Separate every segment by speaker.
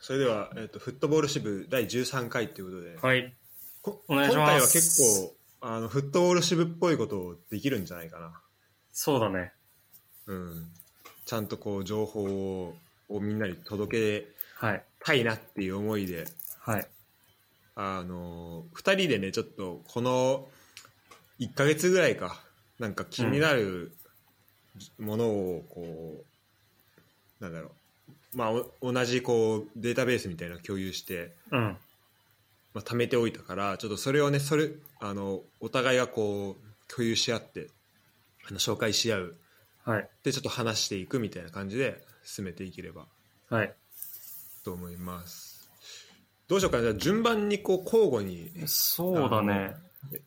Speaker 1: それでは、えっと、フットボール支部第13回ということで、
Speaker 2: はい。
Speaker 1: こ
Speaker 2: お願いし
Speaker 1: 今回は
Speaker 2: ます
Speaker 1: 結構あのフットボール支部っぽいことをできるんじゃないかな、
Speaker 2: そうだね。
Speaker 1: うん、ちゃんとこう情報ををみんなに届け
Speaker 2: はい。
Speaker 1: たいなっていう思いで
Speaker 2: はい。
Speaker 1: あの2人でねちょっとこの1ヶ月ぐらいかなんか気になるものをこう、なんだろうまあお同じこうデータベースみたいなのを共有して、
Speaker 2: うん。
Speaker 1: まあ、貯めておいたからちょっとそれをねそれあのお互いがこう共有し合ってあの紹介し合う
Speaker 2: はい。
Speaker 1: でちょっと話していくみたいな感じで進めていければ
Speaker 2: はい。
Speaker 1: と思いますどうしようかなじゃあ順番にこう交互に
Speaker 2: そうだね。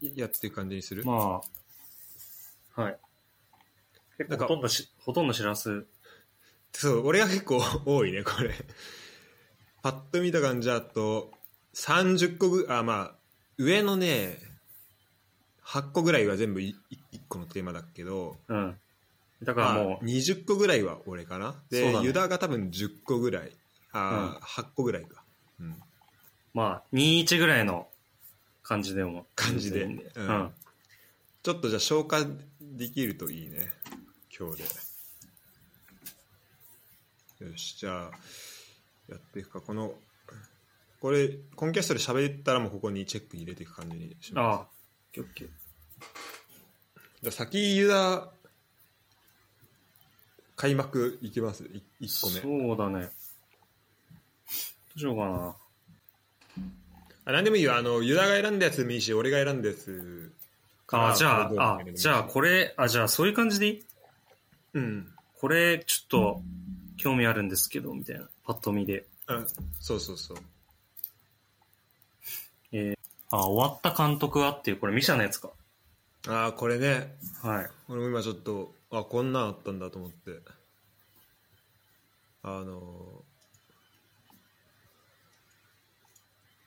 Speaker 1: ややっていく感じにする、
Speaker 2: まあ。はい。結
Speaker 1: なんか
Speaker 2: 構ほとんどし、ほとんど知らず。
Speaker 1: そう俺が結構 多いねこれパッと見た感じだと30個ぐあまあ上のね8個ぐらいは全部1個のテーマだけど
Speaker 2: うん。だから
Speaker 1: まあ
Speaker 2: もう、
Speaker 1: 20個ぐらいは俺かなで、
Speaker 2: そうだね
Speaker 1: ユダが多分10個ぐらいあ、ー8個ぐらいか、うん、
Speaker 2: まあ、21ぐらいの感じでも。
Speaker 1: 感じで、う
Speaker 2: うんん。うん。
Speaker 1: ちょっとじゃあ消化できるといいね今日でよしじゃあやっていくかこのこれコンキャストで喋ったらもうここにチェック入れていく感じにします
Speaker 2: ああ。オッケーオッケー
Speaker 1: じゃあ先ユダ開幕いきます1個目
Speaker 2: そうだね。どうしようかな。
Speaker 1: あ何でもいいよあのユダが選んだやつでもいいし俺が選んだやつ
Speaker 2: あ、じゃ
Speaker 1: これどう
Speaker 2: あ、あ
Speaker 1: でもいい、
Speaker 2: じゃあこれ、あ、じゃあそういう感じでいい
Speaker 1: うん
Speaker 2: これ、ちょっと、興味あるんですけど、みたいな。パッと見で。
Speaker 1: あそうそうそう
Speaker 2: あ、終わった監督はっていう、これミシャのやつか。
Speaker 1: ああこれね
Speaker 2: はい。
Speaker 1: 俺も今ちょっとあこんなんあったんだと思ってあの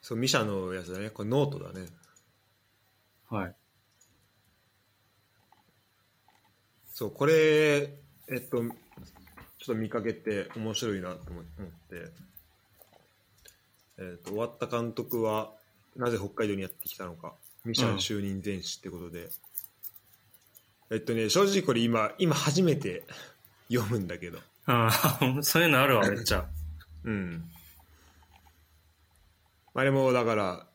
Speaker 1: そうミシャのやつだねこれノートだね
Speaker 2: はい。
Speaker 1: そうこれえっとちょっと見かけて面白いなと思思って、えっと終わった監督はなぜ北海道にやってきたのかミシャの就任前史ってことで、えっとね正直これ今今初めて 読むんだけど
Speaker 2: ああ、 そういうのあるわ、めっちゃ。
Speaker 1: うん。あれも、だから、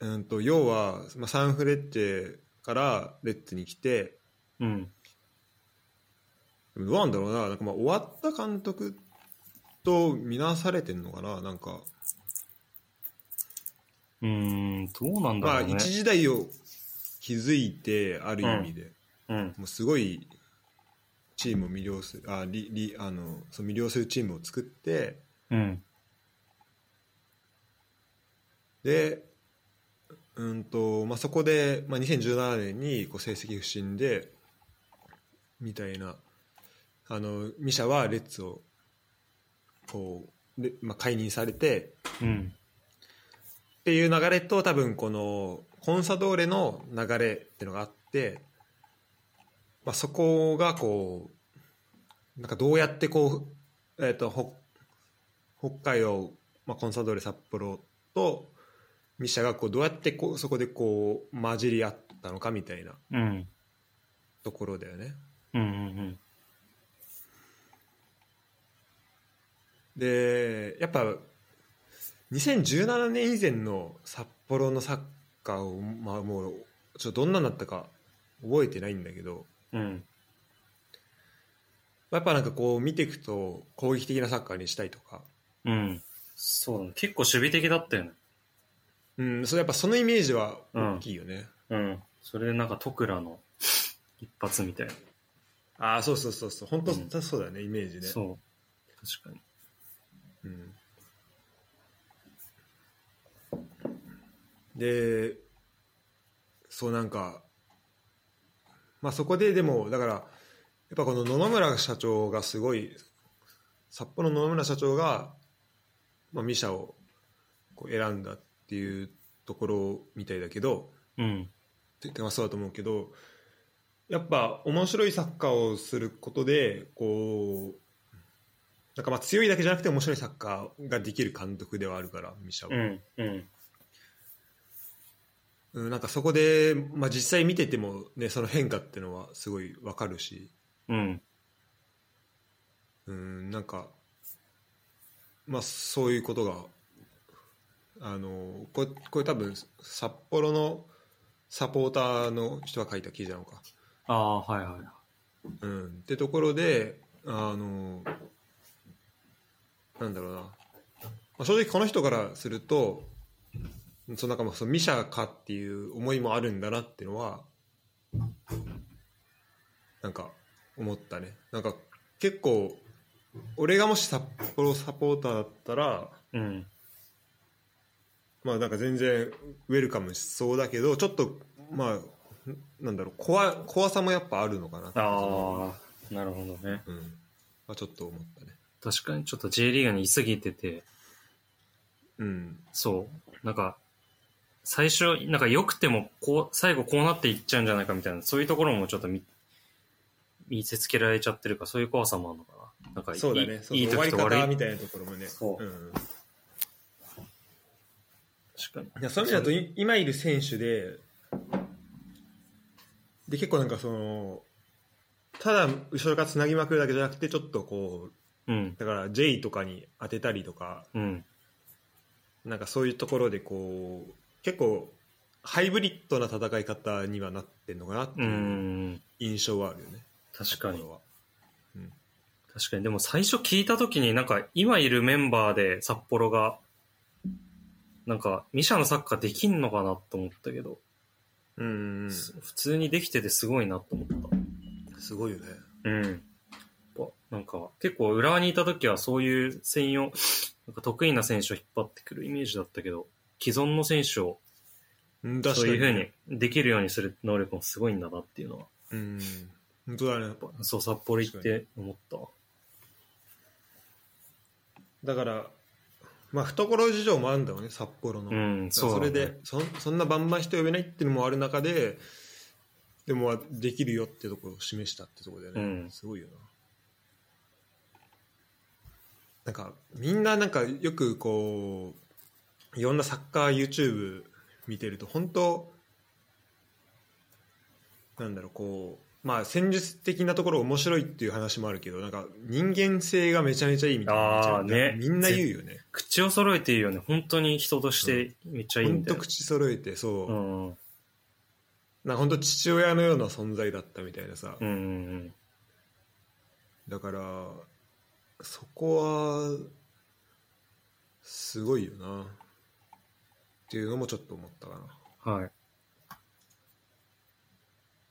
Speaker 1: うんと、要は、まあ、サンフレッチェからレッツに来て、
Speaker 2: うん。
Speaker 1: でもどうなんだろうな、なんかまあ終わった監督と見なされてんのかな、なんか、
Speaker 2: うーん、どうなん
Speaker 1: ま
Speaker 2: だ
Speaker 1: あ
Speaker 2: ろうね。
Speaker 1: 一時代を築いて、ある意味で、
Speaker 2: うん。
Speaker 1: もうすごいチームを魅了する、あ、りりあのそう魅了するチームを作って、
Speaker 2: うん。
Speaker 1: で、うんとまあ、そこで、まあ、2017年にこう成績不振でみたいなあのミシャはレッツをこうで、まあ、解任されて
Speaker 2: うん。
Speaker 1: っていう流れと多分このコンサドーレの流れっていうのがあって、まあ、そこがこうなんかどうやってこう、えー、とほ北海道、まあ、コンサドーレ札幌とミシャがこうどうやってこうそこでこう混じり合ったのかみたいな
Speaker 2: うん。
Speaker 1: ところだよね。
Speaker 2: うん。うん。
Speaker 1: でやっぱ2017年以前の札幌のサッカーを、まあ、もうちょっとどんなんだったか覚えてないんだけど、
Speaker 2: うん。
Speaker 1: やっぱなんかこう見ていくと攻撃的なサッカーにしたいとか、
Speaker 2: うん。そうだね。結構守備的だったよね。
Speaker 1: うん、それやっぱそのイメージは大きいよね。
Speaker 2: うん。それでなんか、トクラの一発みたいな。
Speaker 1: ああ、そうそうそうそう、本当、
Speaker 2: うん
Speaker 1: そうだよね、イメージね。
Speaker 2: そう。確かに。
Speaker 1: うんで、そうなんか、まあそこででも、だから、やっぱこの野々村社長がすごい、札幌の野々村社長が、まあ、ミシャをこう選んだっていうところみたいだけど、
Speaker 2: うん。
Speaker 1: ってまあそうだと思うけどやっぱ面白いサッカーをすることでこうなんかまあ強いだけじゃなくて面白いサッカーができる監督ではあるから、ミシャは。
Speaker 2: うん、うん。
Speaker 1: うん、なんかそこで、まあ、実際見てても、ね、その変化っていうのはすごいわかるし、
Speaker 2: うん。
Speaker 1: うん、なんか、まあ、そういうことが、あのこれこれ多分札幌のサポーターの人が書いた記事なのか、
Speaker 2: ああ、はいはい。
Speaker 1: うん、ってところであのなんだろうな、まあ、正直この人からするとそのなんかもうそのミシャかっていう思いもあるんだなっていうのはなんか思ったねなんか結構俺がもし札幌サポーターだったら
Speaker 2: うん。
Speaker 1: まあなんか全然ウェルカムしそうだけどちょっとまあなんだろう怖怖さもやっぱあるのかなって
Speaker 2: ああ、なるほどね。
Speaker 1: うんまあ、ちょっと思ったね。
Speaker 2: 確かにちょっと J リーガーにいすぎてて、
Speaker 1: うん、
Speaker 2: そう。なんか、最初、なんか良くても、こう、最後こうなっていっちゃうんじゃないかみたいな、そういうところもちょっと見、見せつけられちゃってるから、そういう怖さもあるのかな。なんか、
Speaker 1: そうだね、そう
Speaker 2: いいいい
Speaker 1: 終わ
Speaker 2: 時
Speaker 1: り
Speaker 2: と悪い。
Speaker 1: 方み
Speaker 2: 確
Speaker 1: たいなところもね、
Speaker 2: そう
Speaker 1: うん、
Speaker 2: かに。
Speaker 1: いやそういう意味だとい、今いる選手で、で結構なんかその、ただ後ろからつなぎまくるだけじゃなくて、ちょっとこう、
Speaker 2: うん。
Speaker 1: だから J とかに当てたりとか、
Speaker 2: うん。
Speaker 1: なんかそういうところでこう、結構、ハイブリッドな戦い方にはなってんのかなって
Speaker 2: う。
Speaker 1: いうん印象はあるよね、
Speaker 2: 確かに
Speaker 1: と。ころは
Speaker 2: 確かに。でも最初聞いたときに、なんか今いるメンバーで札幌が、なんかミシャのサッカーできんのかなと思ったけど、
Speaker 1: うんうんうん、
Speaker 2: す
Speaker 1: す
Speaker 2: 普通にできててすごいなと思った。
Speaker 1: ごいよね。
Speaker 2: うん。やっぱなんか結構浦和にいたときはそういう専用、なんか得意な選手を引っ張ってくるイメージだったけど、既存の選手を
Speaker 1: うん確か
Speaker 2: そう
Speaker 1: に
Speaker 2: いうふうにできるようにする能力もすごいんだなっていうのは、
Speaker 1: うん、本当だね。
Speaker 2: やっぱそう札幌行って思った。
Speaker 1: だから、まあ、懐事情もあるんだろうね、札幌の。
Speaker 2: うん、そうだね
Speaker 1: れでそん、そんなバンバン人呼べないっていうのもある中で、でも、できるよってところを示したってところだよね。
Speaker 2: うん
Speaker 1: すごいよな。なんか、みんななんかよくこう、いろんなサッカー YouTube 見てると、本当なんだろう、こう、まあ戦術的なところ面白いっていう話もあるけど、なんか人間性がめちゃめちゃいいみたいな。
Speaker 2: あーね
Speaker 1: みんな言うよね。
Speaker 2: 口を揃えていいよね。本当に人としてめっちゃいい
Speaker 1: ほん
Speaker 2: んだ
Speaker 1: と
Speaker 2: よ、ね。
Speaker 1: 口揃えて、そう。
Speaker 2: うん。
Speaker 1: なんか本当父親のような存在だったみたいなさ、
Speaker 2: うんうん
Speaker 1: だからそこはすごいよなっていうのもちょっと思ったかなっ
Speaker 2: うん、はい。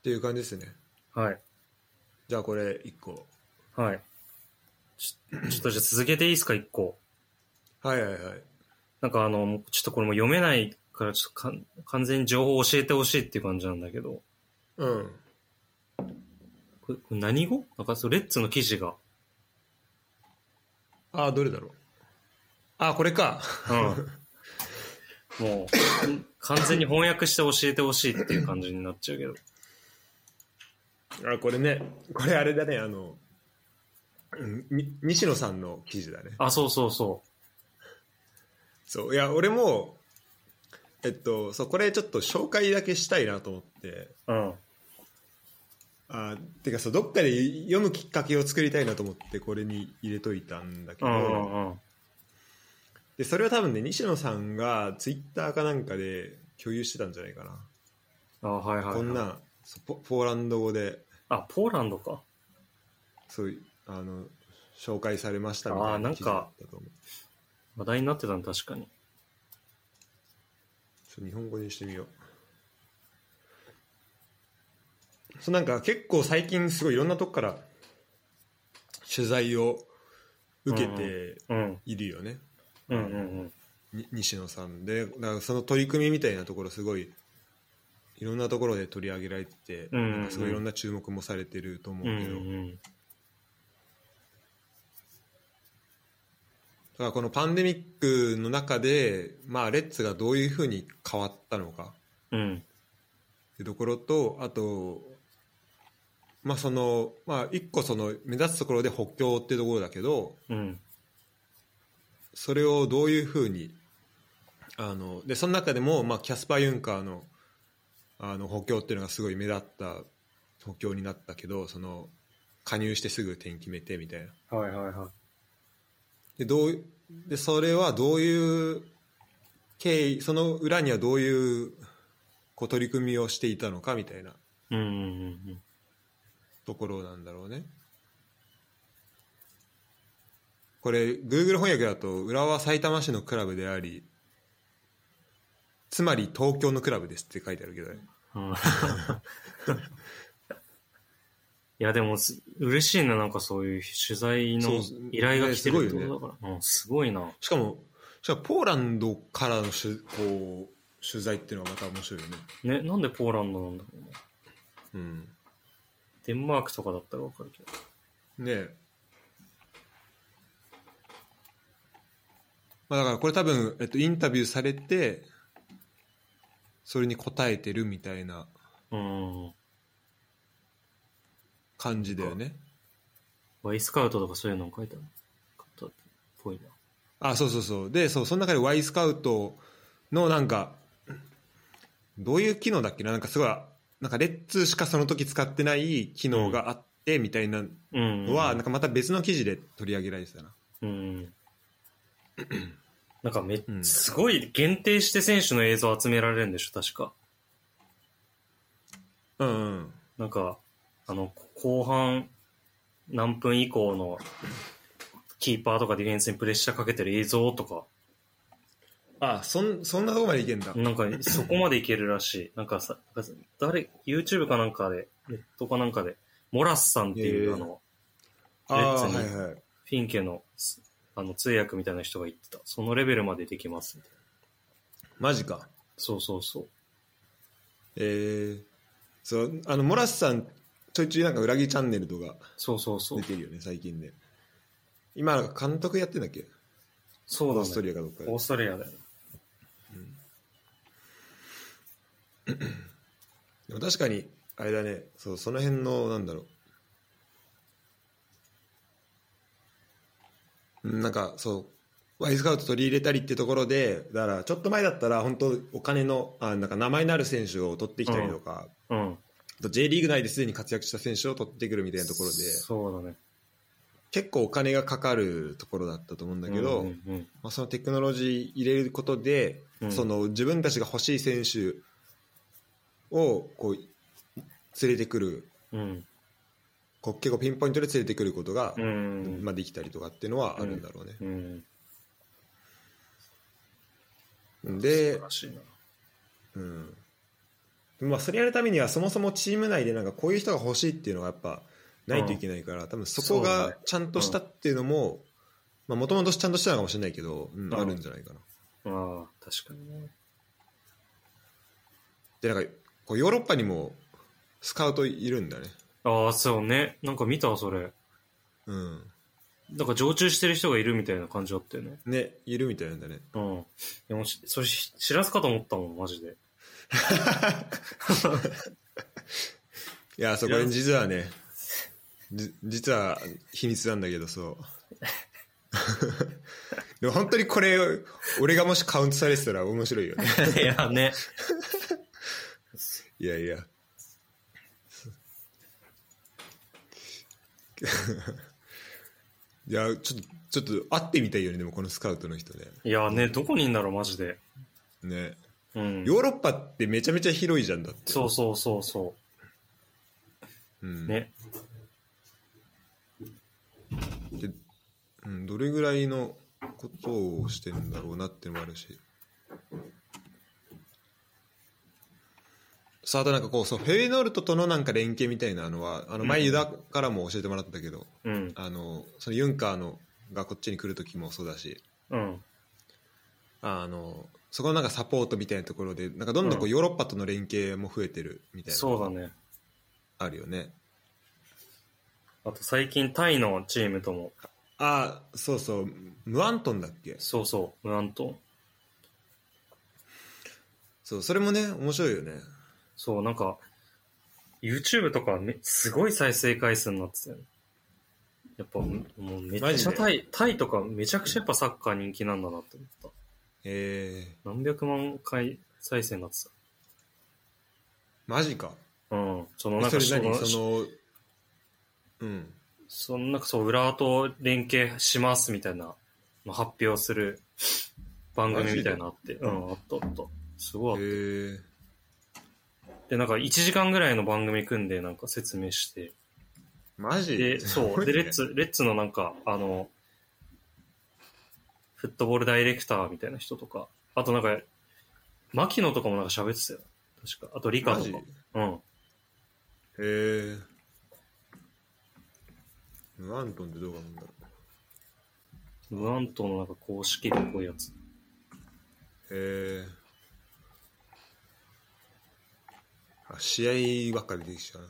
Speaker 1: ていう感じですね
Speaker 2: はい。
Speaker 1: じゃあこれ一個
Speaker 2: はい。ちょちょっとじゃあ続けていいですか、一個。
Speaker 1: はいはいはい
Speaker 2: なんかあの、もうちょっとこれもう読めないから、ちょっとかん完全に情報を教えてほしいっていう感じなんだけど。
Speaker 1: うん
Speaker 2: これこれ何語なんかそう、レッツの記事が。
Speaker 1: ああどれだろうああこれか
Speaker 2: うん。もう、ん完全に翻訳して教えてほしいっていう感じになっちゃうけど。
Speaker 1: あこれねこれあれだねあのうんみ西野さんの記事だね
Speaker 2: あ、そうそうそ
Speaker 1: そういや俺もえっとそうこれちょっと紹介だけしたいなと思って
Speaker 2: う。うん。
Speaker 1: あてかそうどっかで読むきっかけを作りたいなと思ってこれに入れといたんだけ
Speaker 2: う
Speaker 1: ど、
Speaker 2: んうんうん。
Speaker 1: でそれは多分ね西野さんがツイッターかなんかで共有してたんじゃないかな、
Speaker 2: あ、はいはい、はい。
Speaker 1: こんなんそうポポーランド語で
Speaker 2: あ、ポーランドか。
Speaker 1: そうあの紹介されましたみた
Speaker 2: あー
Speaker 1: い
Speaker 2: な
Speaker 1: なん
Speaker 2: か
Speaker 1: 記事だったと思う
Speaker 2: 話題になってたの確かに。
Speaker 1: ちょっと日本語にしてみようそうなんか結構最近すごいいろんなとこから取材を受けて
Speaker 2: うん。
Speaker 1: いるよね、
Speaker 2: うんうんうん。
Speaker 1: に西野さんでだからその取り組みみたいなところすごいいろんなところで取り上げられてて、
Speaker 2: うんうんうん
Speaker 1: なんかすごいいろんな注目もされてると思う
Speaker 2: う
Speaker 1: け
Speaker 2: ん
Speaker 1: ど、
Speaker 2: う
Speaker 1: だ
Speaker 2: ん
Speaker 1: からこのパンデミックの中で、まあ、レッツがどういうふうに変わったのか
Speaker 2: うん。うん。
Speaker 1: ってところとあとまあその、まあ一個その目指すところで補強っていうところだけど、
Speaker 2: うん。
Speaker 1: それをどういうふうに、あの、で、その中でも、まあキャスパー・ユンカーの、あの補強っていうのがすごい目立った補強になったけど、その、加入してすぐ点決めてみたいな。
Speaker 2: はいはいはい。
Speaker 1: でどうでそれはどういう経緯その裏にはどういうこう取り組みをしていたのかみたいな
Speaker 2: うんうんうん
Speaker 1: ところなんだろうねこれ Google 翻訳だと浦和埼玉市のクラブでありつまり東京のクラブですって書いてあるけどね
Speaker 2: うん。うん いや、でもす、嬉しいな、なんかそういう取材の
Speaker 1: そう
Speaker 2: 依頼が来てる
Speaker 1: ね
Speaker 2: っ
Speaker 1: すごい
Speaker 2: てこ
Speaker 1: よね
Speaker 2: とだから。うん、すごいな。
Speaker 1: しかもしかもポーランドからのしゅこう取材っていうのがまた面白いよね
Speaker 2: ね、なんでポーランドなんだろうね。
Speaker 1: うん
Speaker 2: デンマークとかだったらわかるけど。
Speaker 1: ねえ。まあだからこれ多分、えっと、インタビューされて、それに答えてるみたいな
Speaker 2: うん。
Speaker 1: 感じだよね。
Speaker 2: ワイスカウトとかそういうのも書いてあるかったっぽいな。
Speaker 1: あ、そうそうそう。で、そう、その中で Y スカウトのなんか、どういう機能だっけななんかすごい、なんかレッツしかその時使ってない機能があってみたいな
Speaker 2: うん。
Speaker 1: のは、なんかまた別の記事で取り上げられてたな。
Speaker 2: うん。なんかめっ、
Speaker 1: うん
Speaker 2: すごい限定して選手の映像集められるんでしょ、確か。
Speaker 1: うん、うん。
Speaker 2: なんか、あの、後半何分以降のキーパーとかディフェンスにプレッシャーかけてる映像とか、
Speaker 1: あ、そん、そんなとこまでいけんだ。
Speaker 2: なんかそこまでいけるらしい。なんかさ、誰、YouTube かなんかで、ネットかなんかで、モラスさんってい
Speaker 1: へ
Speaker 2: う、
Speaker 1: ー
Speaker 2: あの、
Speaker 1: あ
Speaker 2: レッ
Speaker 1: ー
Speaker 2: ツ
Speaker 1: は
Speaker 2: に
Speaker 1: いはい。
Speaker 2: フィンケの、あの、通訳みたいな人が言ってた。そのレベルまでできますみたいな。
Speaker 1: マジか。
Speaker 2: そうそうそう。
Speaker 1: えー、そうあのモラスさんちょいちょいなんか裏切りチャンネルとか
Speaker 2: そうそうそう
Speaker 1: 出。てるよね最近ね今なんか監督やってんだっけ
Speaker 2: そ
Speaker 1: オー
Speaker 2: う
Speaker 1: ス
Speaker 2: だ
Speaker 1: トリ
Speaker 2: ね。
Speaker 1: アかどっかで
Speaker 2: オーストリアだよ。
Speaker 1: でも確かにあれだねそうその辺のなんだろううんなんかそうワイスカウト取り入れたりってところでだからちょっと前だったら本当お金のあなんか名前のある選手を取ってきたりとか、
Speaker 2: うん。
Speaker 1: あと J リーグ内ですでに活躍した選手を取ってくるみたいなところで
Speaker 2: そうだね。
Speaker 1: 結構お金がかかるところだったと思うんだけど、
Speaker 2: うんうん
Speaker 1: まあ、そのテクノロジー入れることで、
Speaker 2: うん
Speaker 1: その自分たちが欲しい選手をこう連れてくる
Speaker 2: うん。うん
Speaker 1: こう結構ピンポイントで連れてくることが、
Speaker 2: うん。
Speaker 1: まあ、できたりとかっていうのはあるんだろうね。
Speaker 2: うん。
Speaker 1: で
Speaker 2: 素晴、らしいな。
Speaker 1: うんまあ、それやるためにはそもそもチーム内でなんかこういう人が欲しいっていうのがやっぱないといけないから、多分そこ
Speaker 2: そうだね
Speaker 1: がちゃんとしたっていうのももともとちゃんとしたのかもしれないけど、うん
Speaker 2: うん
Speaker 1: あるんじゃないかな。
Speaker 2: ああ、確かにね。
Speaker 1: でなんかこうヨーロッパにもスカウトいるんだね
Speaker 2: ああ、そうね。なんか見たわ、それ。
Speaker 1: うん
Speaker 2: なんか常駐してる人がいるみたいな感じだったよね。
Speaker 1: ねいるみたいなんだね
Speaker 2: うん。いやもうしそれし知らすかと思ったもん、マジで。
Speaker 1: いやそこれ実はねじ実は秘密なんだけどそう でも本当にこれ俺がもしカウントされてたら面白いよね
Speaker 2: いやね。
Speaker 1: いやい やいやちょっとちょっと会ってみたいよねでもこのスカウトの人ね
Speaker 2: いやね、どこにいんだろう、マジで。
Speaker 1: ね
Speaker 2: うん。
Speaker 1: ヨーロッパってめちゃめちゃ広いじゃんだって、
Speaker 2: そうそうそうそうう。
Speaker 1: ん、
Speaker 2: ね。
Speaker 1: で、うん、どれぐらいのことをしてんだろうなってのもあるしさああとなんかこうそうフェイノルトとのなんか連携みたいなのはあの前
Speaker 2: うん
Speaker 1: ユダからも教えてもらったけど、
Speaker 2: うん。
Speaker 1: あのそのユンカーのがこっちに来る時もそうだし
Speaker 2: うん。
Speaker 1: あのそこのなんかサポートみたいなところでなんかどんどんこ
Speaker 2: う
Speaker 1: うんヨーロッパとの連携も増えてるみたいな
Speaker 2: そうだね。
Speaker 1: あるよね
Speaker 2: あと最近タイのチームとも、
Speaker 1: ああそうそうムアントンだっけ
Speaker 2: そうそう、ムアント。
Speaker 1: そうそれもね面白いよね
Speaker 2: そう、なんか、 YouTube とかはめすごい再生回数になってたよね。やっぱ、もうめっ
Speaker 1: マ
Speaker 2: ち
Speaker 1: ジ
Speaker 2: ゃ
Speaker 1: で
Speaker 2: タイ、タイとかめちゃくちゃやっぱサッカー人気なんだなって思った。
Speaker 1: えー、
Speaker 2: 何百万回再生になって
Speaker 1: マジか。
Speaker 2: た。うん。その
Speaker 1: え
Speaker 2: なん
Speaker 1: そ
Speaker 2: か
Speaker 1: れ何
Speaker 2: そ
Speaker 1: そ
Speaker 2: の、
Speaker 1: の、うん。
Speaker 2: そのなんかそう、裏と連携しますみたいなの発表する番組みたいなのあって。うん、あったあった。すごいあ
Speaker 1: え
Speaker 2: っ
Speaker 1: ー、
Speaker 2: たで、なんか1時間ぐらいの番組組んで、なんか説明して。
Speaker 1: マジ
Speaker 2: で、そう。で、レッ。ツ、レッツのなんか、あの、フットボールダイレクターみたいな人とか、あとなんか、牧野とかもなんか喋ってたよ。確か。あと、理科
Speaker 1: マ
Speaker 2: と
Speaker 1: ジ
Speaker 2: か。うん。
Speaker 1: えー。ムアントンってどうなんだろう。
Speaker 2: ムアントのなんか公式っぽいやつ。
Speaker 1: えー。あ、試合ばっかり出てきちゃう。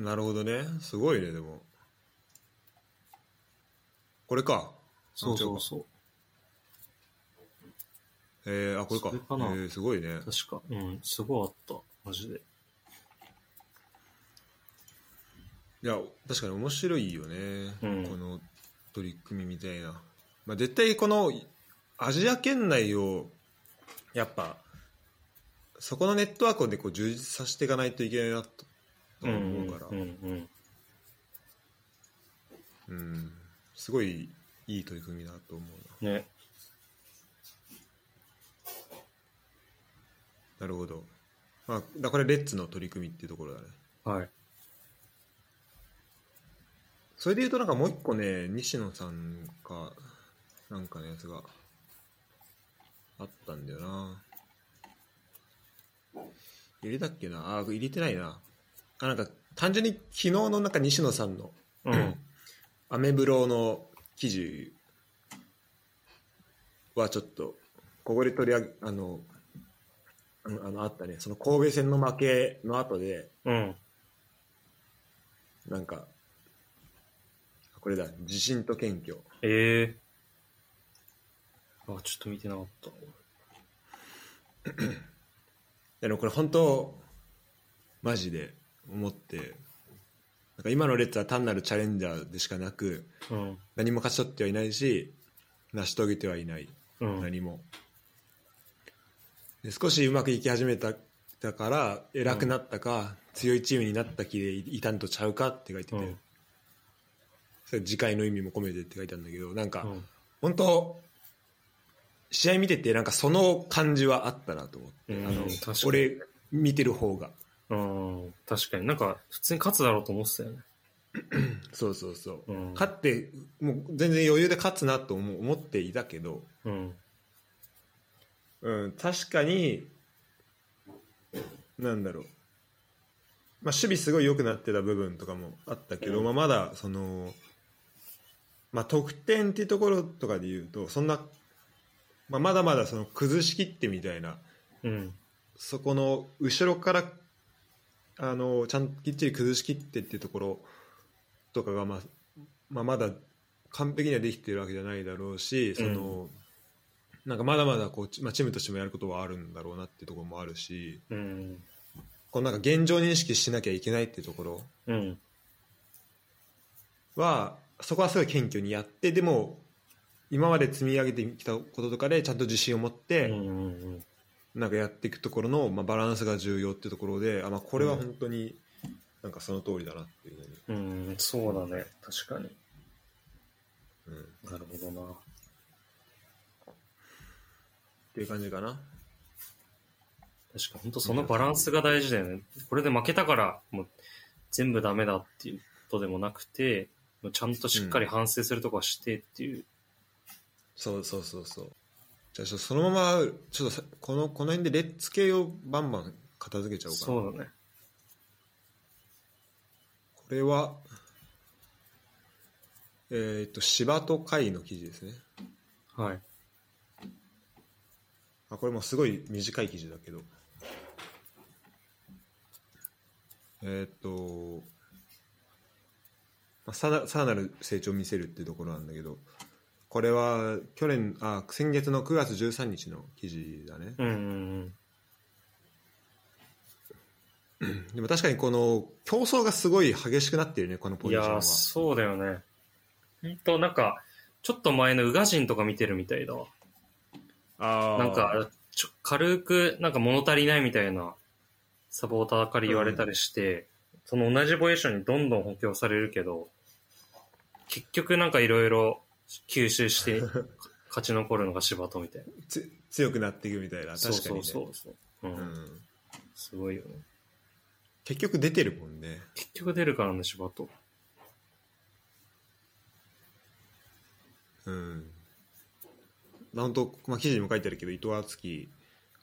Speaker 1: なるほどね。すごいね、でも。これか。
Speaker 2: そうそうそう。
Speaker 1: えー、あ、これか。
Speaker 2: それかな
Speaker 1: えー、すごいね。
Speaker 2: 確か。うん。すごいあった。マジで。
Speaker 1: いや、確かに面白いよね。
Speaker 2: うん
Speaker 1: この取り組みみたいな。まあ、絶対このアジア圏内を、やっぱ、そこのネットワークをね、こう充実させていかないといけないなとと
Speaker 2: うん
Speaker 1: 思うから。
Speaker 2: うんうん。
Speaker 1: うんすごいいい取り組みだと思うな。
Speaker 2: ね。
Speaker 1: なるほど。まあ、だからレッツの取り組みっていうところだね。
Speaker 2: はい。
Speaker 1: それで言うとなんかもう一個ね、西野さんか、なんかのやつがあったんだよな。入れたっけなあ、入れてないな。あ、なんか単純に昨日のなんか西野さんの
Speaker 2: うん。
Speaker 1: アメブロの記事はちょっと、ここで取り上げ、あの、あの、あのあったね、その神戸戦の負けの後で、
Speaker 2: うん。
Speaker 1: なんか、これだ、自信と謙虚。
Speaker 2: ええあ、ちょっと見てなかった。
Speaker 1: でもこれ本当、マジで思って、なんか今のレッツは単なるチャレンジャーでしかなく、
Speaker 2: うん。
Speaker 1: 何も勝ち取ってはいないし、成し遂げてはいない。
Speaker 2: うん。
Speaker 1: 何も。で少しうまくいき始めただから偉くなったか、強いチームになった気でいたんとちゃうかって書いてて、
Speaker 2: うん
Speaker 1: それ次回の意味も込めてって書いてあるんだけどなんか、
Speaker 2: うん
Speaker 1: 本当試合見ててなんかその感じはあったなと思って、
Speaker 2: うん
Speaker 1: あの
Speaker 2: 確かに
Speaker 1: 俺見てる方が
Speaker 2: うん、確かになんか普通に勝つだろうと思ってたよね。
Speaker 1: そうそうそう、
Speaker 2: うん。
Speaker 1: 勝ってもう全然余裕で勝つなと思思っていたけど、
Speaker 2: うん。
Speaker 1: うん、確かに、なんだろう、まあ、守備すごい良くなってた部分とかもあったけど、まあ、まだその、まあ、得点っていうところとかで言うと、そんな、まあ、まだまだその崩しきってみたいな、
Speaker 2: うん。
Speaker 1: そこの後ろからあのちゃんときっちり崩しきってっていうところとかが、まあまあ、まだ完璧にはできてるわけじゃないだろうしその、なんかまだまだこう、ちまあ、チームとしてもやることはあるんだろうなっていうところもあるし
Speaker 2: うん。
Speaker 1: こうなんか現状認識しなきゃいけないっていうところ
Speaker 2: うん。
Speaker 1: はそこはすごい謙虚にやってでも今まで積み上げてきたこととかでちゃんと自信を持っ
Speaker 2: う
Speaker 1: て、
Speaker 2: ん。うん。
Speaker 1: なんかやっていくところの、まあ、バランスが重要っていうところであ、まあ、これは本当になんかその通りだなっていうふうに、
Speaker 2: うん。そうだね。確かに。
Speaker 1: うん、っ
Speaker 2: なるほどな。
Speaker 1: ていう感じかな
Speaker 2: 確か本当そのバランスが大事だよね。これで負けたからもう全部ダメだっていうことでもなくて、ちゃんとしっかり反省するとこはしてっていう。
Speaker 1: そうそうそうそうじゃあちょっとそのままちょっとさこのこの辺でレッツ系をバンバン片付けちゃおうかな
Speaker 2: そうだね。
Speaker 1: これはえーっと芝と貝の記事ですね
Speaker 2: はい。
Speaker 1: あこれもすごい短い記事だけどえーっと、まあ、さらさらなる成長を見せるっていうところなんだけどこれは去年あ先月の9月13日の記事だね、
Speaker 2: うん。
Speaker 1: うんでも確かにこの競争がすごい激しくなってるね、このポ
Speaker 2: い
Speaker 1: ジション
Speaker 2: や
Speaker 1: は
Speaker 2: ー、。そうだよね。ほんと、なんか、ちょっと前の宇賀神とか見てるみたいだわ。
Speaker 3: あー
Speaker 2: なんか、ちょ軽く、なんか物足りないみたいな、サポーターから言われたりして、その同じポジションにどんどん補強されるけど、結局なんかいろいろ吸収して 勝ち残るのが柴戸みたいな。
Speaker 1: つ強くなっていくみたいな、確かにね。
Speaker 2: そうそうそうそう、うん
Speaker 1: うん
Speaker 2: すごいよね。
Speaker 1: 結局出てるもんね。
Speaker 2: 結局出るからね、柴戸。
Speaker 1: うん。まあ本当、まあ、記事にも書いてあるけど、伊藤敦樹、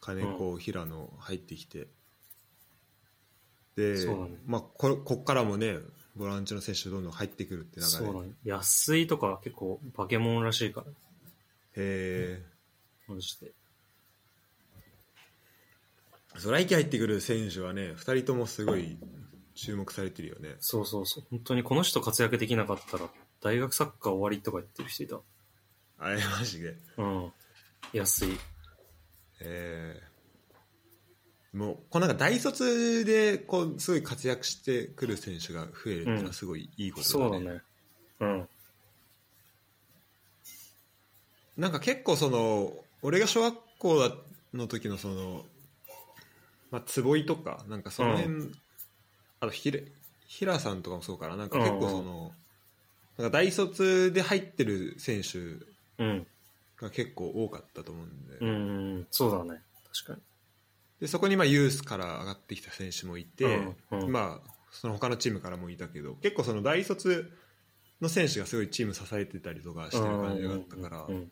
Speaker 1: 金子、平野入ってきて。で、
Speaker 2: そうだね
Speaker 1: まあこ、こっからもね、ボランチの選手どんどん入ってくるって
Speaker 2: そう
Speaker 1: 中
Speaker 2: な
Speaker 1: で。
Speaker 2: の。安いとか結構化け物らしいから、
Speaker 1: へ
Speaker 2: マジで。
Speaker 1: え。そう、来季入ってくる選手はね、二人ともすごい注目されてるよね。
Speaker 2: そうそうそう。本当にこの人活躍できなかったら、大学サッカー終わりとか言ってる人いた。
Speaker 1: あれ、マジで。
Speaker 2: うん。安い。
Speaker 1: えーもうこうなんか大卒でこうすごい活躍してくる選手が増えるっていうのはすごいいいこと
Speaker 2: そう
Speaker 1: だ
Speaker 2: だ
Speaker 1: ね,、
Speaker 2: ね。うん。
Speaker 1: なんか結構その俺が小学校の時のその、まあ、坪井とかなんかその辺、あとひれ平さんとかもそうかななんか結構その、なんか大卒で入ってる選手
Speaker 2: うん。
Speaker 1: が結構多かったと思うんで,、
Speaker 2: うん。そうだね。確かに。
Speaker 1: でそこにまあユースから上がってきた選手もいて、
Speaker 2: うんうん
Speaker 1: まあ、その他のチームからもいたけど結構その大卒の選手がすごいチーム支えてたりとかしてる感じがあったから、
Speaker 2: うん。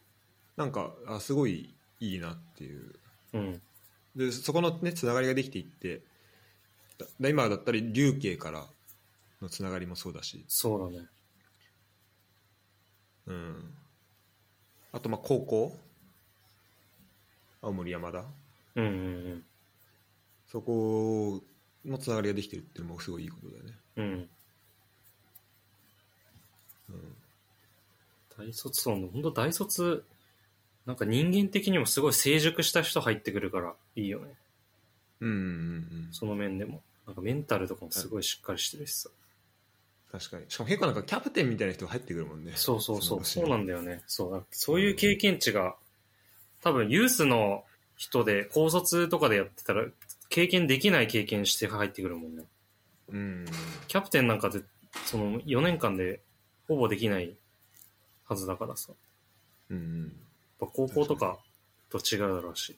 Speaker 1: なんかあすごいいいなっていう
Speaker 2: うん。
Speaker 1: でそこの、ね、つながりができていってだだ今だったり琉球からのつながりもそうだし、
Speaker 2: そうだね。
Speaker 1: うん、あとまあ高校青森山田
Speaker 2: うんうん
Speaker 1: そこのつながりができてるっていうのもすごいいいことだよね。
Speaker 2: うん。うん。
Speaker 1: うん
Speaker 2: 大卒そうね。本当大卒、なんか人間的にもすごい成熟した人入ってくるから、いいよね。
Speaker 1: うんうんうんうん、
Speaker 2: その面でも。なんかメンタルとかもすごいしっかりしてるしさ。
Speaker 1: 確かにしかも結構なんかキャプテンみたいな人が入ってくるもんね
Speaker 2: そうそうそう。
Speaker 1: そ
Speaker 2: そ
Speaker 1: の
Speaker 2: うなんだよね。そう。そういう経験値が、多分ユースの人で、高卒とかでやってたら、経験できない経験して入ってくるもんね。
Speaker 1: うん
Speaker 2: キャプテンなんかで、その4年間でほぼできないはずだからさ。
Speaker 1: うんうん
Speaker 2: やっぱ高校とかと違うだろうし。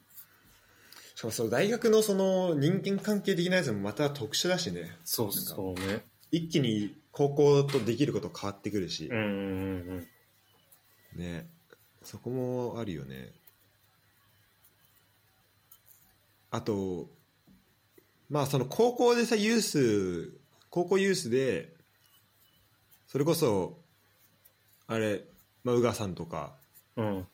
Speaker 1: しかもその大学のその人間関係的なやつもまた特殊だしね
Speaker 2: そうそうね。
Speaker 1: 一気に高校とできること変わってくるし
Speaker 2: う、んうんうん。
Speaker 1: ねそこもあるよねあとまあその高校でさユース高校ユースでそれこそあれ、まあ、宇賀さんとか
Speaker 2: うん。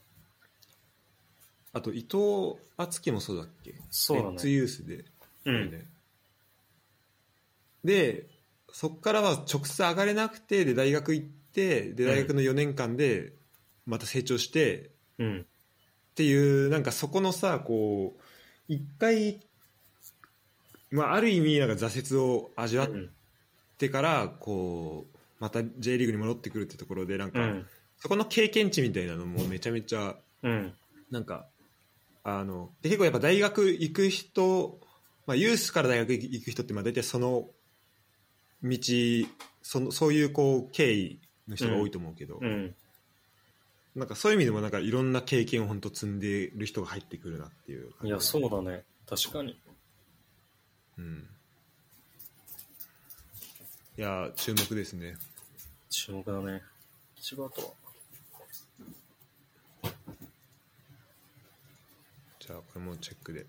Speaker 1: あと伊藤敦樹もそうだっけ
Speaker 2: そうだね
Speaker 1: レッツユースで、
Speaker 2: うん。
Speaker 1: でそこからは直接上がれなくてで大学行ってで大学の4年間でまた成長して、っ
Speaker 2: うん。
Speaker 1: ていうなんかそこのさこう一回、まあ、ある意味なんか挫折を味わってから、こうまた J リーグに戻ってくるってところでなん
Speaker 2: う
Speaker 1: か、
Speaker 2: ん。
Speaker 1: そこの経験値みたいなのもめちゃめちゃ
Speaker 2: うん。
Speaker 1: なんか、あの、で結構やっぱ大学行く人、まあ、ユースから大学行く人って、まあ、大体その道、その、そういうこう、経緯の人が多いと思うけど、
Speaker 2: うん。
Speaker 1: なんかそういう意味でもなんかいろんな経験を本当積んでる人が入ってくるなっていう感
Speaker 2: い
Speaker 1: じ
Speaker 2: や、そうだね。確かに。
Speaker 1: うん。いや、注目ですね。
Speaker 2: 注目だね。千葉とは。
Speaker 1: じゃあ、これもチェックで。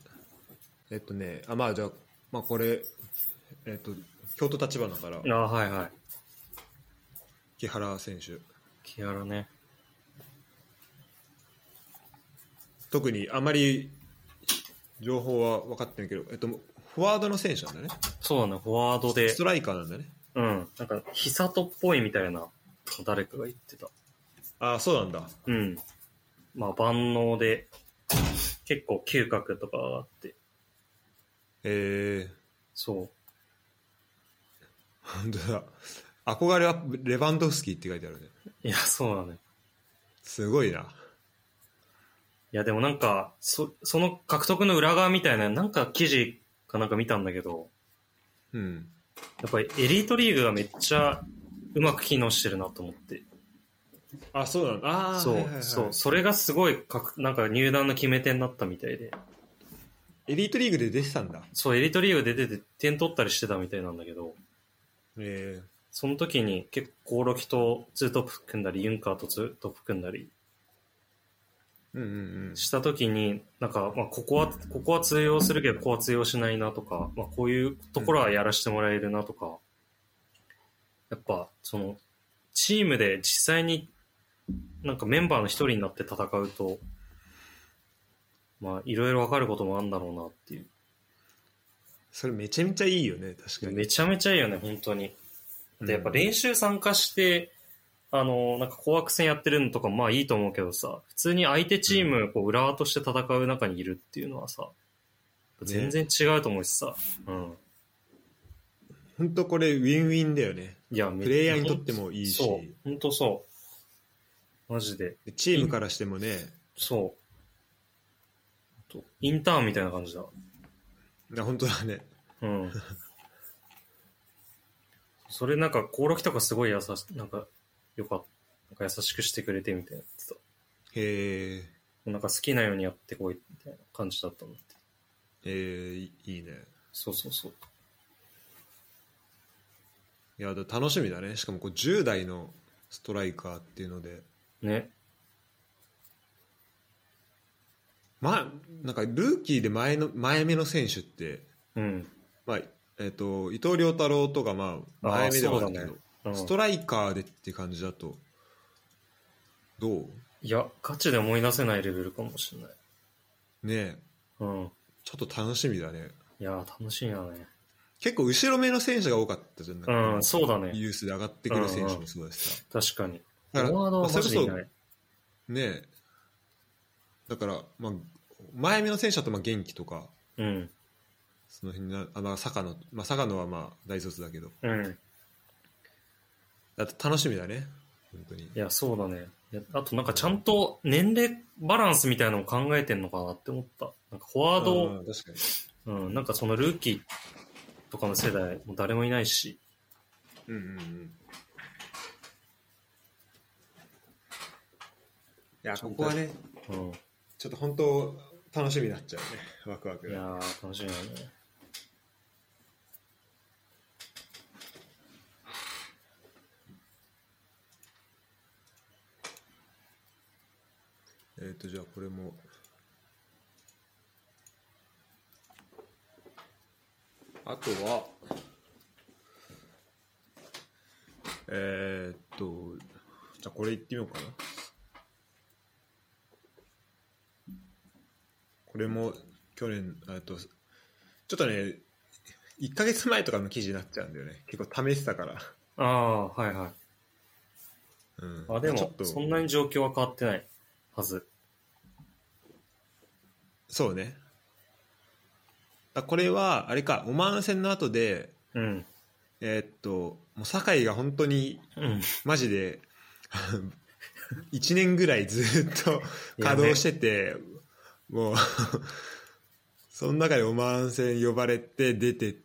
Speaker 1: えっとね、あ、まあじゃあ、まあこれ、えっと、京都立花から
Speaker 2: あ、あ、はいはい。
Speaker 1: 木原選手。
Speaker 2: 木原ね。
Speaker 1: 特にあまり情報は分かってないけど、えっと、フォワードの選手なんだね。
Speaker 2: そうだね。フォワードで
Speaker 1: ス。トライカーなんだね。
Speaker 2: うん。なんか、ヒサトっぽいみたいな、誰かが言ってた。
Speaker 1: ああ、そうなんだ。
Speaker 2: うん。まあ、万能で、結構嗅覚とかがあって、
Speaker 1: え
Speaker 2: そう。
Speaker 1: 本当だ。憧れはレバンドフスキーって書いてあるね。
Speaker 2: いや、そうだね。
Speaker 1: すごいな。
Speaker 2: いや、でもなんか、そ、その獲得の裏側みたいな、なんか記事かなんか見たんだけど、
Speaker 1: うん。
Speaker 2: やっぱりエリートリーグがめっちゃうまく機能してるなと思って。
Speaker 1: あ、そうなんだ。あー
Speaker 2: そう、
Speaker 1: はいはいはい
Speaker 2: そう、それがすごいかく、なんか入団の決め手になったみたいで。
Speaker 1: エリートリーグで出てたんだ。
Speaker 2: そう、エリートリーグで出てて点取ったりしてたみたいなんだけど、
Speaker 1: え
Speaker 2: その時に結構ロキとツートップ組んだり、ユンカーとツートップ組んだり
Speaker 1: えうんうん
Speaker 2: した時に、なんか、まあ、ここは、ここは通用するけど、ここは通用しないなとか、まあ、こういうところはやらせてもらえるなとか、やっぱ、その、チームで実際になんかメンバーの一人になって戦うと、まあ、いろいろわかることもあるんだろうなっていう。
Speaker 1: それめちゃめちゃいいよね、確かに。
Speaker 2: めちゃめちゃいいよね、本当に。で、やっぱ練習参加して、あの、なんか紅白戦やってるのとかもまあいいと思うけどさ、普通に相手チーム、こう、裏側として戦う中にいるっていうのはさ、全然違うと思うしさ、うん。
Speaker 1: 本当これウィンウィンだよね。
Speaker 2: いや、
Speaker 1: プレイヤーにとってもいいし
Speaker 2: そう、本当そう。マジで、
Speaker 1: でチームからしてもね、
Speaker 2: そう。とインターンみたいな感じだ。
Speaker 1: いや本当だね。
Speaker 2: うん。それなんか、コオロキとかすごい優し、なんか、よかった。なんか優しくしてくれてみたいな言ってた。
Speaker 1: へえ、
Speaker 2: なんか好きなようにやってこいみたいな感じだったのって。
Speaker 1: えー、いいいね。
Speaker 2: そうそうそう。
Speaker 1: いや、だ楽しみだね。しかもこう10代のストライカーっていうので。
Speaker 2: ね。
Speaker 1: まあ、なんかルーキーで前の前目の選手って、
Speaker 2: うん。
Speaker 1: まあ、えっ、と、伊藤良太郎とか、まあ、前目ではあるけ
Speaker 2: あー
Speaker 1: ど、
Speaker 2: そううん
Speaker 1: ストライカーでって感じだと、どう
Speaker 2: いや、ガチで思い出せないレベルかもしれない。
Speaker 1: ねえ
Speaker 2: うん。
Speaker 1: ちょっと楽しみだね。
Speaker 2: いやー、楽しいなね。
Speaker 1: 結構後ろ目の選手が多かったじゃん。なんか
Speaker 2: うん、そうだね。
Speaker 1: ユースで上がってくる選手もそうだしさ。
Speaker 2: 確かに。フ
Speaker 1: だか
Speaker 2: ォ
Speaker 1: ら
Speaker 2: ワードは
Speaker 1: まあ
Speaker 2: マジでい
Speaker 1: そ
Speaker 2: な
Speaker 1: れ
Speaker 2: い。
Speaker 1: こそねえだから、まあ、前目の選手だとまあ元気とか、
Speaker 2: うん。
Speaker 1: その辺な、あまあ、坂野、まあ、坂野はまあ大卒だけど、
Speaker 2: うん。
Speaker 1: だって楽しみだね、本当に。
Speaker 2: いや、そうだね。いやあとなんかちゃんと年齢バランスみたいなのも考えてんのかなって思った。なんかフォワー
Speaker 1: う
Speaker 2: ド、
Speaker 1: ん確かに。
Speaker 2: うん、なんかそのルーキーとかの世代、もう誰もいないし、
Speaker 1: うんうんうん。いや、ここはね、
Speaker 2: うん。
Speaker 1: ちょっと本当、楽しみになっちゃうね、ワクワク
Speaker 2: いやー、楽しみだね。
Speaker 1: えっ、と、じゃあこれも。あとは、えっ、と、じゃあこれいってみようかな。これも去年、えっと、ちょっとね、1ヶ月前とかの記事になっちゃうんだよね。結構試してたから。
Speaker 2: ああー、はいはい。
Speaker 1: うん、
Speaker 2: あ、で
Speaker 1: ちょっ
Speaker 2: も、
Speaker 1: と
Speaker 2: そんなに状況は変わってないはず。
Speaker 1: そうね。あこれは、あれか、オマーン戦の後で、
Speaker 2: うん。
Speaker 1: えーっと、もう酒井が本当に、
Speaker 2: うん。
Speaker 1: マジで、1年ぐらいずっと稼働してて、もう、その中でオマーン戦呼ばれて、出て、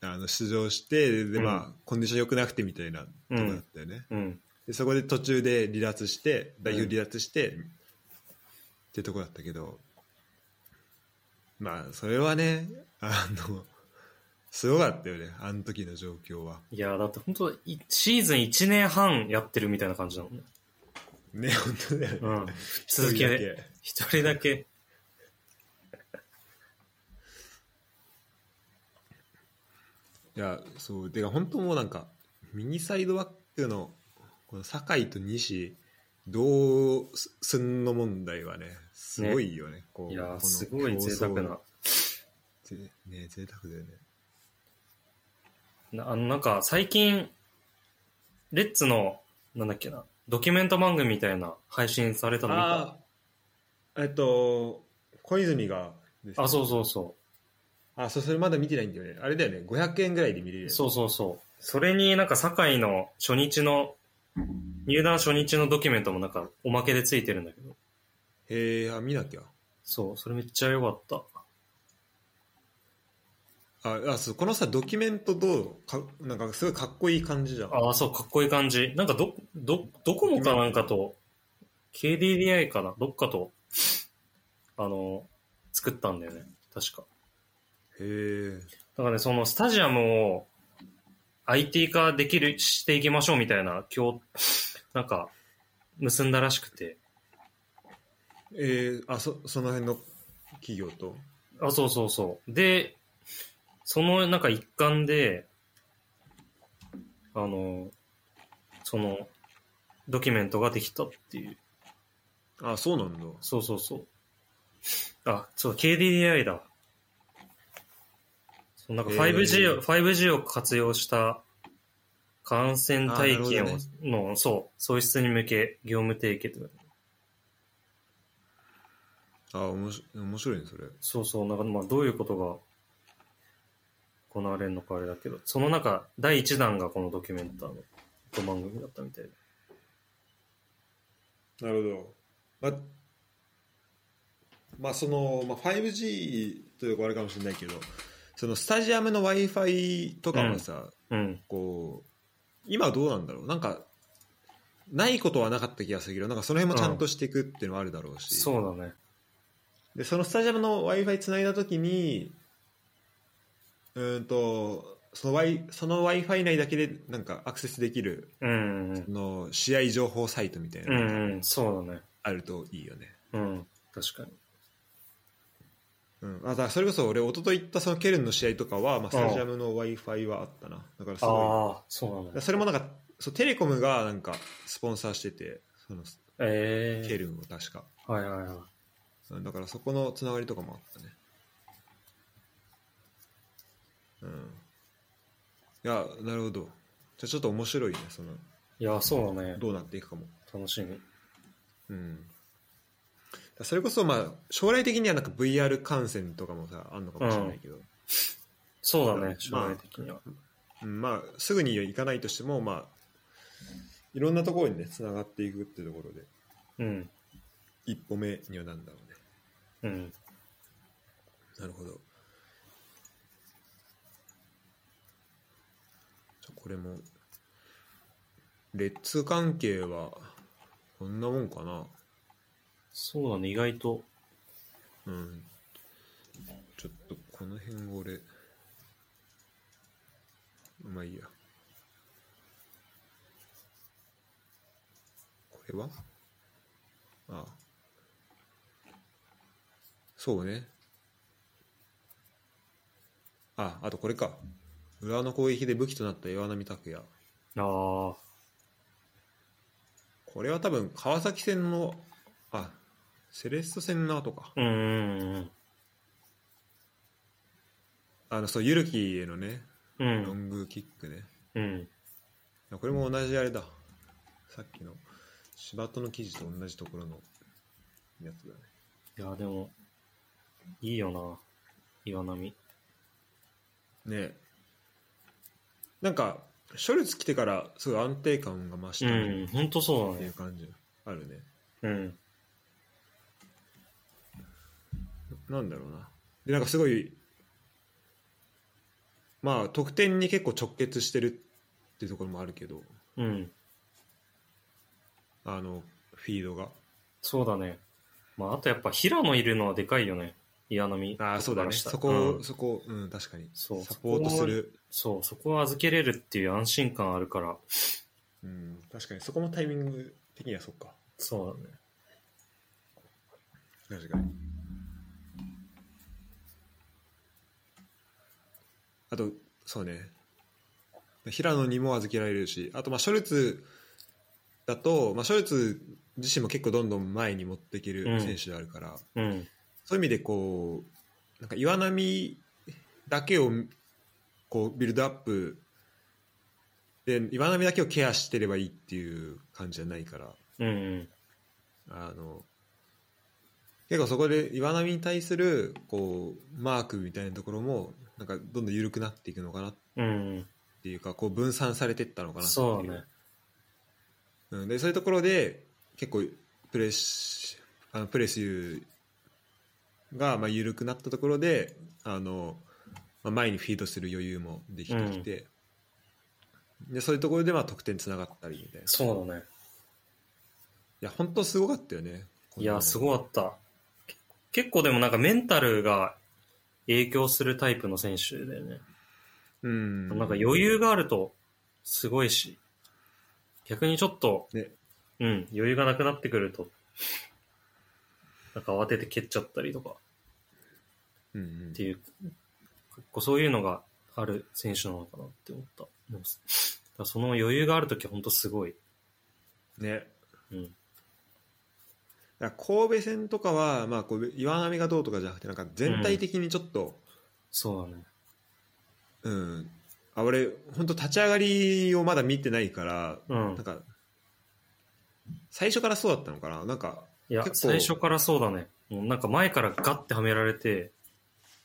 Speaker 1: あの出場して、で、でまあ、コンディション良くなくてみたいなとこだったよね。
Speaker 2: うん。
Speaker 1: でそこで途中で離脱して代表離脱して、ってとこだったけどまあそれはねあのすごかったよねあの時の状況はい
Speaker 2: やー、だって本当いシーズン1年半やってるみたいな感じなのね。
Speaker 1: ね本当だよね、
Speaker 2: うん。続
Speaker 1: 一
Speaker 2: け
Speaker 1: 人だ
Speaker 2: で。一人だけ。
Speaker 1: いやそうてか本当もうなんか右サイドバックのこの酒井と西どうすすんの問題はねすごいよねこう
Speaker 2: いや
Speaker 1: この
Speaker 2: ー、すごい贅沢な。
Speaker 1: 競争ね贅沢だよね
Speaker 2: なあの、なんか、最近、レッツの、なんだっけな、ドキュメント番組みたいな配信されたの見た
Speaker 1: ああーえっと小泉がですね
Speaker 2: あ、そうそうそ
Speaker 1: あそうそれまだ見てないんだよねあれだよね500円ぐらいで見れる
Speaker 2: う。
Speaker 1: よね
Speaker 2: そうそうそう。それになんか堺の初日の、入団初日のドキュメントもなんかおまけでついてるんだけど。
Speaker 1: へえ、あ、見なきゃ。
Speaker 2: そう、それめっちゃ良かった。
Speaker 1: あ、あ、そう、このさ、ドキュメントどうか、なんかすごいかっこいい感じじゃん。
Speaker 2: ああ、そう、かっこいい感じ。なんかど、ど、ドコモかなんかと、KDDI かなどっかと、あの、作ったんだよね。確か。
Speaker 1: へえ。
Speaker 2: だからね、そのスタジアムを IT 化できる、していきましょうみたいな、今日、なんか、結んだらしくて。
Speaker 1: えー、あ、そ、その辺の企業と。
Speaker 2: あ、そうそうそう。で、そのなんか一環で、あの、その、ドキュメントができたっていう。
Speaker 1: あ、そうなんだ。
Speaker 2: そうそうそう。あ、そう、KDDI だ。そうなんか 5G
Speaker 1: へ
Speaker 2: を、
Speaker 1: ー
Speaker 2: 5G を活用した感染体験
Speaker 1: あなる
Speaker 2: を
Speaker 1: ほ
Speaker 2: の、そう、創出に向け業務提携とか。
Speaker 1: あ、おもし面白いね、それ。
Speaker 2: そうそう、なんかまあどういうことが行われるのかあれだけど、その中、第1弾がこのドキュメンターのこの番組だったみたいで。
Speaker 1: なるほど。ま、まあ、その、まあ、5G というかあれかもしれないけど、そのスタジアムの Wi-Fi とかもさ、
Speaker 2: うん。
Speaker 1: こう、今どうなんだろう。なんか、ないことはなかった気がするけど、なんかその辺もちゃんとしていくっていうのはあるだろうし。
Speaker 2: そうだね。
Speaker 1: でそのスタジアムの w i f i つないだ時にうーんとその Wi- その w i f i 内だけでなんかアクセスできる
Speaker 2: うんうん
Speaker 1: あの試合情報サイトみたい
Speaker 2: うん。う
Speaker 1: なのが
Speaker 2: んうん、そうだね。
Speaker 1: あるといいよね、
Speaker 2: うん、確かに。
Speaker 1: うん、あだからそれこそ俺一昨日行ったそのケルンの試合とかは、まあ、スタジアムの w i f i はあったなだからすごいだか
Speaker 2: ああ、そうなん
Speaker 1: ら
Speaker 2: だ。
Speaker 1: それもなんかそうテレコムがなんかスポンサーしててその
Speaker 2: ええ
Speaker 1: ケルンを確か、
Speaker 2: はいはいはい。
Speaker 1: うんだからそこのつながりとかもあったねうんいやなるほどじゃあちょっと面白いねその
Speaker 2: いや、そうだね。
Speaker 1: どうなっていくかも
Speaker 2: 楽しみ。
Speaker 1: うんそれこそまあ将来的にはなんか VR 観戦とかもさあんのかもしれないけど、
Speaker 2: そうだ
Speaker 1: ま
Speaker 2: ね
Speaker 1: あ、
Speaker 2: 将来的には。
Speaker 1: うんまあすぐには行かないとしてもまあいろんなところにねつながっていくっていうところで
Speaker 2: うん。
Speaker 1: 一歩目にはなんだろうね
Speaker 2: うん。
Speaker 1: なるほど。じゃあこれも、レッツ関係は、こんなもんかな。
Speaker 2: そうだね、意外と。
Speaker 1: うん。ちょっと、この辺を俺、まあいいや。これはああ。そうね。あ、あとこれか。浦和の攻撃で武器となった岩波拓也。
Speaker 2: ああ、
Speaker 1: これは多分川崎戦の、あ、セレッソ戦の後か。
Speaker 2: うんうん
Speaker 1: あの、そう、ゆるきへのね、
Speaker 2: うん。う
Speaker 1: ロ
Speaker 2: ん。
Speaker 1: ングキックね。
Speaker 2: うん。
Speaker 1: いやこれも同じあれださっきの柴戸の記事と同じところのやつだね
Speaker 2: いや、でも、いいよな、岩波。
Speaker 1: ねえなんかショルツ来てからすごい安定感が増し
Speaker 2: う
Speaker 1: たね
Speaker 2: ん、ほんとそう
Speaker 1: っ
Speaker 2: だ
Speaker 1: てい
Speaker 2: ね
Speaker 1: う。感じあるね
Speaker 2: うん。
Speaker 1: なんだろうなでなんかすごいまあ得点に結構直結してるっていうところもあるけど
Speaker 2: うん。
Speaker 1: あのフィードが
Speaker 2: そうだね。まあ、あとやっぱ、平野いるのはでかいよね。岩波。
Speaker 1: ああそうだね
Speaker 2: からしたら
Speaker 1: そこ、
Speaker 2: うん
Speaker 1: そこうん確かに
Speaker 2: そう
Speaker 1: サポートする
Speaker 2: そう、そこは預けれるっていう安心感あるから。
Speaker 1: うん確かにそこもタイミング的にはそっか
Speaker 2: そうだね。
Speaker 1: 確かにあとそうね平野にも預けられるしあとまあショルツだと、まあ、ショルツ自身も結構どんどん前に持っていける選手であるから、
Speaker 2: うん。
Speaker 1: そういう意味でこうなんか岩波だけをこうビルドアップで岩波だけをケアしてればいいっていう感じじゃないから
Speaker 2: うんうん。
Speaker 1: あの結構そこで岩波に対するこうマークみたいなところもなんかどんどん緩くなっていくのかなっ
Speaker 2: う
Speaker 1: て
Speaker 2: ん。
Speaker 1: っていうかこう分散されてったのかなってい
Speaker 2: そうね。
Speaker 1: うん、でそういうところで結構プレスあのプレスがまあ緩くなったところであの、まあ、前にフィードする余裕もできてきて、でそういうところでまあ得点つながったりみたいない
Speaker 2: そうだね。
Speaker 1: や本当すごかったよね
Speaker 2: いや、す
Speaker 1: い
Speaker 2: ごかった。結構でもなんかメンタルが影響するタイプの選手だよね。
Speaker 1: うん
Speaker 2: なんか余裕があるとすごいし、逆にちょっと、
Speaker 1: ね
Speaker 2: うん、余裕がなくなってくると、なんか慌てて蹴っちゃったりとか
Speaker 1: うんう
Speaker 2: っ
Speaker 1: ん
Speaker 2: ていう、結構そういうのがある選手なのかなって思った。でもだからその余裕があるときは本当すごい。
Speaker 1: ね
Speaker 2: うん。
Speaker 1: だから神戸戦とかは、まあ、こう岩波がどうとかじゃなくてなんか全体的にちょっと、
Speaker 2: そうだね。
Speaker 1: うんあ俺本当立ち上がりをまだ見てないから
Speaker 2: う
Speaker 1: な
Speaker 2: ん
Speaker 1: ん。か最初からそうだったのかななんか
Speaker 2: いや、
Speaker 1: 結構
Speaker 2: 最初からそうだね。もうなんか前からガッてはめられて、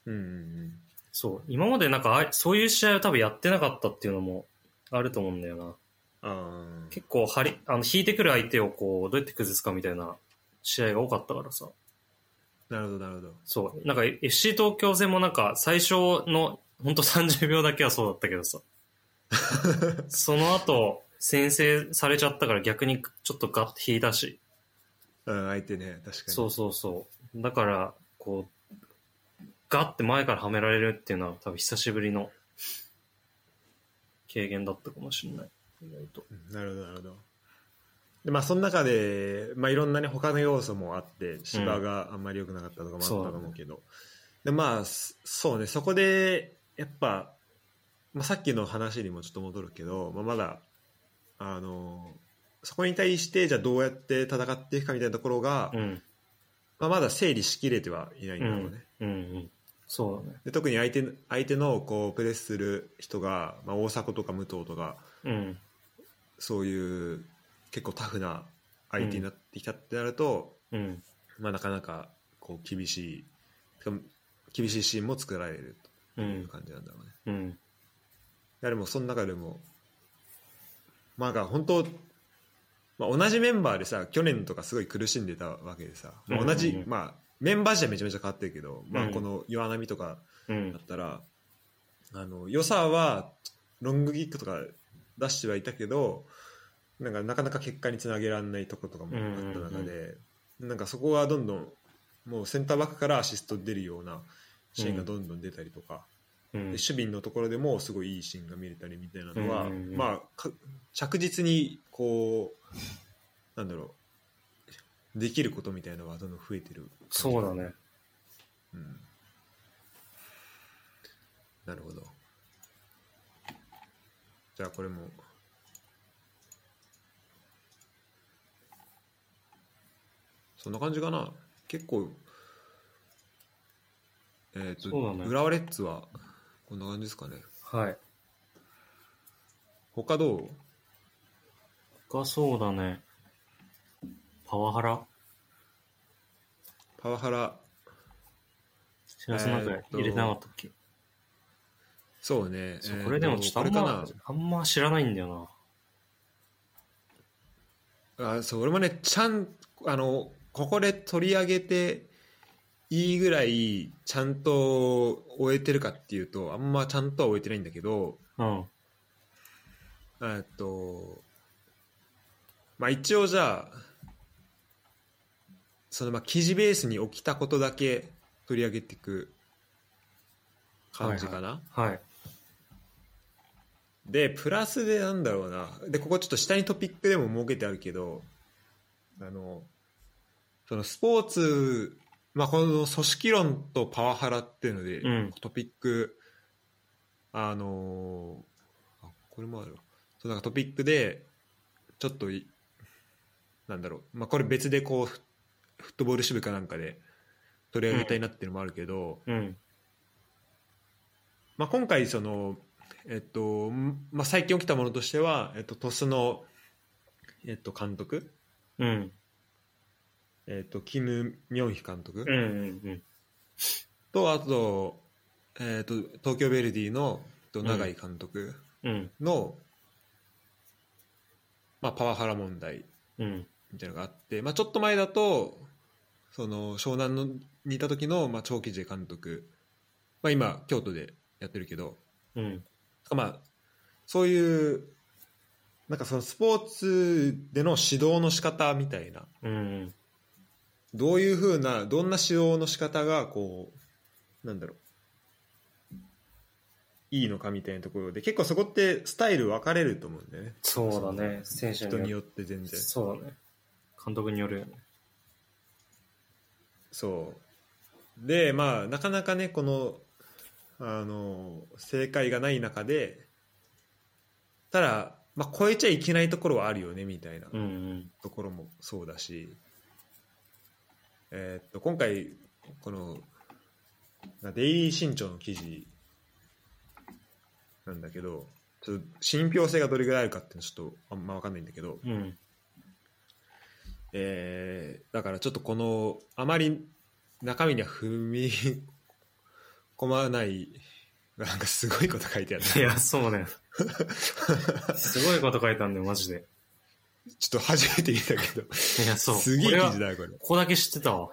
Speaker 1: うんうん
Speaker 2: そう、今までなんかあいそういう試合を多分やってなかったっていうのもあると思うんだよな。
Speaker 1: うんあー
Speaker 2: 結構張り、あの、引いてくる相手をこう、どうやって崩すかみたいな試合が多かったからさ。
Speaker 1: なるほどなるほど
Speaker 2: そう、なんか FC 東京戦もなんか最初のほんと30秒だけはそうだったけどさ。その後、先制されちゃったから逆にちょっとガッて引いたし。
Speaker 1: うん相手ね確かに
Speaker 2: そうそうそう。だから、こう、ガッて前からはめられるっていうのは多分久しぶりの軽減だったかもしれない。意外と。
Speaker 1: うんなるほどなるほどでまあその中で、まあ、いろんなね他の要素もあって芝があんまり良くなかったとかもあったと思うけど、でまあそそうねそこでやっぱ、まあ、さっきの話にもちょっと戻るけど、まあ、まだあのそこに対してじゃあどうやって戦っていくかみたいなところが、
Speaker 2: うん。
Speaker 1: まあ、まだ整理しきれてはいないんだろうね、
Speaker 2: うんうん。そうだね。
Speaker 1: で特に相手の相手のこうプレスする人が、まあ、大迫とか武藤とか
Speaker 2: うん。
Speaker 1: そういう結構タフな相手になってきたってなると、
Speaker 2: うん。
Speaker 1: まあ、なかなかこう厳しいしかも厳しいシーンも作られる
Speaker 2: う。
Speaker 1: というん感じなんだろうね。
Speaker 2: うん。
Speaker 1: いやでもその中でもまあなんか本当まあ、同じメンバーでさ去年とかすごい苦しんでたわけでさ、まあ同じ、
Speaker 2: うんうんうん
Speaker 1: まあ、メンバー自体めちゃめちゃ変わってるけど、まあ、
Speaker 2: うん
Speaker 1: この岩波とか
Speaker 2: うん
Speaker 1: だっ。たら、あの良さはロングキックとか出してはいたけどなんかなかなか結果につなげられないとことかもあった中で、なんかそこがどんどんもうセンターバックからアシスト出るようなシーンがどんどん出たりとか、
Speaker 2: うん
Speaker 1: で守備のところでもすごいいいシーンが見れたりみたいなのは、
Speaker 2: うんうんうん
Speaker 1: まあ、か着実にこうなんだろうできることみたいなのはどんどん増えてる感じ
Speaker 2: そうだね。
Speaker 1: うんなるほど。じゃあこれも。そんな感じかな。結構、えっ、
Speaker 2: そうだ
Speaker 1: と、
Speaker 2: ね
Speaker 1: 浦和レッズはこんな感じですかね。
Speaker 2: はい。
Speaker 1: 他どう
Speaker 2: がそうだね。パワハラ
Speaker 1: パワハラ、
Speaker 2: 知らせなんか入れてなかったっけ、
Speaker 1: そうね。
Speaker 2: そう
Speaker 1: えー
Speaker 2: これでもちょっとあんま、
Speaker 1: これか
Speaker 2: あんま知らないんだよ
Speaker 1: な。あ、そう、俺もね、ちゃん、あの、ここで取り上げていいぐらい、ちゃんと終えてるかっていうと、あんまちゃんとは終えてないんだけど、
Speaker 2: な。うん。
Speaker 1: えっと、まあ一応じゃあ、そのまあ記事ベースに起きたことだけ取り上げていく感じかな。
Speaker 2: はい。
Speaker 1: で、プラスでなんだろうな。で、ここちょっと下にトピックでも設けてあるけど、あの、そのスポーツ、まあこの組織論とパワハラっていうので、
Speaker 2: うん。
Speaker 1: トピックあのーあこれもあるわそうなんかトピックでちょっといなんだろう、まあ、これ別でこうフフットボール支部かなんかで取り上げたいなっていうのもあるけど、
Speaker 2: うん。
Speaker 1: まあ、今回その、えっとんまあ、最近起きたものとしては、えっと、鳥栖の、えっと、監督、
Speaker 2: うん。
Speaker 1: えっと、キム・ミョンヒ監督、
Speaker 2: うん。うん。
Speaker 1: とあと,、えっと東京ヴェルディのえっと永井監督、
Speaker 2: うん。
Speaker 1: の、まあ、パワハラ問題
Speaker 2: うん。
Speaker 1: みたいなのがあって、まあ、ちょっと前だとその湘南のにいた時の、まあ、長吉次監督、まあ、今京都でやってるけど、
Speaker 2: うん。
Speaker 1: まあ、そういうなんかそのスポーツでの指導の仕方みたいな
Speaker 2: うん。
Speaker 1: どういうふうなどんな指導の仕方がこうなんだろういいのかみたいなところで結構そこってスタイル分かれると思うんだよね
Speaker 2: そうだね。選手
Speaker 1: 人に
Speaker 2: よ
Speaker 1: よって全然
Speaker 2: そうだね。監督によるよね。
Speaker 1: そうでまあなかなかねこのあの正解がない中でただ、まあ、超えちゃいけないところはあるよねみたいな
Speaker 2: うんうん。
Speaker 1: ところもそうだし、えーっと今回このなデイリー新潮の記事なんだけどちょっと信憑性がどれぐらいあるかっていうのはちょっとあんま分かんないんだけど、
Speaker 2: うん。
Speaker 1: えーだからちょっとこのあまり中身には踏み 込まないなんかすごいこと書いてある
Speaker 2: い
Speaker 1: ね
Speaker 2: や、そ うね。すごいこと書いたんだよ、マジで。
Speaker 1: ちょっと初めて見たけど
Speaker 2: いや、そう。
Speaker 1: すげえ
Speaker 2: これは
Speaker 1: 記事だよこれ
Speaker 2: ここだけ知ってたわ。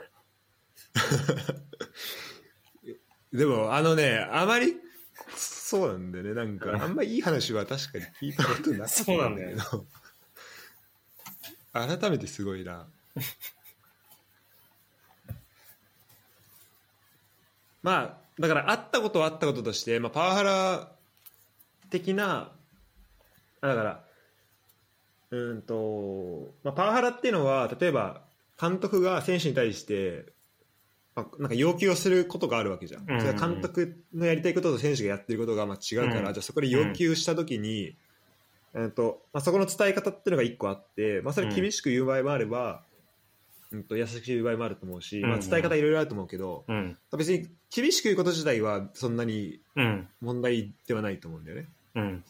Speaker 1: でもあのねあまりそうなんだよねなんかあんまいい話は確かに聞いたことなかった
Speaker 2: そうなんだよね
Speaker 1: 改めてすごいな まあだからあったことはあったこととして、まあ、パワハラ的なあだからうーんと、まあ、パワハラっていうのは例えば監督が選手に対して、まあ、なんか要求をすることがあるわけじゃん、
Speaker 2: んうんうん
Speaker 1: それは監督のやりたいことと選手がやってることがまあ違うから、
Speaker 2: うん
Speaker 1: じゃあそこで要求した時に、えーとまあ、そこの伝え方っていうのが一個あって、まあ、それ厳しく言う場合もあれば、うん、と優しく言う場合もあると思うし、ま
Speaker 2: う
Speaker 1: あ、
Speaker 2: んうん
Speaker 1: 伝え方いろいろあると思うけど、
Speaker 2: うん。
Speaker 1: 別に厳しく言うこと自体はそんなに
Speaker 2: うん。
Speaker 1: 問題ではないと思うんだよね。
Speaker 2: うん。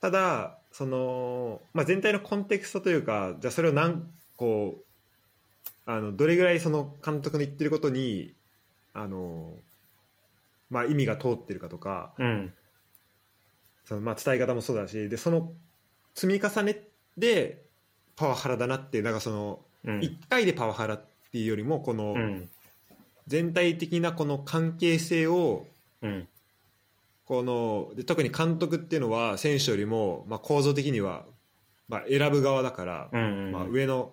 Speaker 1: ただその、まあ、全体のコンテクストというかじゃあそれを何こうあのどれぐらいその監督の言ってることにあの、まあ、意味が通ってるかとか
Speaker 2: うん。
Speaker 1: その、まあ、伝え方もそうだしでその積み重ねでパワハラだなってなんかその
Speaker 2: うん。
Speaker 1: 1回でパワハラっていうよりもこの
Speaker 2: うん。
Speaker 1: 全体的なこの関係性を
Speaker 2: うん。
Speaker 1: こので特に監督っていうのは選手よりも、まあ、構造的には、まあ、選ぶ側だから、
Speaker 2: うん。
Speaker 1: まあ、上の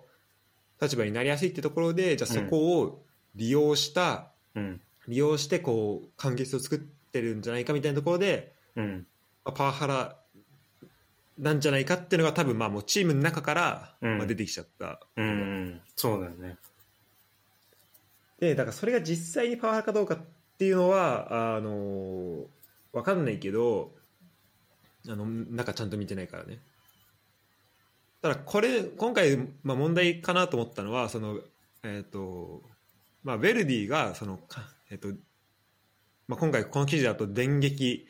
Speaker 1: 立場になりやすいってところでじゃあそこを利用した、
Speaker 2: うん。
Speaker 1: 利用してこう関係性を作ってるんじゃないかみたいなところで、
Speaker 2: うん。
Speaker 1: まあ、パワハラなんじゃないかっていうのが多分まあもうチームの中から、
Speaker 2: うん
Speaker 1: まあ、出てきちゃった。
Speaker 2: うん。そうだよね。
Speaker 1: でだからそれが実際にパワハラかどうかっていうのはあの分かんないけどあの中ちゃんと見てないからねただこれ今回、まあ、問題かなと思ったのはそのえっ、とまあヴェルディがそのかえっ、と、まあ、今回この記事だと電撃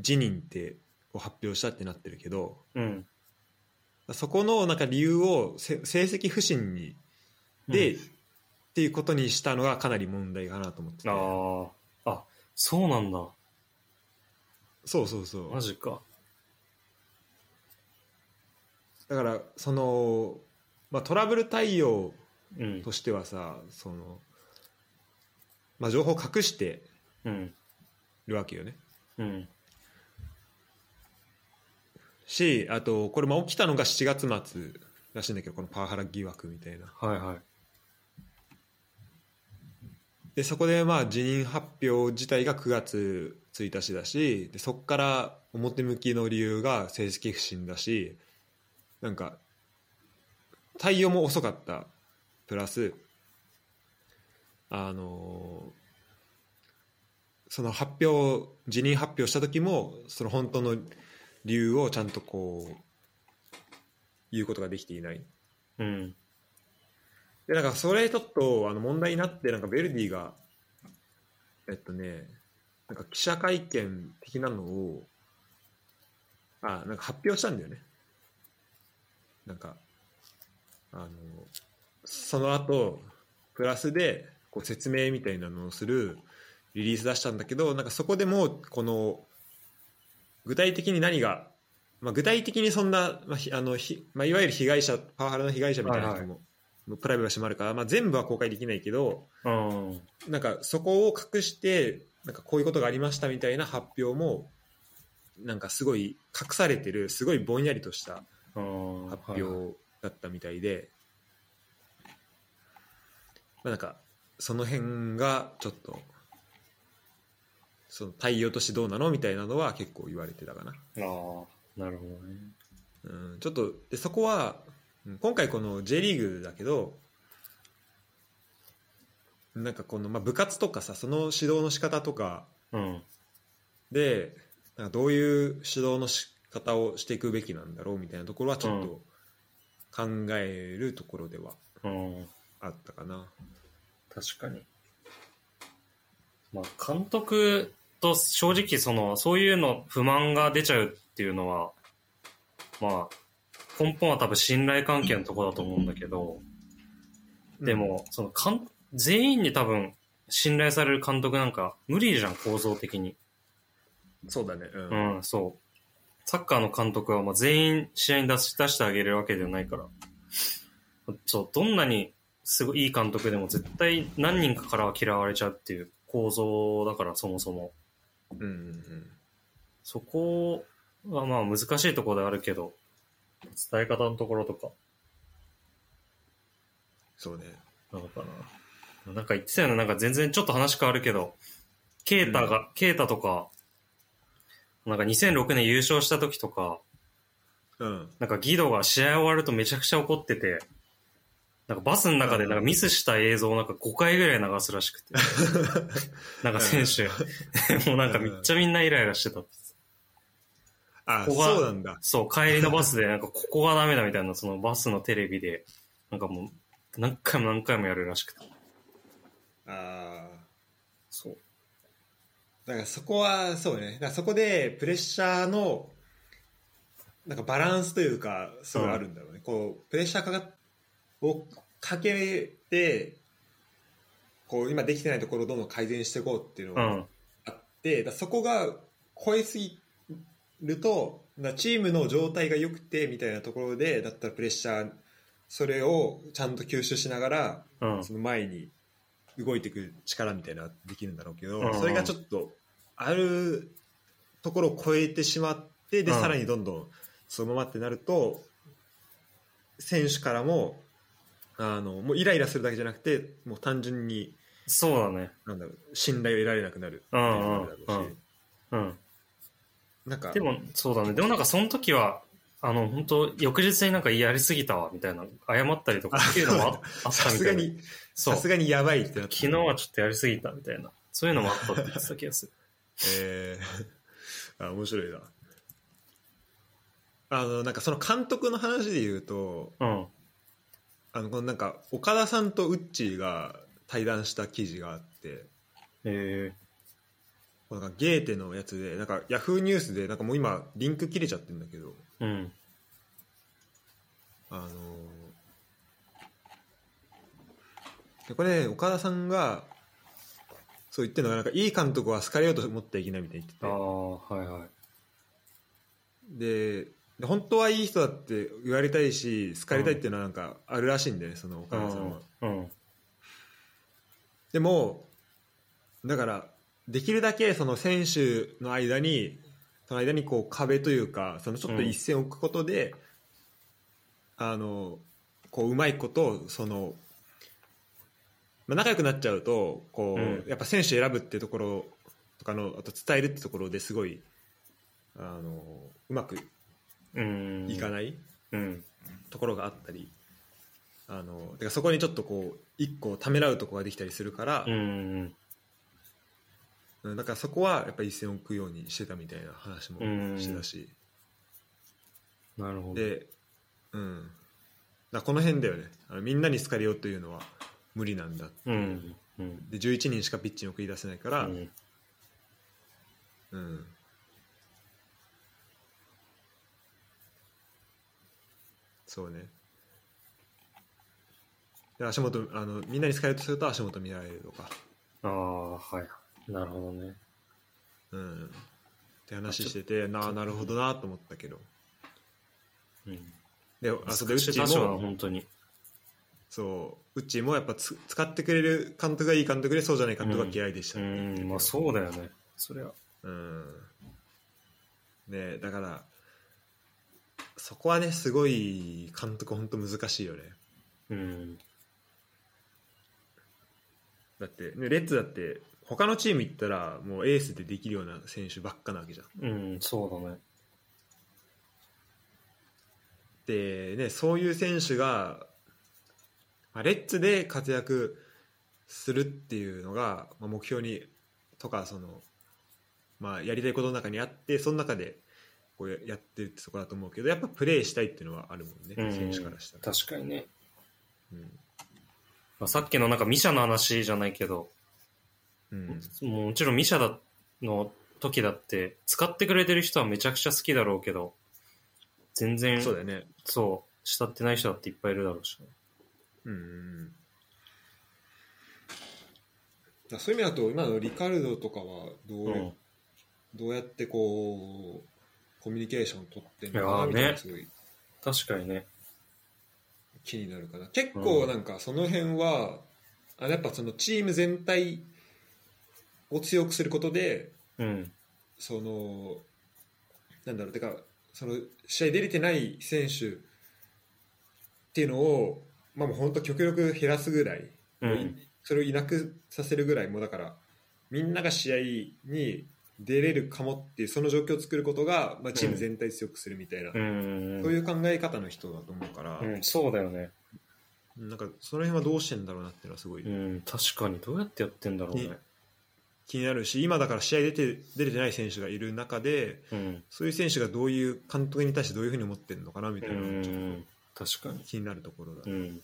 Speaker 1: 辞任ってを発表したってなってるけど
Speaker 2: うん。
Speaker 1: そこのなんか理由をせ成績不振にで、
Speaker 2: うん
Speaker 1: っていうことにしたのがかなり問題かなと思ってて
Speaker 2: ああ。あ、そうなんだ。
Speaker 1: そうそうそう
Speaker 2: マジか。
Speaker 1: だからその、まあ、トラブル対応
Speaker 2: うん。
Speaker 1: としてはさその、まあ、情報を隠して
Speaker 2: うん。
Speaker 1: るわけよね
Speaker 2: うん。
Speaker 1: しあとこれまあ起きたのが7月末らしいんだけどこのパワハラ疑惑みたいな
Speaker 2: はいはい。
Speaker 1: でそこでまあ辞任発表自体が9月1日だしでそこから表向きの理由が成績不振だしなんか対応も遅かったプラスあのーその発表辞任発表した時もその本当の理由をちゃんとこう言うことができていない
Speaker 2: うん。
Speaker 1: でなんかそれちょっとあの問題になってなんかベルディがえっとねなんか記者会見的なのをあなんか発表したんだよねなんかあのその後プラスでこう説明みたいなのをするリリース出したんだけどなんかそこでもうこの具体的に何が、まあ、具体的にそんな、まあひあのひまあ、いわゆる被害者パワハラの被害者みたいな人も、
Speaker 2: はい
Speaker 1: プライバシーもあるから、まあ、全部は公開できないけど
Speaker 2: うん。
Speaker 1: なんかそこを隠してなんかこういうことがありましたみたいな発表もなんかすごい隠されてるすごいぼんやりとした
Speaker 2: うん
Speaker 1: 発表だったみたいで、まあ、なんかその辺がちょっとその対応としてどうなのみたいなのは結構言われてたかな、
Speaker 2: ああ、なるほどね。
Speaker 1: うん、ちょっとでそこはうん今回この J リーグだけどなんかこの、まあ、部活とかさその指導の仕方とか
Speaker 2: うん。
Speaker 1: でなんかどういう指導の仕方をしていくべきなんだろうみたいなところはちょっと考えるところでは
Speaker 2: うん。
Speaker 1: あったかな。
Speaker 2: 確かに。まあ、監督と正直、その、そういうの不満が出ちゃうっていうのは、まあ、根本は多分信頼関係のところだと思うんだけど、でも、その、かん、全員に多分、信頼される監督なんか無理じゃん、構造的に。
Speaker 1: うん、そうだね。うん。
Speaker 2: うん、そう。サッカーの監督はまあ全員試合に出し出してあげれるわけではないから。そう、どんなにすごいいい監督でも絶対何人かからは嫌われちゃうっていう構造だから、そもそも。
Speaker 1: うんうんうん
Speaker 2: そこはまあ難しいところではあるけど、伝え方のところとか、
Speaker 1: そうね。
Speaker 2: なのかな。なんか言ってたよね、なんか全然ちょっと話変わるけど、ケータが、ケータとか、なんか2006年優勝した時とか、
Speaker 1: うん。
Speaker 2: なんかギドが試合終わるとめちゃくちゃ怒ってて、なんかバスの中でなんかミスした映像をなんか5回ぐらい流すらしく て、なんか選手、 もうなんかめっちゃみんなイライラしてたって。
Speaker 1: あ、
Speaker 2: ここが
Speaker 1: そうなんだ。
Speaker 2: そう、帰りのバスでなんかここがダメだみたいな、そのバスのテレビで、なんかもう何回も何回もやるらしくて。
Speaker 1: ああ。
Speaker 2: そう。
Speaker 1: だからそこはそうね。だからそこでプレッシャーのなんかバランスというかすごいあるんだろうね。こうプレッシャーかかをかけてこう今できてないところをどんどん改善していこうっていうの
Speaker 2: う
Speaker 1: が
Speaker 2: ん。
Speaker 1: あって、だからそこが超えすぎるとだからチームの状態が良くてみたいなところでだったらプレッシャーそれをちゃんと吸収しながら
Speaker 2: うん。
Speaker 1: その前に動いていく力みたいなのはできるんだろうけど、
Speaker 2: うん
Speaker 1: それがちょっとあるところを超えてしまってで、
Speaker 2: うん
Speaker 1: さらにどんどんそのままってなると選手からもあのもうイライラするだけじゃなくてもう単純に
Speaker 2: そうだね。
Speaker 1: なんだろう信頼を得られなくなるっていうのもあるだろうし
Speaker 2: うん。
Speaker 1: なんか
Speaker 2: でも、そうだね。でもなんかその時は、あの、本当翌日になんかやりすぎたわ、みたいな、謝ったりとかっていうのもああ あった
Speaker 1: さ
Speaker 2: み
Speaker 1: す
Speaker 2: た
Speaker 1: が
Speaker 2: いな。
Speaker 1: に
Speaker 2: そう。
Speaker 1: さす
Speaker 2: 昨
Speaker 1: がにやばいってなって
Speaker 2: 日はちょっとやりすぎた、みたいな。そういうのもあったって言ってた気がする。
Speaker 1: えー、あ 面白いなあのなんかその監督の話で言うと
Speaker 2: うん。
Speaker 1: あのこのなんか岡田さんとウッチーが対談した記事があって
Speaker 2: え
Speaker 1: このなんかゲーテのやつでなんかヤフーニュースでなんかもう今リンク切れちゃってるんだけど
Speaker 2: えうん。
Speaker 1: あのーでこれ、ね、岡田さんがそう言ってるのがなんかいい監督は好かれようと思ってはいけないみたいに言って
Speaker 2: あ
Speaker 1: て
Speaker 2: あ、はいはい。
Speaker 1: でで本当はいい人だって言われたいし好かれたいっていうのはなんかあるらしいんだよねその岡田さんは。
Speaker 2: うん。
Speaker 1: でもだからできるだけその選手の間にその間にこう壁というかそのちょっと一線を置くことで、あのこううまいことその、まあ、仲良くなっちゃうとこう、
Speaker 2: うん
Speaker 1: やっぱ選手選ぶってところとかのあと伝えるってところですごいあのうまく
Speaker 2: うん。
Speaker 1: いか
Speaker 2: い。
Speaker 1: ない
Speaker 2: うん。
Speaker 1: ところがあったり、あのてかそこにちょっとこう一個ためらうところができたりするから。
Speaker 2: うん。
Speaker 1: うんだからそこはやっぱり一線を置くようにしてたみたいな話もしてたし、
Speaker 2: なるほど。
Speaker 1: で、うん、だからこの辺だよねあのみんなに好かれようというのは無理なんだ
Speaker 2: うん。うん。
Speaker 1: で11人しかピッチに送り出せないか
Speaker 2: う
Speaker 1: ら、うん
Speaker 2: ん。
Speaker 1: そうねで足元あのみんなに好かれようとすると足元見られるとか、
Speaker 2: ああ、はい。なるほどね。
Speaker 1: うん、って話しててなあなるほどなと思ったけど
Speaker 2: うん。
Speaker 1: であそうでう
Speaker 2: 難しい
Speaker 1: ち
Speaker 2: 場所は
Speaker 1: も
Speaker 2: 本当に。
Speaker 1: そううちもやっぱつ使ってくれる監督がいい監督でそうじゃない監督が嫌いでした
Speaker 2: う
Speaker 1: って言って
Speaker 2: ん、
Speaker 1: る
Speaker 2: まあそうだよね。そりゃ。
Speaker 1: うんねだからそこはねすごい監督本当難しいよね
Speaker 2: うん。
Speaker 1: だって、ね、レッツだって他のチーム行ったらもうエースでできるような選手ばっかなわけじゃん
Speaker 2: うん、そうだね。
Speaker 1: で、ね、そういう選手が、まあ、レッツで活躍するっていうのが、まあ、目標にとかその、まあ、やりたいことの中にあってその中でこうややってるってとこだと思うけどやっぱプレーしたいっていうのはあるもんね、
Speaker 2: うん
Speaker 1: 選手からしたら。
Speaker 2: 確かにね。
Speaker 1: うん
Speaker 2: まあ、さっきのなんかミシャの話じゃないけど、
Speaker 1: うん
Speaker 2: もうもちろんミシャだの時だって、使ってくれてる人はめちゃくちゃ好きだろうけど、全然、
Speaker 1: そうだよね、
Speaker 2: そう慕ってない人だっていっぱいいるだろうしね、
Speaker 1: うん、そういう意味だと今のリカルドとかはどう,、
Speaker 2: うん。
Speaker 1: どうやってこうコミュニケーション取ってん
Speaker 2: のかなみたいなす
Speaker 1: すごい
Speaker 2: 確かにね。
Speaker 1: 気になるかな結構なんかその辺は、あやっぱそのチーム全体を強くすることで
Speaker 2: うん。
Speaker 1: そのなんだろうてかその試合出れてない選手っていうのをまあもう本当極力減らすぐらい、
Speaker 2: うん。
Speaker 1: それをいなくさせるぐらいもうだからみんなが試合に出れるかもっていうその状況を作ることが、まあ、チーム全体を強くするみたいな、
Speaker 2: うん。
Speaker 1: そういう考え方の人だと思うから。
Speaker 2: うん、そうだよね。
Speaker 1: なんかその辺はどうしてんだろうなっていうのはすごい
Speaker 2: うん、確かに。どうやってやってんだろうね。
Speaker 1: ね気になるし、今だから試合出て出れてない選手がいる中で
Speaker 2: うん。
Speaker 1: そういう選手がどういう監督に対してどういうふうに思ってるのかなみた
Speaker 2: う
Speaker 1: いなのがちょっ
Speaker 2: ん。確か
Speaker 1: と
Speaker 2: に。
Speaker 1: 気になるところだ、
Speaker 2: うん。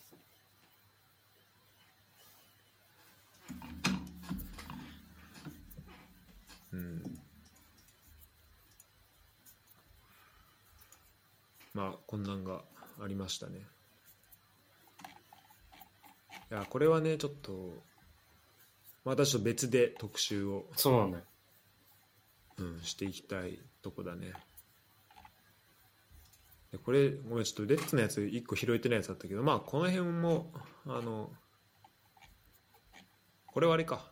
Speaker 1: うんまあ混乱がありましたねいやこれはねちょっとまたちょっと別で特集を
Speaker 2: そうだね。
Speaker 1: うん、していきたいとこだね。でこれ、ごめん、ちょっとレッツのやつ1個拾えてないやつだったけど、まあ、この辺も、あの、これはあれか。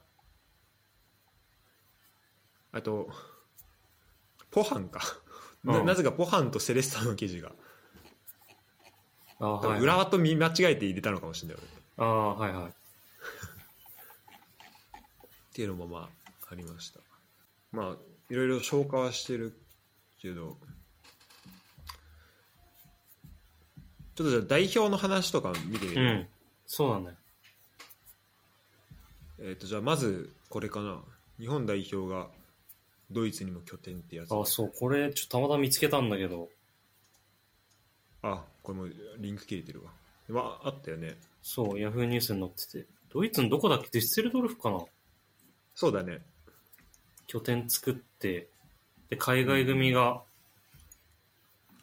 Speaker 1: あと、ポハンか。な
Speaker 2: うん
Speaker 1: なぜかポハンとセレッサの記事が。
Speaker 2: あ
Speaker 1: 多
Speaker 2: あ、
Speaker 1: 分
Speaker 2: はい、
Speaker 1: 浦
Speaker 2: はい。
Speaker 1: 和と見間違えて入れたのかもしれない。俺っ
Speaker 2: ああ、はいはい。
Speaker 1: ていうのもまあ、ありました。まあ、いろいろ消化はしてるけど、ちょっとじゃあ代表の話とか見てみ
Speaker 2: う
Speaker 1: る、
Speaker 2: ん。そうだね。
Speaker 1: えっ、と、じゃあまずこれかな。日本代表がドイツにも拠点ってやつ。
Speaker 2: ああ、そう。これ、ちょっとたまたま見つけたんだけど、
Speaker 1: あ、これもうリンク切れてるわ。まあ、あったよね。
Speaker 2: そう、ヤフーニュースに載ってて。ドイツのどこだっけデュッセルドルフかな
Speaker 1: そうだね。
Speaker 2: 拠点作って、で、海外組が、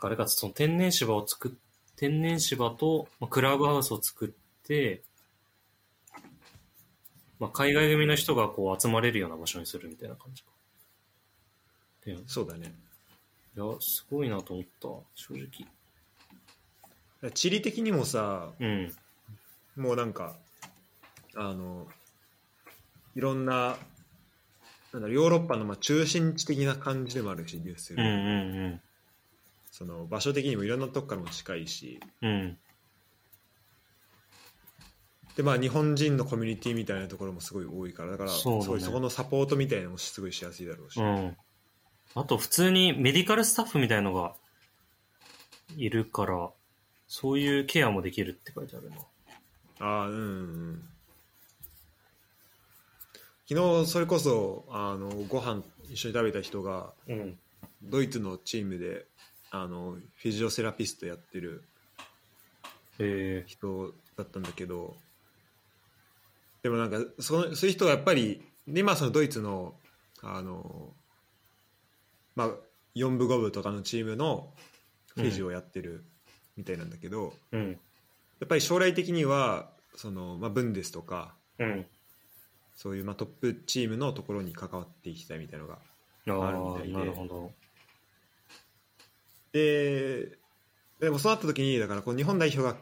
Speaker 2: あれか、その天然芝を作っ、天然芝と、まあ、クラブハウスを作って、まあ、海外組の人がこう集まれるような場所にするみたいな感じか。いや、い
Speaker 1: そうだね。
Speaker 2: やすごいなと思った、正直。
Speaker 1: 地理的にもさ、
Speaker 2: うん、
Speaker 1: もうなんか、あの、いろんな、なんだろうヨーロッパのまあ中心地的な感じでもあるし、デュッセ
Speaker 2: う
Speaker 1: ル
Speaker 2: ん、
Speaker 1: は
Speaker 2: うん、
Speaker 1: その場所的にもいろんなとこからも近いし
Speaker 2: うん。うん、
Speaker 1: で、まあ、日本人のコミュニティみたいなところもすごい多いからだから
Speaker 2: そうだね
Speaker 1: すごいそこのサポートみたいなのもすごいしやすいだろうし、
Speaker 2: うん。あと、普通にメディカルスタッフみたいのがいるから、そういうケアもできるって書いてあるな。
Speaker 1: ああうんうんうん昨日それこそあのご飯一緒に食べた人が
Speaker 2: うん。
Speaker 1: ドイツのチームであのフィジオセラピストやってる
Speaker 2: え
Speaker 1: 人だったんだけどでもなんかそのそういう人はやっぱりで今そのドイツのあの、まあ、4部5部とかのチームのフィジーをやってるみたいなんだけど、や
Speaker 2: えうん。
Speaker 1: っぱり将来的にはその、まあ、ブンデスとか
Speaker 2: うん。
Speaker 1: そういう、まあ、トップチームのところに関わっていきたいみたいなのが
Speaker 2: あ
Speaker 3: あるみたい
Speaker 2: ー
Speaker 3: で
Speaker 2: なるほど。
Speaker 1: ででもそうなった時にだからこの日本代表が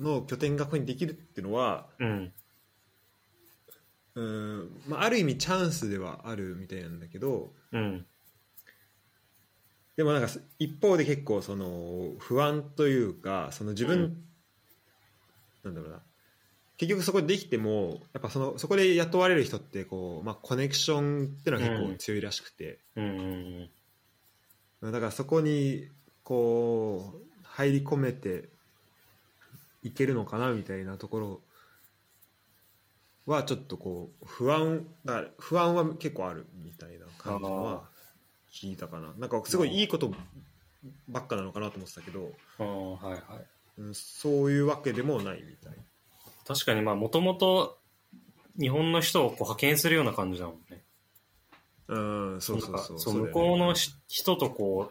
Speaker 1: の拠点がここにできるっていうのは
Speaker 2: うん。
Speaker 1: うん、まあ、ある意味チャンスではあるみたいなんだけど
Speaker 2: うん。
Speaker 1: でもなんか一方で結構その不安というかその自分、
Speaker 2: うん
Speaker 1: なんだろうな結局そこできてもやっぱそのそこで雇われる人ってこう、まあ、コネクションっていうのは結構強いらしくて、
Speaker 2: うんうん
Speaker 1: だからそこにこう入り込めていけるのかなみたいなところはちょっとこう不安だから不安は結構あるみたいな感じのは聞いたかななんかすごいいいことばっかなのかなと思ってたけど、
Speaker 2: うん。ああ、はいはい。
Speaker 1: うん、そういうわけでもないみたい
Speaker 2: 確かにまあ、もともと日本の人をこう派遣するような感じだもんね。
Speaker 1: うんそうそうそう
Speaker 2: そう
Speaker 1: だよ
Speaker 2: 向
Speaker 1: ね
Speaker 2: こうのし人とこう、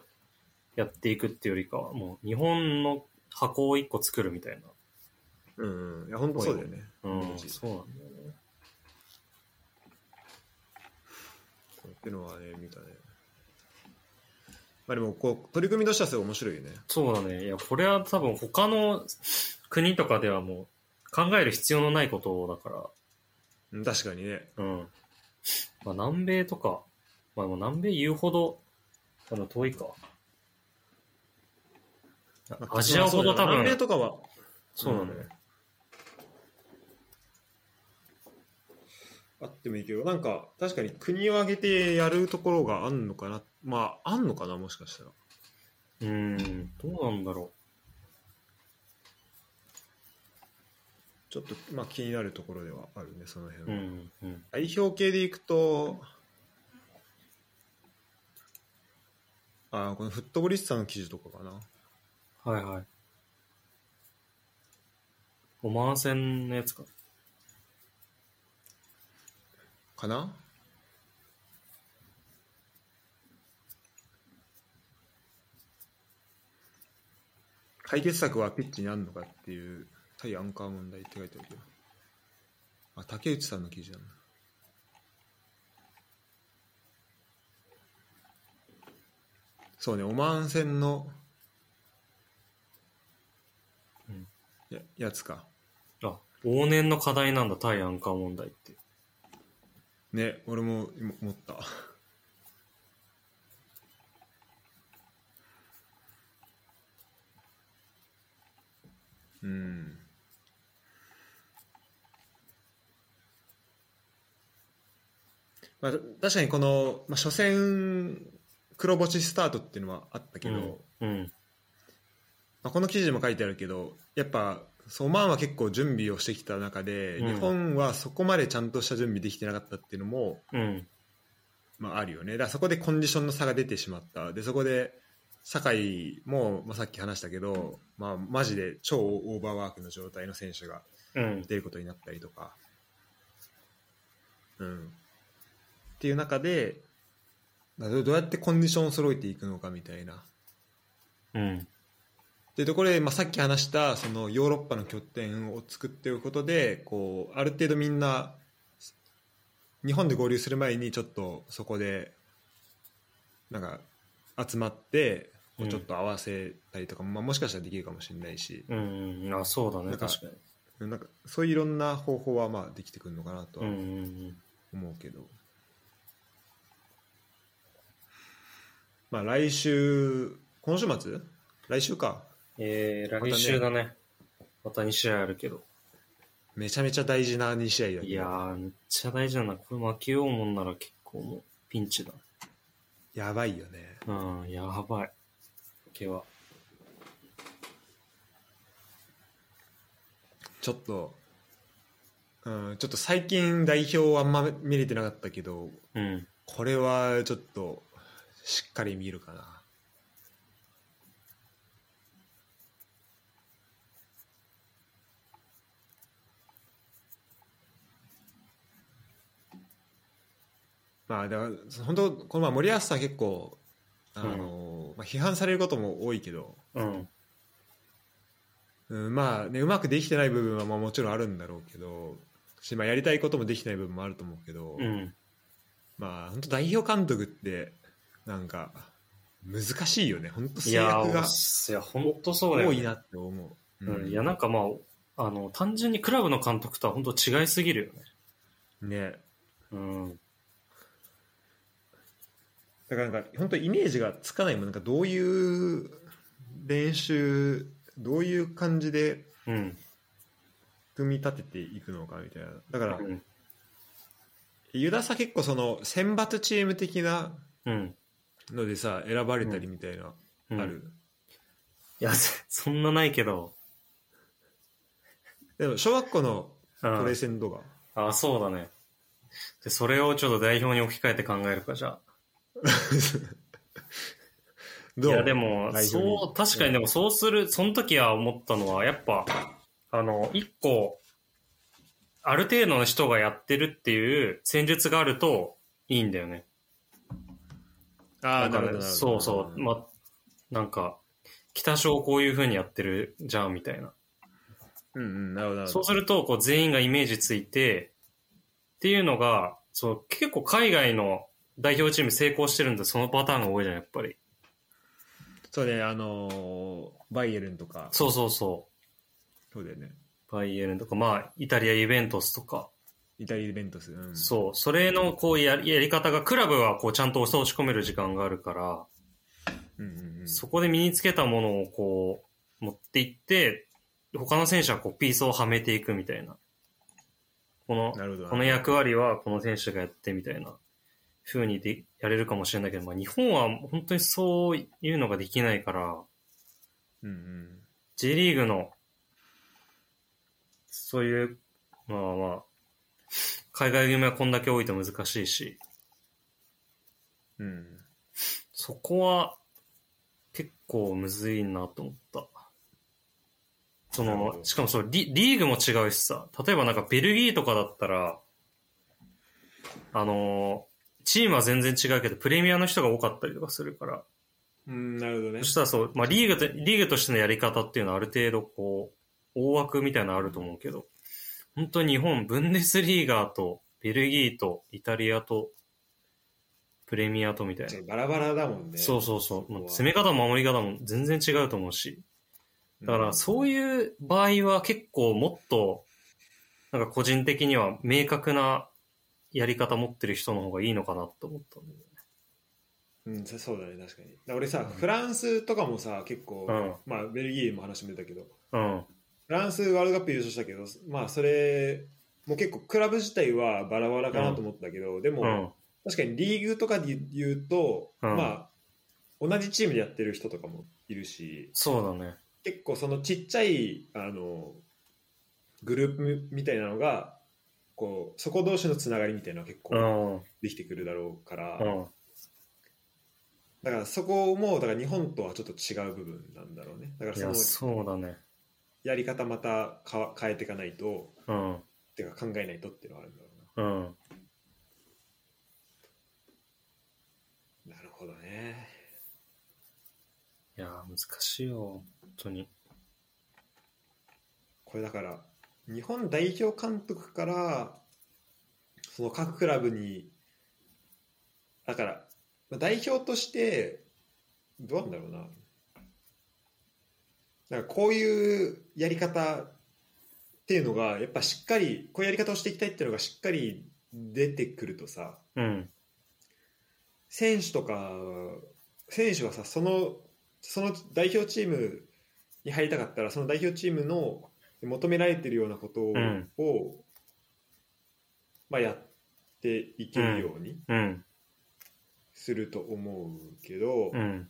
Speaker 2: やっていくっていうよりかは、もう日本の箱を一個作るみたい
Speaker 1: うんうんいや本当そうだよね
Speaker 2: な。う
Speaker 1: イメー
Speaker 2: ん。
Speaker 1: ジ
Speaker 2: そうなんだよね。
Speaker 1: っていうのはね見たねまあでもこう取り組みとしてはすごい面白いよね
Speaker 2: そうだね。いや、これは多分他の国とかではもう考える必要のないことだから、
Speaker 1: うん確かにね
Speaker 2: うん。まあ、南米とか、まあ、でも南米言うほど、あの、遠いか。アジアほど多分、
Speaker 1: 南米とかは
Speaker 2: そうなんだよ、ね。
Speaker 1: あってもいいけどなんか確かに国を挙げてやるところがあんのかなまああんのかなもしかしたら
Speaker 2: うん、どうなんだろ
Speaker 1: ちょっとまあ気になるところではあるねその
Speaker 2: う。う
Speaker 1: 辺は、
Speaker 2: ん、うん。
Speaker 1: 代表系でいくとあーこのフットボリスタの記事とかかな
Speaker 2: はいはい。オマーン戦のやつか。
Speaker 1: かな解決策はピッチにあるのかっていう対アンカー問題って書いてあるけどあ竹内さんの記事なんだそうねオマーン戦の
Speaker 2: うん
Speaker 1: ややつか
Speaker 2: あ、往年の課題なんだ、対アンカー問題って。
Speaker 1: ね俺も今思ったうんまあ、確かにこの、まあ、初戦黒星スタートっていうのはあったけど、
Speaker 2: うん。
Speaker 1: まあ、この記事にも書いてあるけどやっぱそうオマーンは結構準備をしてきた中で、
Speaker 2: うん
Speaker 1: 日本はそこまでちゃんとした準備できてなかったっていうのも、
Speaker 2: うん。
Speaker 1: まあ、あるよねだからそこでコンディションの差が出てしまったでそこで酒井も、まあ、さっき話したけど、まあ、マジで超オーバーワークの状態の選手が
Speaker 2: うん。
Speaker 1: 出ることになったりとか、うん、っていう中でまあどどうやってコンディションを揃えていくのかみたいな
Speaker 2: うん。
Speaker 1: でところで、まあ、さっき話したそのヨーロッパの拠点を作っておくことでこうある程度みんな日本で合流する前にちょっとそこでなんか集まってこ
Speaker 2: う
Speaker 1: うんちょっと合わせたりとか、まあ、もしかしたらできるかもしれないし
Speaker 2: うん。うんあ、そうだ
Speaker 1: な
Speaker 2: ね、
Speaker 1: んか
Speaker 2: 確かに。
Speaker 1: なんかそういういろんな方法はまあできてくるのかなと
Speaker 2: う
Speaker 1: は
Speaker 2: んうんうん。
Speaker 1: 思うけど、まあ来週今週末来週か
Speaker 2: えー、
Speaker 1: またね
Speaker 2: 来週だね。また2試合あるけど。
Speaker 1: めちゃめちゃ大事な2試合だけど
Speaker 2: いやー、めっちゃ大事だな。これ負けようもんなら結構もうピンチだ。
Speaker 1: やばいよね
Speaker 2: うん、やばい。負けは。
Speaker 1: ちょっと、うん、ちょっと最近代表はあんま見れてなかったけど
Speaker 2: うん。
Speaker 1: これはちょっとしっかり見るかなまあだからその本当この前森保さん結構あの、まあ、批判されることも多いけど、
Speaker 2: うん。
Speaker 1: うん、まあねうまくできてない部分はまあもちろんあるんだろうけどし、まあ、やりたいこともできてない部分もあると思うけど、
Speaker 2: うん。
Speaker 1: まあ本当代表監督ってなんか難しいよね本当
Speaker 2: い
Speaker 1: 制
Speaker 2: や
Speaker 1: 約
Speaker 2: ー
Speaker 1: が
Speaker 2: いや本当そうだよ
Speaker 1: 多
Speaker 2: ね
Speaker 1: いなって思う、
Speaker 2: うんいやなんかまああの単純にクラブの監督とは本当違いすぎるよね
Speaker 1: ね
Speaker 2: うん
Speaker 1: だからなんか本当イメージがつかないもんなんかどういう練習どういう感じで
Speaker 2: うん
Speaker 1: 組み立てていくのかみたいなだから
Speaker 2: うん
Speaker 1: 湯田さ結構その選抜チーム的な
Speaker 2: うん
Speaker 1: のでさ選ばれたりみたいな、
Speaker 2: うん
Speaker 1: ある
Speaker 2: いやそそんなないけど
Speaker 1: でも小学校の
Speaker 2: う
Speaker 1: トレー
Speaker 2: ん
Speaker 1: センとか
Speaker 2: あそうだねでそれをちょっと代表に置き換えて考えるかじゃあ
Speaker 1: どう
Speaker 2: いやでも
Speaker 1: 代表に
Speaker 2: そう確かにでもそうするその時は思ったのはやっぱあの一個ある程度の人がやってるっていう戦術があるといいんだよね
Speaker 1: ああ
Speaker 2: だ
Speaker 1: な
Speaker 2: か
Speaker 1: るほどな
Speaker 2: ら
Speaker 1: るほど
Speaker 2: そうそう、ま、なんか、北小こういう風にやってるじゃんみたいな。
Speaker 1: うんうんなるほどなる
Speaker 2: そ
Speaker 1: ほ
Speaker 2: う
Speaker 1: ど
Speaker 2: すると、こう全員がイメージついて、っていうのが、そう結構海外の代表チーム成功してるんで、そのパターンが多いじゃん、やっぱり。
Speaker 1: そうねあのーバイエルンとか
Speaker 2: そうそうそ
Speaker 1: そうだよね
Speaker 2: う。バイエルンとか、まあ、イタリア、ユベントスとか。
Speaker 1: イタリアベントス、うん、
Speaker 2: そう。それの、こうやり、やり方が、クラブは、こう、ちゃんと押し込める時間があるから、
Speaker 1: う、うんうんうん、
Speaker 2: そこで身につけたものを、こう、持っていって、他の選手は、こう、ピースをはめていくみたいな。この、
Speaker 1: なるほど
Speaker 2: この役割はこの選手がやってみたいな風にでやれるかもしれないけど、まあ、日本は本当にそういうのができないから、
Speaker 1: うんうん
Speaker 2: J リーグの、そういう、まあまあ、海外組はこんだけ多いと難しいし、
Speaker 1: うん
Speaker 2: そこは結構むずいなと思った。そ
Speaker 1: なるほ
Speaker 2: の、
Speaker 1: ど
Speaker 2: しかもそうリ、リーグも違うしさ、例えばなんかベルギーとかだったら、あのーチームは全然違うけど、プレミアの人が多かったりとかするから、
Speaker 1: うん、なるほどね
Speaker 2: そしたらそう、まあリーグと、リーグとしてのやり方っていうのはある程度こう、大枠みたいなのあると思うけど、本当に日本、ブンデスリーガーと、ベルギーと、イタリアと、プレミアとみたいな。
Speaker 1: バラバラだもんね
Speaker 2: そうそうそう。まあ
Speaker 1: そこは
Speaker 2: 攻め方も守り方も全然違うと思うし。だからそういう場合は結構もっと、なんか個人的には明確なやり方持ってる人の方がいいのかなと思ったんだ
Speaker 1: うん、そそうだね確かにだから俺さ、フランスとかもさ結構、
Speaker 2: よね。
Speaker 1: まあ、ベルギーも話も出たけど
Speaker 2: うん。うん。
Speaker 1: フランスワールドカップ優勝したけど、まあ、それもう結構クラブ自体はバラバラかなと思ったけど、でも、
Speaker 2: うん。
Speaker 1: 確かにリーグとかで言うと、
Speaker 2: うん
Speaker 1: まあ、同じチームでやってる人とかもいるし
Speaker 2: そうだね。
Speaker 1: 結構そのちっちゃいあのグループみたいなのがこうそこ同士のつながりみたいなのが結
Speaker 2: う
Speaker 1: 構
Speaker 2: ん。うん。
Speaker 1: できてくるだろうから、だからそこもだから日本とはちょっと違う部分なんだろうねだから
Speaker 2: い
Speaker 1: その
Speaker 2: や、そうだね。
Speaker 1: やり方またかわ変えていかないと
Speaker 2: うん。
Speaker 1: てか考えないとっていうのはあるんだろ
Speaker 2: うん。
Speaker 1: うななるほどね
Speaker 2: いや、難しいよ。本当に。
Speaker 1: これだから日本代表監督からその各クラブにだからまあ代表としてどうなんだろうななんかこういうやり方っていうのがやっぱしっかりこういうやり方をしていきたいっていうのがしっかり出てくるとさ
Speaker 2: うん。
Speaker 1: 選手とか選手はさそのその代表チームに入りたかったらその代表チームの求められてるようなことを、
Speaker 2: ん
Speaker 1: まあ、やっていけるように
Speaker 2: うん。
Speaker 1: すると思うけど、
Speaker 2: うん。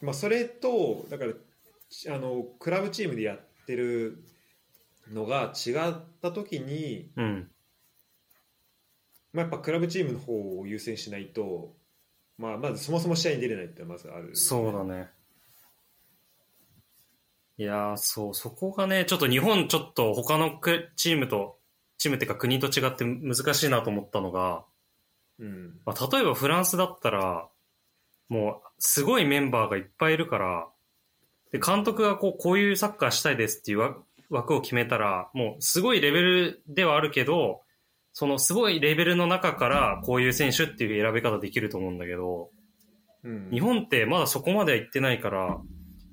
Speaker 1: まあ、それとだからあのクラブチームでやってるのが違った時に、
Speaker 2: うん。
Speaker 1: まあ、やっぱクラブチームの方を優先しないと、まあ、まずそもそも試合に出れないってのはまずある、
Speaker 2: そうだね。いやー、そう、そこがね、ちょっと日本、ちょっと他のくチームと、チームっていうか国と違って難しいなと思ったのが、
Speaker 1: うん
Speaker 2: まあ、例えばフランスだったら、もう、すごいメンバーがいっぱいいるから、で、監督がこう、こういうサッカーしたいですっていうわ枠を決めたら、もう、すごいレベルではあるけど、そのすごいレベルの中からこういう選手っていう選び方できると思うんだけど、
Speaker 1: うん
Speaker 2: 日本ってまだそこまでは行ってないから、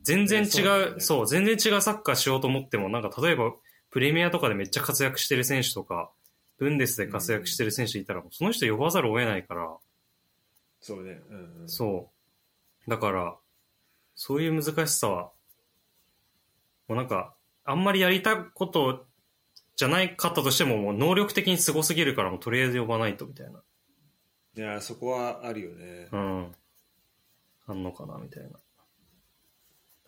Speaker 2: 全然違う、
Speaker 1: そう
Speaker 2: そ
Speaker 1: だ
Speaker 2: う,、
Speaker 1: ね
Speaker 2: 全然違うサッカーしようと思っても、なんか例えばプレミアとかでめっちゃ活躍してる選手とか、ブンデスで活躍してる選手いたら、その人呼ばざるを得ないから、
Speaker 1: そうね、うんうん、
Speaker 2: そう。だから、そういう難しさは、もうなんか、あんまりやりたことじゃないかったとしても、もう能力的にすごすぎるから、もうとりあえず呼ばないとみたいな。
Speaker 1: いやそこはあるよね、
Speaker 2: うん。あんのかなみたいな。だ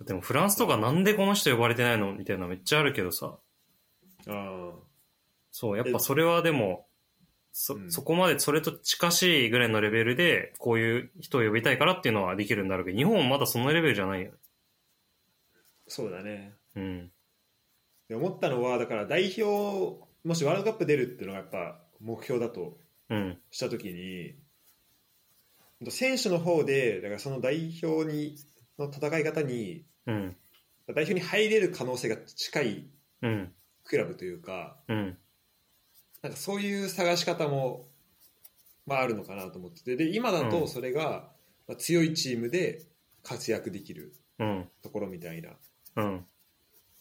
Speaker 2: ってもうフランスとかなんでこの人呼ばれてないのみたいなめっちゃあるけどさ。
Speaker 1: あ
Speaker 2: そう、やっぱそれはでも、そ、
Speaker 1: うん
Speaker 2: そこまでそれと近しいぐらいのレベルで、こういう人を呼びたいからっていうのはできるんだろうけど、日本はまだそのレベルじゃないよね。
Speaker 1: そうだね
Speaker 2: うん。
Speaker 1: で思ったのはだから代表もしワールドカップ出るっていうのがやっぱ目標だと
Speaker 2: うん。
Speaker 1: した時に選手の方でだからその代表にの戦い方に
Speaker 2: うん。
Speaker 1: 代表に入れる可能性が近い
Speaker 2: うん。
Speaker 1: クラブというか
Speaker 2: うん。
Speaker 1: なんかそういう探し方も、まあ、あるのかなと思っててで今だ
Speaker 2: う
Speaker 1: と
Speaker 2: ん
Speaker 1: それがまあ強いチームで活躍できる
Speaker 2: うん。
Speaker 1: ところみたいな
Speaker 2: うん。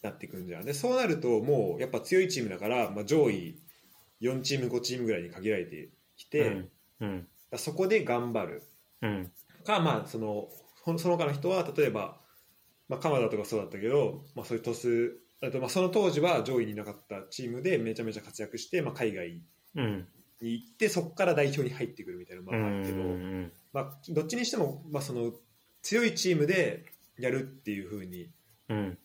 Speaker 1: なってくんじゃんでそうなるともうやっぱ強いチームだから、まあ、上位4チーム5チームぐらいに限られてき
Speaker 2: う
Speaker 1: て、
Speaker 2: ん。うん。
Speaker 1: そこで頑張る
Speaker 2: うん。
Speaker 1: かまあそのほんその他の人は例えば、まあ、鎌田とかそうだったけど、まあ、そういうトスあとまあその当時は上位にいなかったチームでめちゃめちゃ活躍して、まあ、海外
Speaker 2: うん。
Speaker 1: に行ってそこから代表に入ってくるみたいなのも
Speaker 2: う
Speaker 1: あるけど、
Speaker 2: ん。
Speaker 1: まあ、どっちにしても、まあ、その強いチームでやるっていう風に
Speaker 2: うん。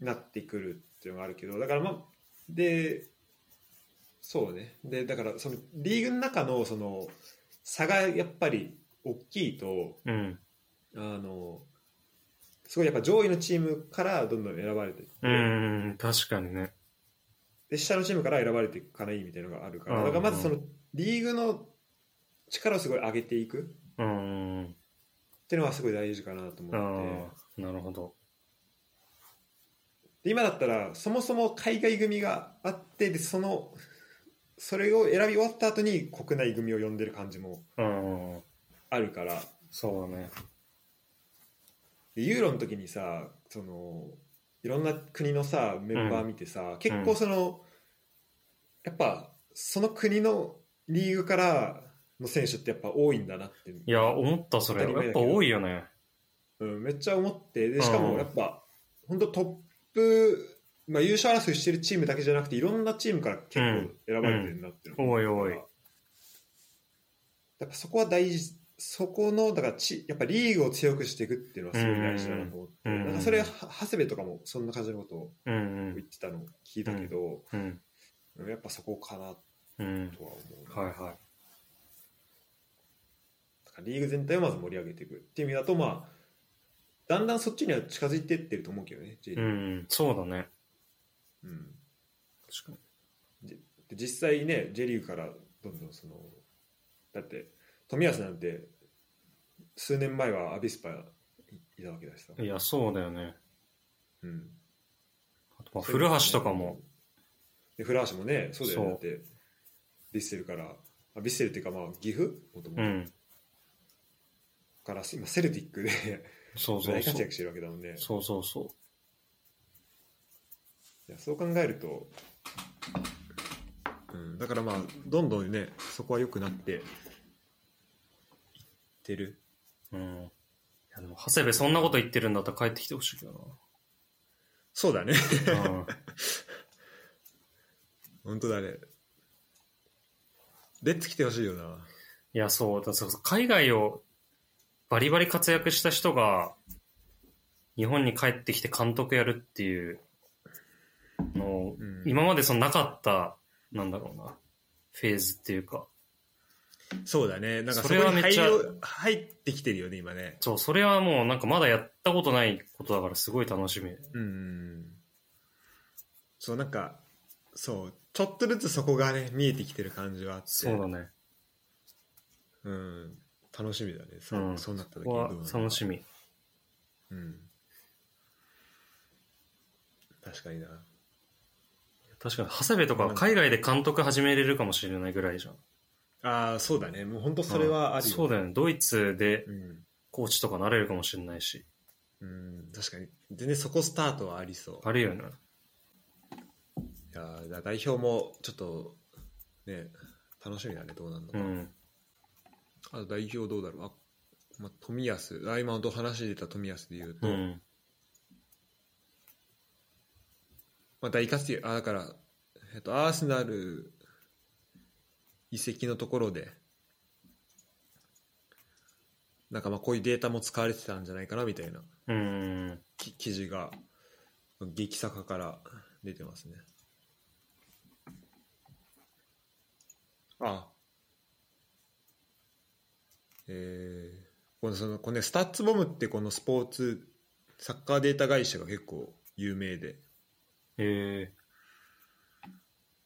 Speaker 1: なってくるっていうのがあるけどだからまあでそうねでだからそのリーグの中のその差がやっぱり大きいと
Speaker 2: うん。
Speaker 1: あのすごいやっぱ上位のチームからどんどん選ばれていって、
Speaker 2: うん。確かにね。
Speaker 1: で下のチームから選ばれていかないみたいなのがあるから、
Speaker 2: うん
Speaker 1: だからまずそのリーグの力をすごい上げていくっ
Speaker 2: うん。
Speaker 1: ていうのはすごい大事かなと思って
Speaker 2: ああ、なるほど。
Speaker 1: で今だったらそもそも海外組があってでそのそれを選び終わった後に国内組を呼んでる感じも
Speaker 2: うん。
Speaker 1: あるから
Speaker 2: そうだね。
Speaker 1: でユーロの時にさそのいろんな国のさメンバー見てさ、結構その、やっぱその国のリーグからの選手ってやっぱ多いんだなって
Speaker 2: いや、思った、それ。やっぱ多いよね。
Speaker 1: うん、めっちゃ思ってでしか
Speaker 2: うん
Speaker 1: もやっぱ本当トップ、まあ、優勝争いしてるチームだけじゃなくていろんなチームから結構選ばれてるなっていうのが
Speaker 2: うんうんおいおい
Speaker 1: やっぱそこは大事そこのだからちやっぱリーグを強くしていくっていうのはすごい大事だなと思って、
Speaker 2: うんうん
Speaker 1: なんかそれは長谷部とかもそんな感じのことを
Speaker 2: う
Speaker 1: 言
Speaker 2: ん。
Speaker 1: ってたのを聞いたけど、
Speaker 2: うん。
Speaker 1: うんやっぱそこかな
Speaker 2: うん。
Speaker 1: とは思う、
Speaker 2: はいは
Speaker 1: だからリーグ全体をまず盛り上げていくっていう意味だとまあだんだんそっちには近づいてってると思うけどね、J リ
Speaker 2: い。う
Speaker 1: ーグ
Speaker 2: ん。そうだね。
Speaker 1: うん
Speaker 2: 確かに。
Speaker 1: で実際ね J リーグからどんどんそのだって冨安なんて数年前はアビスパいいたわけだしさ、
Speaker 2: いや、そうだよね。
Speaker 1: うん、
Speaker 2: あと、まあ、古橋とかも。
Speaker 1: で古橋もねそうだよね
Speaker 2: そう
Speaker 1: だってヴィッセルからあヴィッセルっていうかまあ岐阜もとも
Speaker 2: う
Speaker 1: と
Speaker 2: ん。
Speaker 1: から今セルティックで
Speaker 2: そうそう
Speaker 1: 大
Speaker 2: そ
Speaker 1: 活
Speaker 2: う
Speaker 1: 躍。してるわけだもんね
Speaker 2: そうそうそ
Speaker 1: いやそう考えると、うん、だからまあどんどんねそこは良くなっていってる
Speaker 2: う。うん。いや、でも、長谷部そんなこと言ってるんだったら帰ってきてほしいけど
Speaker 1: そうだね
Speaker 2: な。うん。
Speaker 1: 本当だねレッツ来てほしいよない
Speaker 2: や、そう、だそうそう海外をバリバリ活躍した人が、日本に帰ってきて監督やるっていうの、
Speaker 1: うん
Speaker 2: 今までそのなかった、なんだろうな、フェーズっていうか、
Speaker 1: そうだねなん
Speaker 2: ん
Speaker 1: かそ
Speaker 2: かそ
Speaker 1: こ
Speaker 2: こ
Speaker 1: に
Speaker 2: に
Speaker 1: 入
Speaker 2: 入りを
Speaker 1: 入ってきてるよね今ね
Speaker 2: そう、それはもうなんかまだやったことないことだからすごい楽しみ。
Speaker 1: うんそうなんかそうちょっとずつそこがね見えてきてる感じはあって
Speaker 2: そうだね。
Speaker 1: うん、楽しみだねそ,、
Speaker 2: うん
Speaker 1: そうなった時
Speaker 2: ここは
Speaker 1: うなるか
Speaker 2: 楽しみ。
Speaker 1: うん確かにな
Speaker 2: 確かに、長谷部とか海外で監督始めれるかもしれないぐらいじゃん。
Speaker 1: ああ、そうだね。もう本当それはあるよ、
Speaker 2: そうだよね。ドイツで
Speaker 1: うん。
Speaker 2: コーチとかなれるかもしれないし。
Speaker 1: うん、確かに。全然そこスタートはありそう。
Speaker 2: あるよね。
Speaker 1: いやーだから代表もちょっと、ね、楽しみだね、どうなるの
Speaker 2: う
Speaker 1: か。
Speaker 2: ん。
Speaker 1: あと代表どうだろう。あまあ、富安、あ今の話で出た富安で言うと、
Speaker 2: うん。
Speaker 1: まあ、大活躍、あ、だから、えっと、アーセナル移籍のところで、なんかまあこういうデータも使われてたんじゃないかなみたいな
Speaker 2: うん。
Speaker 1: き記事が、激坂から出てますね。ああえー、このそのこのね、スタッツボムってこのスポーツ、サッカーデータ会社が結構有名で、
Speaker 2: え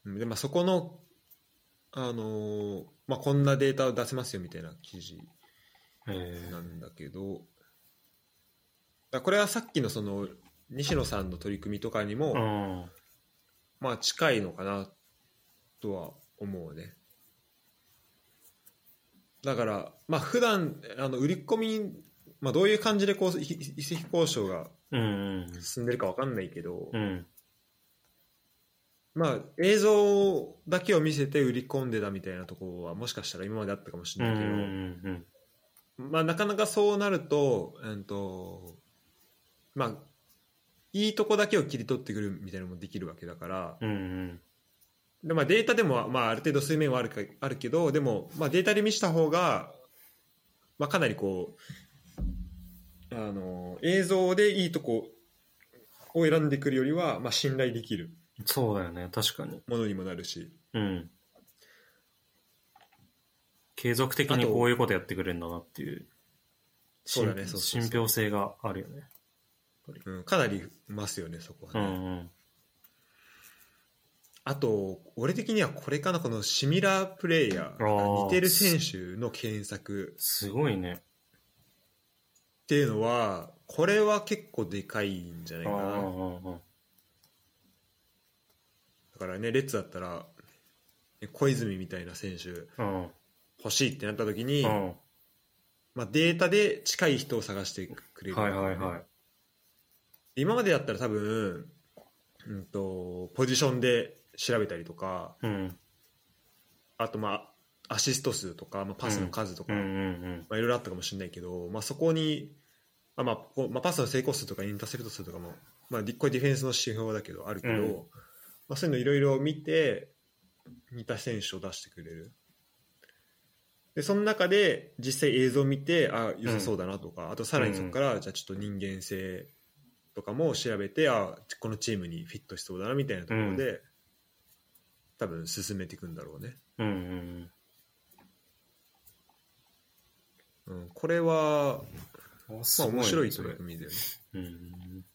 Speaker 1: うんでまあ、そこの、あのーまあ、こんなデータを出せますよみたいな記事
Speaker 2: ー、えー、
Speaker 1: なんだけど、だこれはさっきのその西野さんの取り組みとかにも、
Speaker 2: うん。
Speaker 1: まあ、近いのかなとは思うね。だから、まあ普段あの売り込み、まあ、どういう感じでこうい移籍交渉が
Speaker 2: うん。
Speaker 1: 進んでるか分かんないけど、
Speaker 2: うん。
Speaker 1: まあ、映像だけを見せて売り込んでたみたいなところはもしかしたら今まであったかもし
Speaker 2: う
Speaker 1: れないけど、
Speaker 2: ん。
Speaker 1: まあ、なかなかそうなると,、うんとまあ、いいとこだけを切り取ってくるみたいなのもできるわけだから、
Speaker 2: うん。
Speaker 1: でまあ、データでも、まあ、ある程度水面はあるかあるけどでも、まあ、データで見せた方が、まあ、かなりこうあの映像でいいとこを選んでくるよりは、まあ、信頼できる
Speaker 2: そうだよね。確かに。
Speaker 1: ものにもなるし。
Speaker 2: うん。継続的にこういうことやってくれるんだなっていう。
Speaker 1: そうだね
Speaker 2: 信
Speaker 1: そうそうそう
Speaker 2: 信憑性があるよね。
Speaker 1: うん、かなりますよね、そこは
Speaker 2: う
Speaker 1: ね。
Speaker 2: んうん。
Speaker 1: あと、俺的にはこれかな、このシミラープレイヤ
Speaker 2: あー
Speaker 1: ー、似てる選手の検索
Speaker 2: すごいね。
Speaker 1: っていうのは、これは結構でかいんじゃない
Speaker 2: あ
Speaker 1: か
Speaker 2: あ
Speaker 1: な。
Speaker 2: あ
Speaker 1: だ
Speaker 2: あああ
Speaker 1: からね、レッツだったら、小泉みたいな選手
Speaker 2: うん
Speaker 1: 欲しいってなった時に、
Speaker 2: うん。
Speaker 1: まあ、データで近い人を探してくれる、
Speaker 2: はいはいはい。
Speaker 1: 今までだったら多分、うんと、ポジションで調べたりとか、
Speaker 2: うん。
Speaker 1: あとまあ、アシスト数とか、まあ、パスの数と
Speaker 2: う
Speaker 1: か、
Speaker 2: んうん
Speaker 1: まあ、いろいろあったかもしれないけど、まあ、そこに、まあまあこうまあ、パスの成功数とかインターセプト数とかも、まあ、ディこれディフェンスの指標だけどあるけど、
Speaker 2: うん
Speaker 1: まあ、そういうのいろいろ見て似た選手を出してくれるでその中で実際映像を見てあ良さそうだなとか、あとさらにそこから、じゃあちょっと人間性とかも調べてあこのチームにフィットしそうだなみたいなところで、多分進めていくんだろうね。
Speaker 2: うん。うんうん
Speaker 1: うん、これは、
Speaker 2: うん。あ
Speaker 1: まあ、面白い
Speaker 2: そ
Speaker 1: 取
Speaker 2: れ
Speaker 1: り組みだよね。
Speaker 2: うん。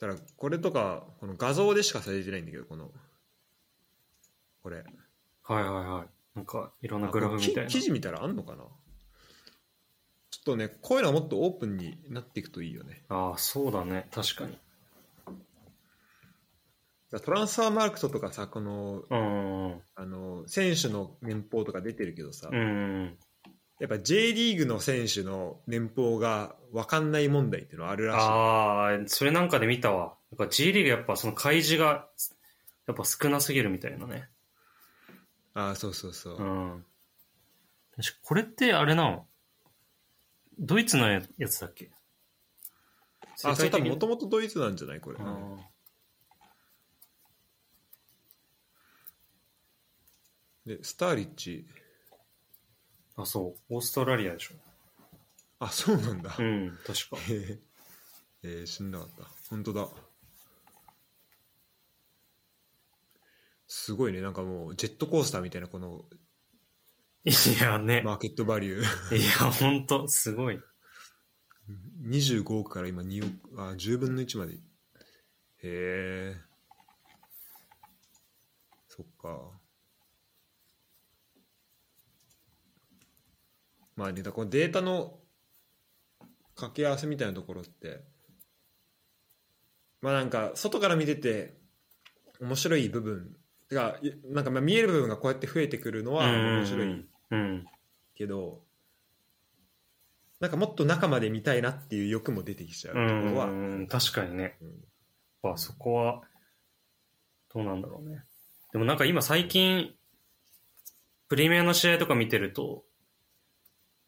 Speaker 1: だからこれとかこの画像でしかされてないんだけどこのこれ
Speaker 2: はいはいはい。なんか、いろんなグラフみたい
Speaker 1: あ
Speaker 2: な。
Speaker 1: 記記事見たらあんのかなちょっとねこういうのはもっとオープンになっていくといいよね
Speaker 2: ああ、そうだね。確か
Speaker 1: だ
Speaker 2: に。
Speaker 1: からトランスファーマークトとかさこの
Speaker 2: うんうん
Speaker 1: あの選手の年俸とか出てるけどさ、
Speaker 2: うん。うん
Speaker 1: やっぱ J リーグの選手の年俸が分かんない問題っていうのはあるらしい
Speaker 2: ああ、それなんかで見たわ。やっぱ G リーグやっぱその開示が、やっぱ少なすぎるみたいなね。
Speaker 1: ああそうそうそう、
Speaker 2: うん。確かこれってあれなのドイツのやつだっけ
Speaker 1: あそれ多分も
Speaker 2: 元
Speaker 1: ともとドイツなんじゃないこれ、うんでスターリッチ
Speaker 2: あ、そう。オーストラリアでしょ。
Speaker 1: あそうなんだ、
Speaker 2: うん、 確か。
Speaker 1: へえ えー、死んなかった本当だすごいねなんかもうジェットコースターみたいなこの
Speaker 2: いやね。
Speaker 1: マーケットバリュー
Speaker 2: いや、ほんと、すごい。
Speaker 1: 25億から今2億あ10分の1までへえそっかまあねだからこのデータの掛け合わせみたいなところってまあなんか外から見てて面白い部分てかいなんかまあ見える部分がこうやって増えてくるのは面白い
Speaker 2: うん。
Speaker 1: けどなんかもっと中まで見たいなっていう欲も出てきちゃうと
Speaker 2: う
Speaker 1: こ
Speaker 2: ん。
Speaker 1: ろは
Speaker 2: うん確かにね。
Speaker 1: うん
Speaker 2: やっぱそこは、どうなんだろうね。でもなんか今最近、プレミアの試合とか見てると、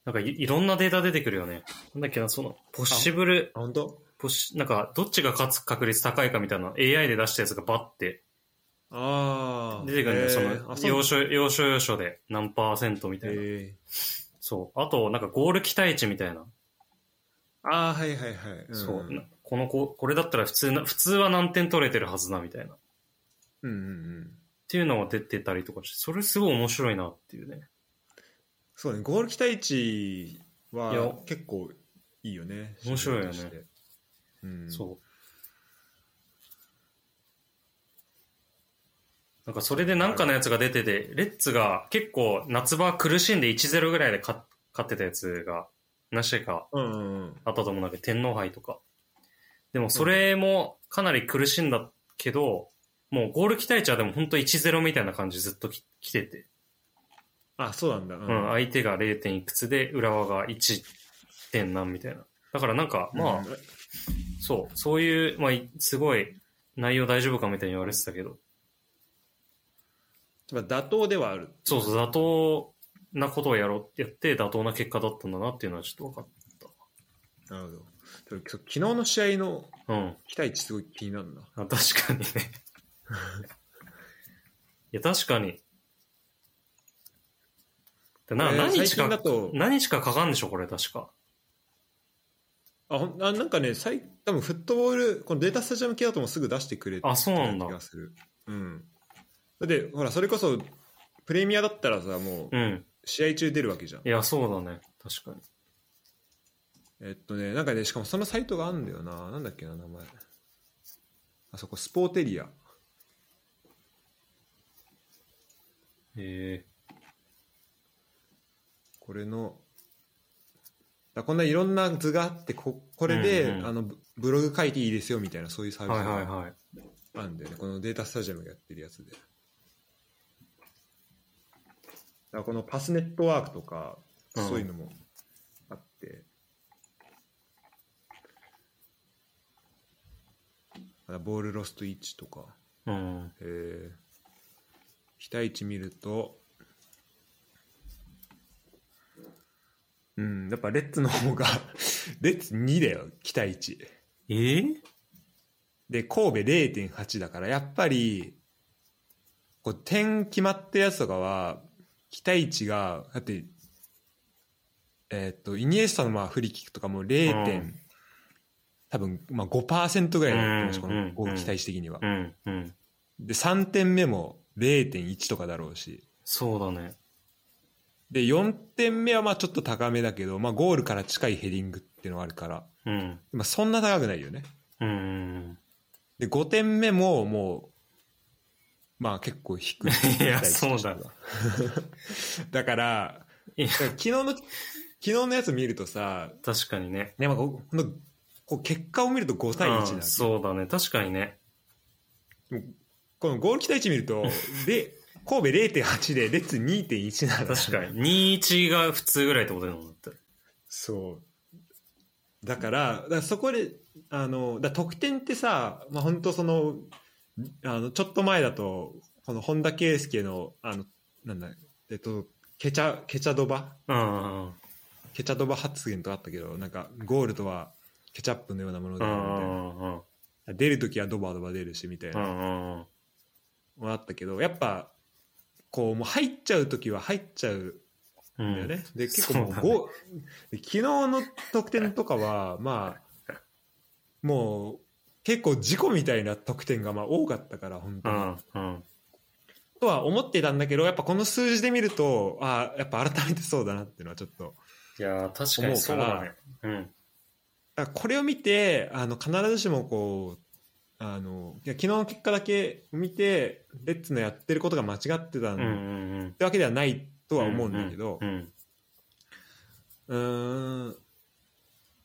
Speaker 2: なんかいいろんなデータ出てくるよね。なんだっけな、その、ポッシブル、
Speaker 1: あ本当
Speaker 2: ポッシなんか、どっちが勝つ確率高いかみたいな AI で出したやつがバッて
Speaker 1: ああ
Speaker 2: 出てくるんだよ、その、要所、要所要所で何パーセントみたいな。
Speaker 1: え
Speaker 2: そう。あと、なんかゴール期待値みたいな。
Speaker 1: ああはいはいはい、ん
Speaker 2: そう。なこのこ、これだったら普通な、普通は何点取れてるはずなみたいな。っ
Speaker 1: うんうんうん
Speaker 2: ていうのが出てたりとかして、それすごい面白いなっていうね。
Speaker 1: そうねゴール期待値
Speaker 2: いや
Speaker 1: は結構いいよね
Speaker 2: 面白いよね
Speaker 1: 指標としてうん、
Speaker 2: そう。なんかそれでなんかのやつが出てて、レッツが結構夏場苦しんで1-0ぐらいで勝勝ってたやつが、なしか
Speaker 1: うんうんうん
Speaker 2: あったと思うんだけど、天皇杯とか。でもそれもかなり苦しんだけど、もうゴール期待値はでも本当1-0みたいな感じずっとき来てて。
Speaker 1: あそうなんだう
Speaker 2: うん、相手が 0. 点いくつで、浦和が1点なんみたいな。だからなんか、まあ、
Speaker 1: うん
Speaker 2: そう、そういう、まあ、いすごい、内容大丈夫かみたいに言われてたけど、
Speaker 1: まあ妥当ではある
Speaker 2: そうそう、妥当なことをやろう、やって妥当な結果だったんだなっていうのはちょっと分かっ
Speaker 1: なるほどでもそう昨日の試合の
Speaker 2: た。うん。
Speaker 1: 期待値すごい気になるな
Speaker 2: あ確か にね。いや、確かに。だな
Speaker 1: えー
Speaker 2: 何
Speaker 1: 最
Speaker 2: 日
Speaker 1: 近だ
Speaker 2: か、
Speaker 1: と
Speaker 2: 何日かかかんでしょ、これ、確か。
Speaker 1: あほんあなんかね最多分フットボールこのデータスタジアム系だともうすぐ出してくれて
Speaker 2: あそうなんだ
Speaker 1: 気がするうんだってほらそれこそプレミアだったらさもう
Speaker 2: うん。
Speaker 1: 試合中出るわけじゃん、
Speaker 2: いや、そうだね。確かに。
Speaker 1: えっとねなんかねしかもそのサイトがあるんだよななんだっけな名前あそこスポーテリア
Speaker 2: え
Speaker 1: これのだこんないろんな図があってここれで、
Speaker 2: うんうん
Speaker 1: あのブブログ書いていいですよみたいなそういうサー
Speaker 2: ー、
Speaker 1: ビス
Speaker 2: はいはい
Speaker 1: が
Speaker 2: はい。
Speaker 1: あるんだよね、このデータスタジアムがやってるやつでだからこのパスネットワークとか
Speaker 2: うん
Speaker 1: そういうのもあって、あボールロスト1とか
Speaker 2: うん。
Speaker 1: えー、期待値見ると、うん、やっぱレッツの方が、レッツ2だよ、期待値。
Speaker 2: えー、
Speaker 1: で、神戸0.8だから、やっぱり、こう、点決まったやつとかは、期待値が、だって、えーっと、イニエスタのまあフリーキックとかも0点、
Speaker 2: う
Speaker 1: 多分、まあ5%ぐらいだと思うんです、こ
Speaker 2: うん
Speaker 1: の
Speaker 2: うん
Speaker 1: ゴール期待値的には
Speaker 2: う。んうん。
Speaker 1: で、3点目も0.1とかだろうし。
Speaker 2: そうだね。
Speaker 1: で、4点目はまあちょっと高めだけど、まあゴールから近いヘディングっていうのがあるから、
Speaker 2: うん。
Speaker 1: まあそんな高くないよね。
Speaker 2: うんうん
Speaker 1: で、5点目ももう、まあ結構低い。
Speaker 2: うん。いや、そうだ。
Speaker 1: だから、
Speaker 2: いや
Speaker 1: だから昨日の、昨日のやつ見るとさ、
Speaker 2: 確かにね。
Speaker 1: ね、まあこうほんとこう結果を見ると5対1
Speaker 2: う
Speaker 1: なんん
Speaker 2: そうだね。確かにね。
Speaker 1: このゴール期待値見ると、で、神戸0.8で、レッツ2.1なの。
Speaker 2: 確か に。2-1が普通ぐらいってことだもんだって。
Speaker 1: そうだからだからそこであのだから得点ってさ、まあ、本当そのあのちょっと前だとこの本田圭佑のあのなんだえっとケチャケチャドバ
Speaker 2: うんうん
Speaker 1: ケチャドバ発言とかあったけどなんかゴールとはケチャップのようなもの
Speaker 2: う。
Speaker 1: だよみたいなん
Speaker 2: うん
Speaker 1: 出るときはドバドバ出るしみたい
Speaker 2: うんう
Speaker 1: なん
Speaker 2: うん。
Speaker 1: もあったけどやっぱこうもう入っちゃうときは入っちゃう
Speaker 2: う
Speaker 1: だよ
Speaker 2: ん
Speaker 1: ね。で、結構もう
Speaker 2: そうだね
Speaker 1: ゴー、昨日の得点とかは、 まあ、もう、結構事故みたいな得点がまあ多かったから、本
Speaker 2: う
Speaker 1: 当に。
Speaker 2: んうん。
Speaker 1: とは思ってたんだけど、やっぱこの数字で見ると、ああ、やっぱ改めてそうだなっていうのはちょっと。
Speaker 2: いやー、確かにそうだね。うん。
Speaker 1: だからこれを見て、あの、必ずしもこう、あの、いや昨日の結果だけ見て、レッツのやってることが間違ってた
Speaker 2: う
Speaker 1: っ
Speaker 2: んうんうん。
Speaker 1: てわけではないと
Speaker 2: と
Speaker 1: は思うんだけど、
Speaker 2: うん。
Speaker 1: うーん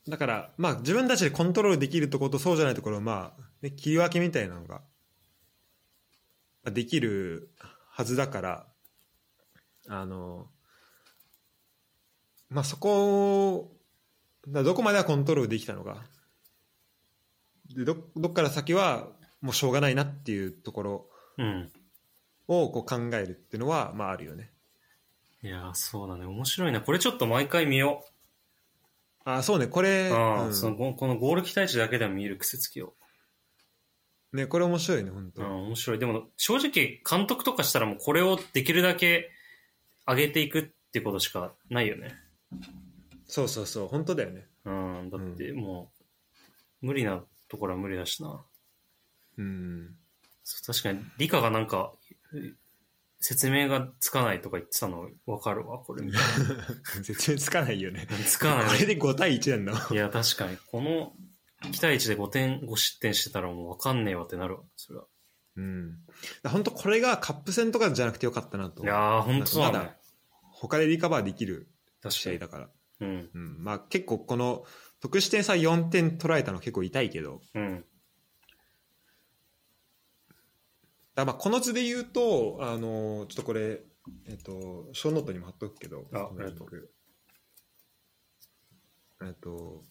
Speaker 1: だから、まあ、自分たちでコントロールできるところとそうじゃないところを、まあ、で切り分けみたいなのがまあできるはずだからあのまあそこをだからどこまではコントロールできたのかでどどっから先はもうしょうがないなっていうところ
Speaker 2: うん。
Speaker 1: をこう考えるっていうのはまああるよね
Speaker 2: いやー、そうだね。面白いな。これちょっと毎回見よ
Speaker 1: あそうねこれ
Speaker 2: う。ああ、
Speaker 1: うん
Speaker 2: そのここのゴール期待値だけでも見える癖つきを。
Speaker 1: ねこれ面白いね本当、
Speaker 2: うん、面白い。でも、正直、監督とかしたらもうこれをできるだけ上げていくってことしかないよね。
Speaker 1: そうそうそう本当だよね
Speaker 2: うん。だって、もう、無理なところは無理だしな。
Speaker 1: うん
Speaker 2: そう確かに、理科がなんか、う説明がつかないとか言ってたの分かるわ、これ。
Speaker 1: 絶対つかないよね
Speaker 2: つか
Speaker 1: こ
Speaker 2: ない
Speaker 1: れ。で5対1なんだもん
Speaker 2: いや、確かに、この期待値で5点、5失点してたらもう分かんねえわってなるわ、それは。
Speaker 1: うん、本当これがカップ戦とかじゃなくてよかったなと
Speaker 2: いやー、ほんとそうだ
Speaker 1: ま
Speaker 2: ね
Speaker 1: だ。他でリカバーできる
Speaker 2: 確か
Speaker 1: 試合
Speaker 2: に。
Speaker 1: だから、
Speaker 2: うん。
Speaker 1: うんまあ、結構この得失点差4点取られたの結構痛いけど
Speaker 2: うん。
Speaker 1: だからまあこの図で言うと、あのちょっとこれ、えっと、ショーノートにも貼っとくけど
Speaker 2: あ
Speaker 1: この
Speaker 2: ありがと
Speaker 1: えっと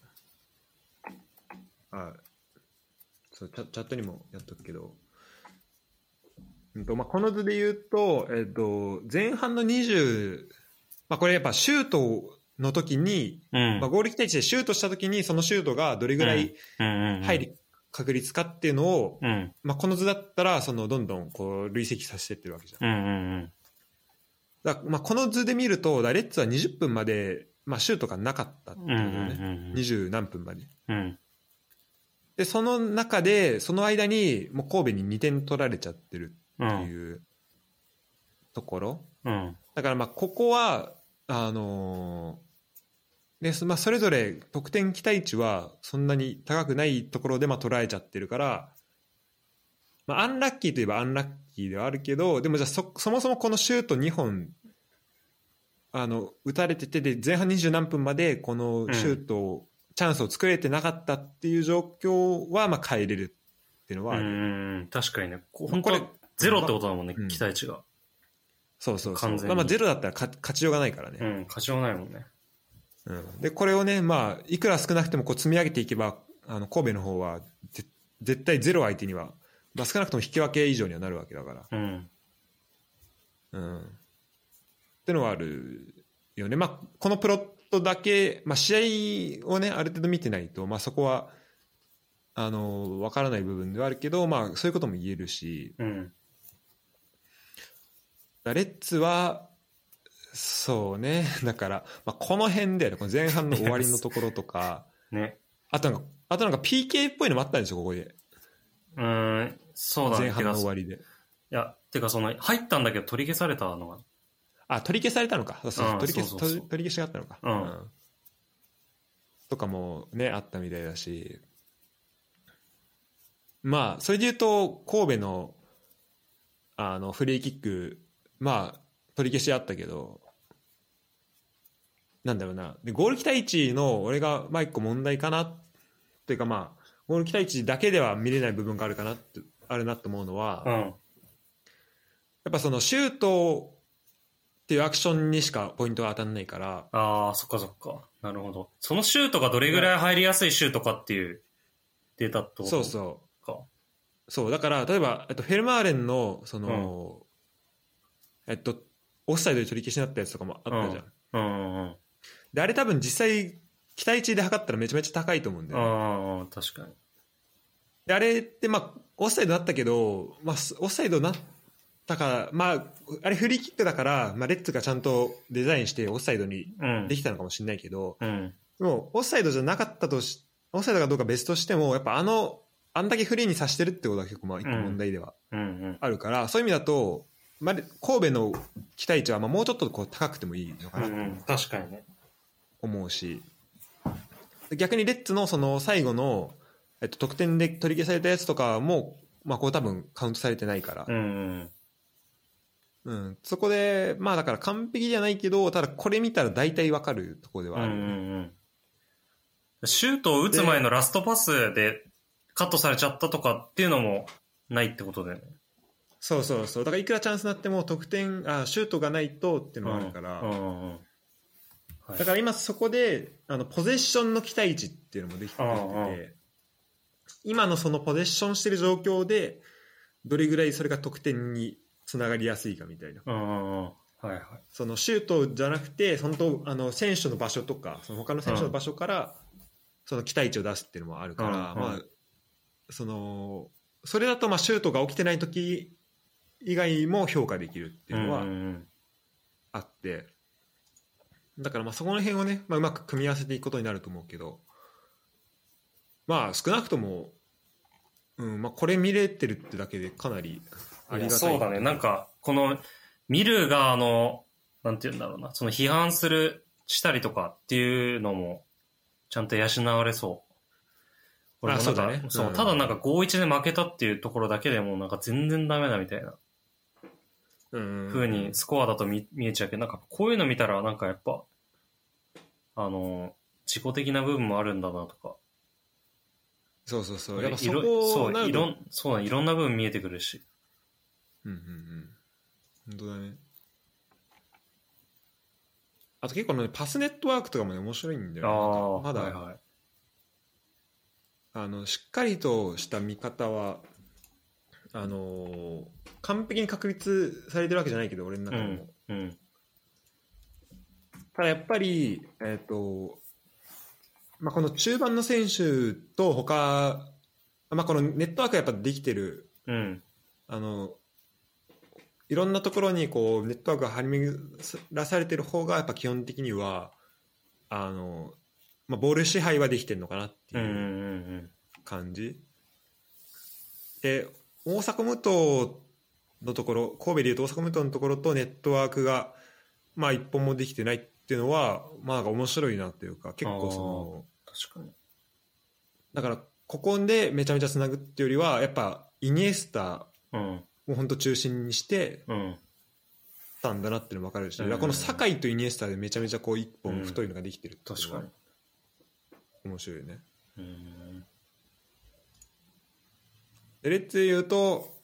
Speaker 1: あそうチャチャットにもやっとくけど、うんとまあ、この図で言うと、えっと、前半の20、まあ、これやっぱシュートの時に、
Speaker 2: うん。
Speaker 1: まあ、ゴール期待値でシュートした時にそのシュートがどれぐらい
Speaker 2: うんうん。
Speaker 1: 入る確率かっていうのを、
Speaker 2: うん。
Speaker 1: まあ、この図だったらそのどんどんこう累積させてってるわけじゃん。
Speaker 2: うんうんうん。
Speaker 1: だからまあこの図で見るとだからレッツは20分まで、まあ、シュートがなかったっていう
Speaker 2: うんうん
Speaker 1: ね、
Speaker 2: うん
Speaker 1: 20何分まで。
Speaker 2: うん。うん。
Speaker 1: でその中でその間にもう神戸に2点取られちゃってる
Speaker 2: う
Speaker 1: って
Speaker 2: ん。
Speaker 1: いうところ、
Speaker 2: うん。
Speaker 1: だからまあここはあのーでそまあ、それぞれ得点期待値はそんなに高くないところでまあ捉えちゃってるから、まあ、アンラッキーといえばアンラッキーではあるけどでもじゃあそそもそもこのシュート2本あの打たれててで前半20何分までこのシュートを、チャンスを作れてなかったっていう状況はまあ変えれるっていうの
Speaker 2: う
Speaker 1: はある、
Speaker 2: んうん。確かにね。
Speaker 1: こ
Speaker 2: 本当
Speaker 1: これ
Speaker 2: はゼロってことだもんね
Speaker 1: う、ん
Speaker 2: 期待値が。
Speaker 1: そうそうそう
Speaker 2: 完全に
Speaker 1: まあ、まあゼロだったら勝勝ちようがないからね。
Speaker 2: うん。過剰ないもんね。
Speaker 1: うんでこれをね、まあ、いくら少なくてもこう積み上げていけばあの神戸の方はぜ絶対ゼロ相手には、まあ、少なくとも引き分け以上にはなるわけだから。
Speaker 2: うん。
Speaker 1: うん、ってのはあるよね、まあ、このプロットだけ、まあ、試合をねある程度見てないと、まあ、そこはあの分からない部分ではあるけど、まあ、そういうことも言えるし
Speaker 2: うん。
Speaker 1: レッツはそうねだから、まあ、この辺だよねこの前半の終わりのところとか。
Speaker 2: ね。
Speaker 1: あとなんか、あとなんか PK っぽいのもあったんですよ、ここで。
Speaker 2: うん。そうだね。
Speaker 1: 前半の
Speaker 2: て
Speaker 1: 終
Speaker 2: か
Speaker 1: わりで。
Speaker 2: いや、てかその、入ったんだけど取り消されたのが。
Speaker 1: あ、取り消されたのか。そうそう
Speaker 2: うん
Speaker 1: 取り消す
Speaker 2: そうそうそう
Speaker 1: 取り取り消しがあったのか。
Speaker 2: うん
Speaker 1: とかもね、あったみたいだし。まあ、それで言うと、神戸の、あの、フリーキック、まあ、取り消しあったけど、なんだろうな。で、ゴール期待値の、俺が、まあ一個問題かな、っていうかまあ、ゴール期待値だけでは見れない部分があるかなって、あるなと思うのは、
Speaker 2: うん。
Speaker 1: やっぱそのシュートっていうアクションにしかポイントが当たんないから、
Speaker 2: ああ、そっかそっか。なるほど。そのシュートがどれぐらい入りやすいシュートかっていうデータってこと
Speaker 1: そうそう
Speaker 2: か。
Speaker 1: う。そう、だから、例えば、えっと、フェルマーレンの、その、えっと、オフサイドで取り消しになったやつとかもあったじゃん。
Speaker 2: うんうん
Speaker 1: で、あれ多分実際、期待値で測ったらめちゃめちゃ高いと思うんだ
Speaker 2: う
Speaker 1: よ、ね。
Speaker 2: ん。ああ、確かに。
Speaker 1: で、あれって、まあ、オフサイドなったけど、まあ、すオフサイドなったから、まあ、あれフリーキックだから、まあ、レッツがちゃんとデザインしてオフサイドに
Speaker 2: うん
Speaker 1: で。きたのかもしれないけど、
Speaker 2: うん。
Speaker 1: でもオフサイドじゃなかったとし、オフサイドかどうか別としても、やっぱあの、あんだけフリーにさしてるってことは結構まあ一個問題では
Speaker 2: うんうん。
Speaker 1: あるから、そういう意味だと、まあ、神戸の期待値はまあもうちょっとこう高くてもいいのか
Speaker 2: うん
Speaker 1: な
Speaker 2: う
Speaker 1: と
Speaker 2: ん、確かにね。
Speaker 1: 思うし、逆にレッツのその最後の、えっと、得点で取り消されたやつとかも、まあこう多分カウントされてないから
Speaker 2: う、ん
Speaker 1: うん、そこで、まあだから完璧じゃないけど、ただこれ見たら大体わかるところで
Speaker 2: うん。
Speaker 1: はあ
Speaker 2: うん
Speaker 1: るよね。
Speaker 2: うんうん。シュートを打つ前のラストパスでカットされちゃったとかっていうのもないってことだよね。
Speaker 1: そうそうそうだからいくらチャンスになっても得点あシュートがないとっていうのもあるから、
Speaker 2: うんうんうんはい
Speaker 1: だから今そこであのポゼッションの期待値っていうのもできて
Speaker 2: ああ
Speaker 1: て今のそのポゼッションしてる状況でどれぐらいそれが得点につながりやすいかみたいな
Speaker 2: うんうんうんはいはい。
Speaker 1: そのシュートじゃなくて本当あの選手の場所とかその他の選手の場所からその期待値を出すっていうのもあるから、
Speaker 2: うんうん
Speaker 1: まあ、そのそれだとまあシュートが起きてない時以外も評価できるっていうのは
Speaker 2: うんうんうん
Speaker 1: あって、だからまあそこの辺をね、まあ、うまく組み合わせていくことになると思うけどまあ少なくとも、うんまあ、これ見れてるってだけでかなりありがたい
Speaker 2: そうだね。なんか、この、見る側の、なんて言うんだろうな、その批判する、したりとかっていうのも、ちゃんと養われそう。俺もなんか
Speaker 1: あそうだね
Speaker 2: そう
Speaker 1: うん
Speaker 2: ただなんか5-1で負けたっていうところだけでもうなんか全然ダメだみたいな
Speaker 1: うん
Speaker 2: 風にスコアだと見見えちゃうけど、なんかこういうの見たらなんかやっぱ、あの、自己的な部分もあるんだなとか。
Speaker 1: そうそうそうやっぱ
Speaker 2: い
Speaker 1: そ
Speaker 2: ろ
Speaker 1: こ
Speaker 2: そ
Speaker 1: をな
Speaker 2: う、
Speaker 1: る
Speaker 2: い
Speaker 1: と
Speaker 2: ろん、そうだ、いろんな部分見えてくるし。
Speaker 1: うんうんうん本当だねあと結構ねパスネットワークとかもね面白いんだ
Speaker 2: ああ
Speaker 1: よ、ね、まだ、
Speaker 2: はいはい。
Speaker 1: あのしっかりとした見方はあのー完璧に確立されてるわけじゃないけど俺の中でも、
Speaker 2: うん。
Speaker 1: ただやっぱり、えっとまあ、この中盤の選手と他、まあ、このネットワークがやっぱできてる
Speaker 2: うん。
Speaker 1: あのいろんなところにこうネットワークが張り巡らされてる方がやっぱ基本的にはあの、まあ、ボール支配はできてるのかなって
Speaker 2: うん。う
Speaker 1: いうん
Speaker 2: うん。
Speaker 1: 感じ、で大阪無党のところ神戸でいうと大阪無党のところとネットワークがまあ一本もできてないっていうのはまあなんか面白いなというか結構その
Speaker 2: 確かに。
Speaker 1: だからここでめちゃめちゃつなぐっていうよりはやっぱイニエスタ
Speaker 2: うん。
Speaker 1: を本当中心にして
Speaker 2: うん。
Speaker 1: たんだなっていうのも分かるし、
Speaker 2: うん
Speaker 1: だからこの酒井とイニエスタでめちゃめちゃこう一本太いのができてるっていう
Speaker 2: 確
Speaker 1: のは
Speaker 2: か
Speaker 1: 面白いよね。
Speaker 2: に。うん。
Speaker 1: でレッツで言うと、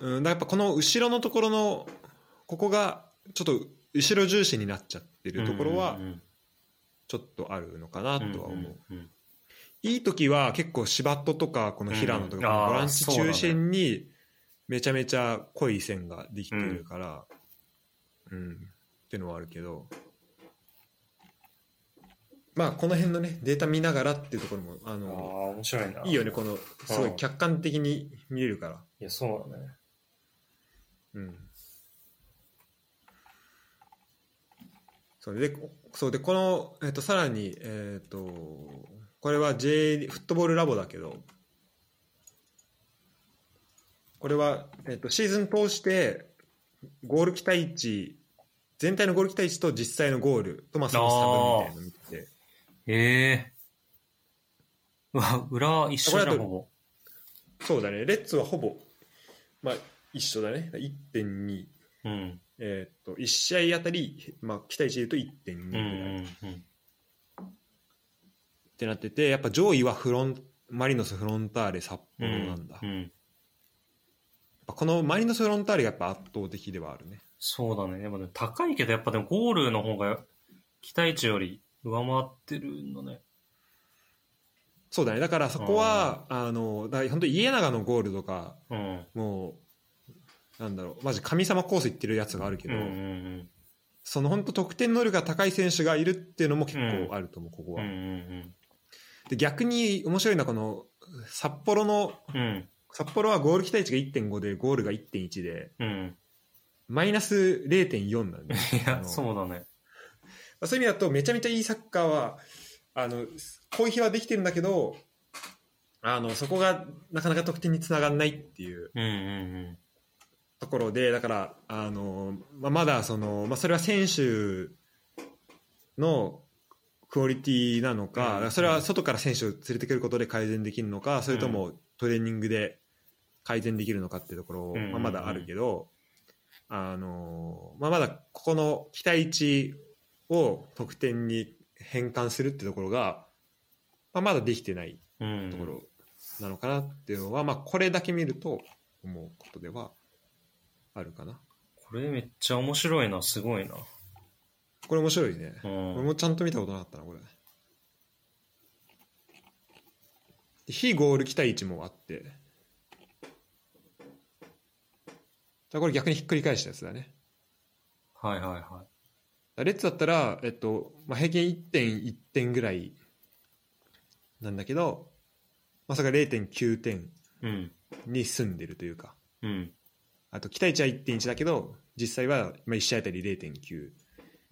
Speaker 1: うん、だからやっぱこの後ろのところのここがちょっと後ろ重視になっちゃってるところはちょっとあるのかな
Speaker 2: あ
Speaker 1: とは思う、
Speaker 2: うん。
Speaker 1: いい時は結構柴戸とかこの平野と
Speaker 2: うん
Speaker 1: か
Speaker 2: あー
Speaker 1: ボランチ中心にめちゃめちゃ濃い線ができてるから、うんっていうのはあるけどまあこの辺のねデータ見ながらっていうところもあ
Speaker 2: ああ、
Speaker 1: の
Speaker 2: 面白いな。
Speaker 1: いいよねこのすごい客観的に見れるから。
Speaker 2: いや、そうだね。
Speaker 1: うんそうでこそうでこの、えっとさらに、えっとこれは J フットボールラボだけどこれは、えっとシーズン通してゴール期待値全体のゴール期待値と実際のゴールとまあその差分みたいなの見てて
Speaker 2: ええ。うわ、裏一緒じゃん、ほぼ。
Speaker 1: そうだねレッツはほぼ、まあ、一緒だね1.2、
Speaker 2: うん。
Speaker 1: えっと1試合あたり、まあ、期待値で言うと1.2
Speaker 2: う
Speaker 1: ぐ
Speaker 2: ん
Speaker 1: らい。
Speaker 2: うん。
Speaker 1: ってなっててやっぱ上位はフロンマリノスフロンターレ札
Speaker 2: う
Speaker 1: 幌
Speaker 2: ん。
Speaker 1: なんだ、
Speaker 2: う
Speaker 1: やっ
Speaker 2: ん。
Speaker 1: ぱこのマリノスフロンターレがやっぱ圧倒的ではあるね
Speaker 2: そうだね。でもね、高いけど、やっぱでもゴールの方が期待値より上回ってるんだね。
Speaker 1: そうだねだからそこはあのだから本当家長のゴールとか
Speaker 2: うん。
Speaker 1: もうなんだろうマジ神様コース行ってるやつがあるけ
Speaker 2: うんう
Speaker 1: ど、
Speaker 2: んうん。
Speaker 1: その本当得点能力が高い選手がいるっていうのも結構あると思う、ここ
Speaker 2: うんう
Speaker 1: は、
Speaker 2: ん
Speaker 1: で逆に面白いのはこの札幌の
Speaker 2: うん。うん。
Speaker 1: 札幌はゴール期待値が1.5でゴールが1.1で
Speaker 2: うん。
Speaker 1: マイナス0.4なんで
Speaker 2: い
Speaker 1: あ
Speaker 2: や、
Speaker 1: の
Speaker 2: そうだね。
Speaker 1: まあそういう意味だとめちゃめちゃいいサッカーはあのこういう日はできてるんだけどあのそこがなかなか得点につながらないっていう
Speaker 2: うんうんうん。
Speaker 1: ところでだからあの、まあ、まだその、まあ、それは選手のクオリティなのかだか
Speaker 2: うん
Speaker 1: らそれは外から選手を連れてくることで改善できるのかそれともトレーニングで改善できるのかっていうところ、
Speaker 2: うん
Speaker 1: まあ、まだあるけど、あのまあ、まだここの期待値を得点に変換するってところが、まあ、まだできてない
Speaker 2: うん
Speaker 1: ところなのかなっていうのは、まあ、これだけ見ると思うことではあるかな。
Speaker 2: これめっちゃ面白いな、すごいな。
Speaker 1: これ面白いね。
Speaker 2: う
Speaker 1: 俺
Speaker 2: ん。
Speaker 1: もちゃんと見たことなかったな、これ。で非ゴール期待値もあって。だからこれ逆にひっくり返したやつだね。
Speaker 2: はいはいは
Speaker 1: だからレッツだったら、えっとまあ、平均1.1点ぐらいなんだけど、まさか0.9点
Speaker 2: い。うん。
Speaker 1: に住んでるというか、
Speaker 2: うん。
Speaker 1: あと期待値は1.1だけど、実際はまあ1試合あたり0.9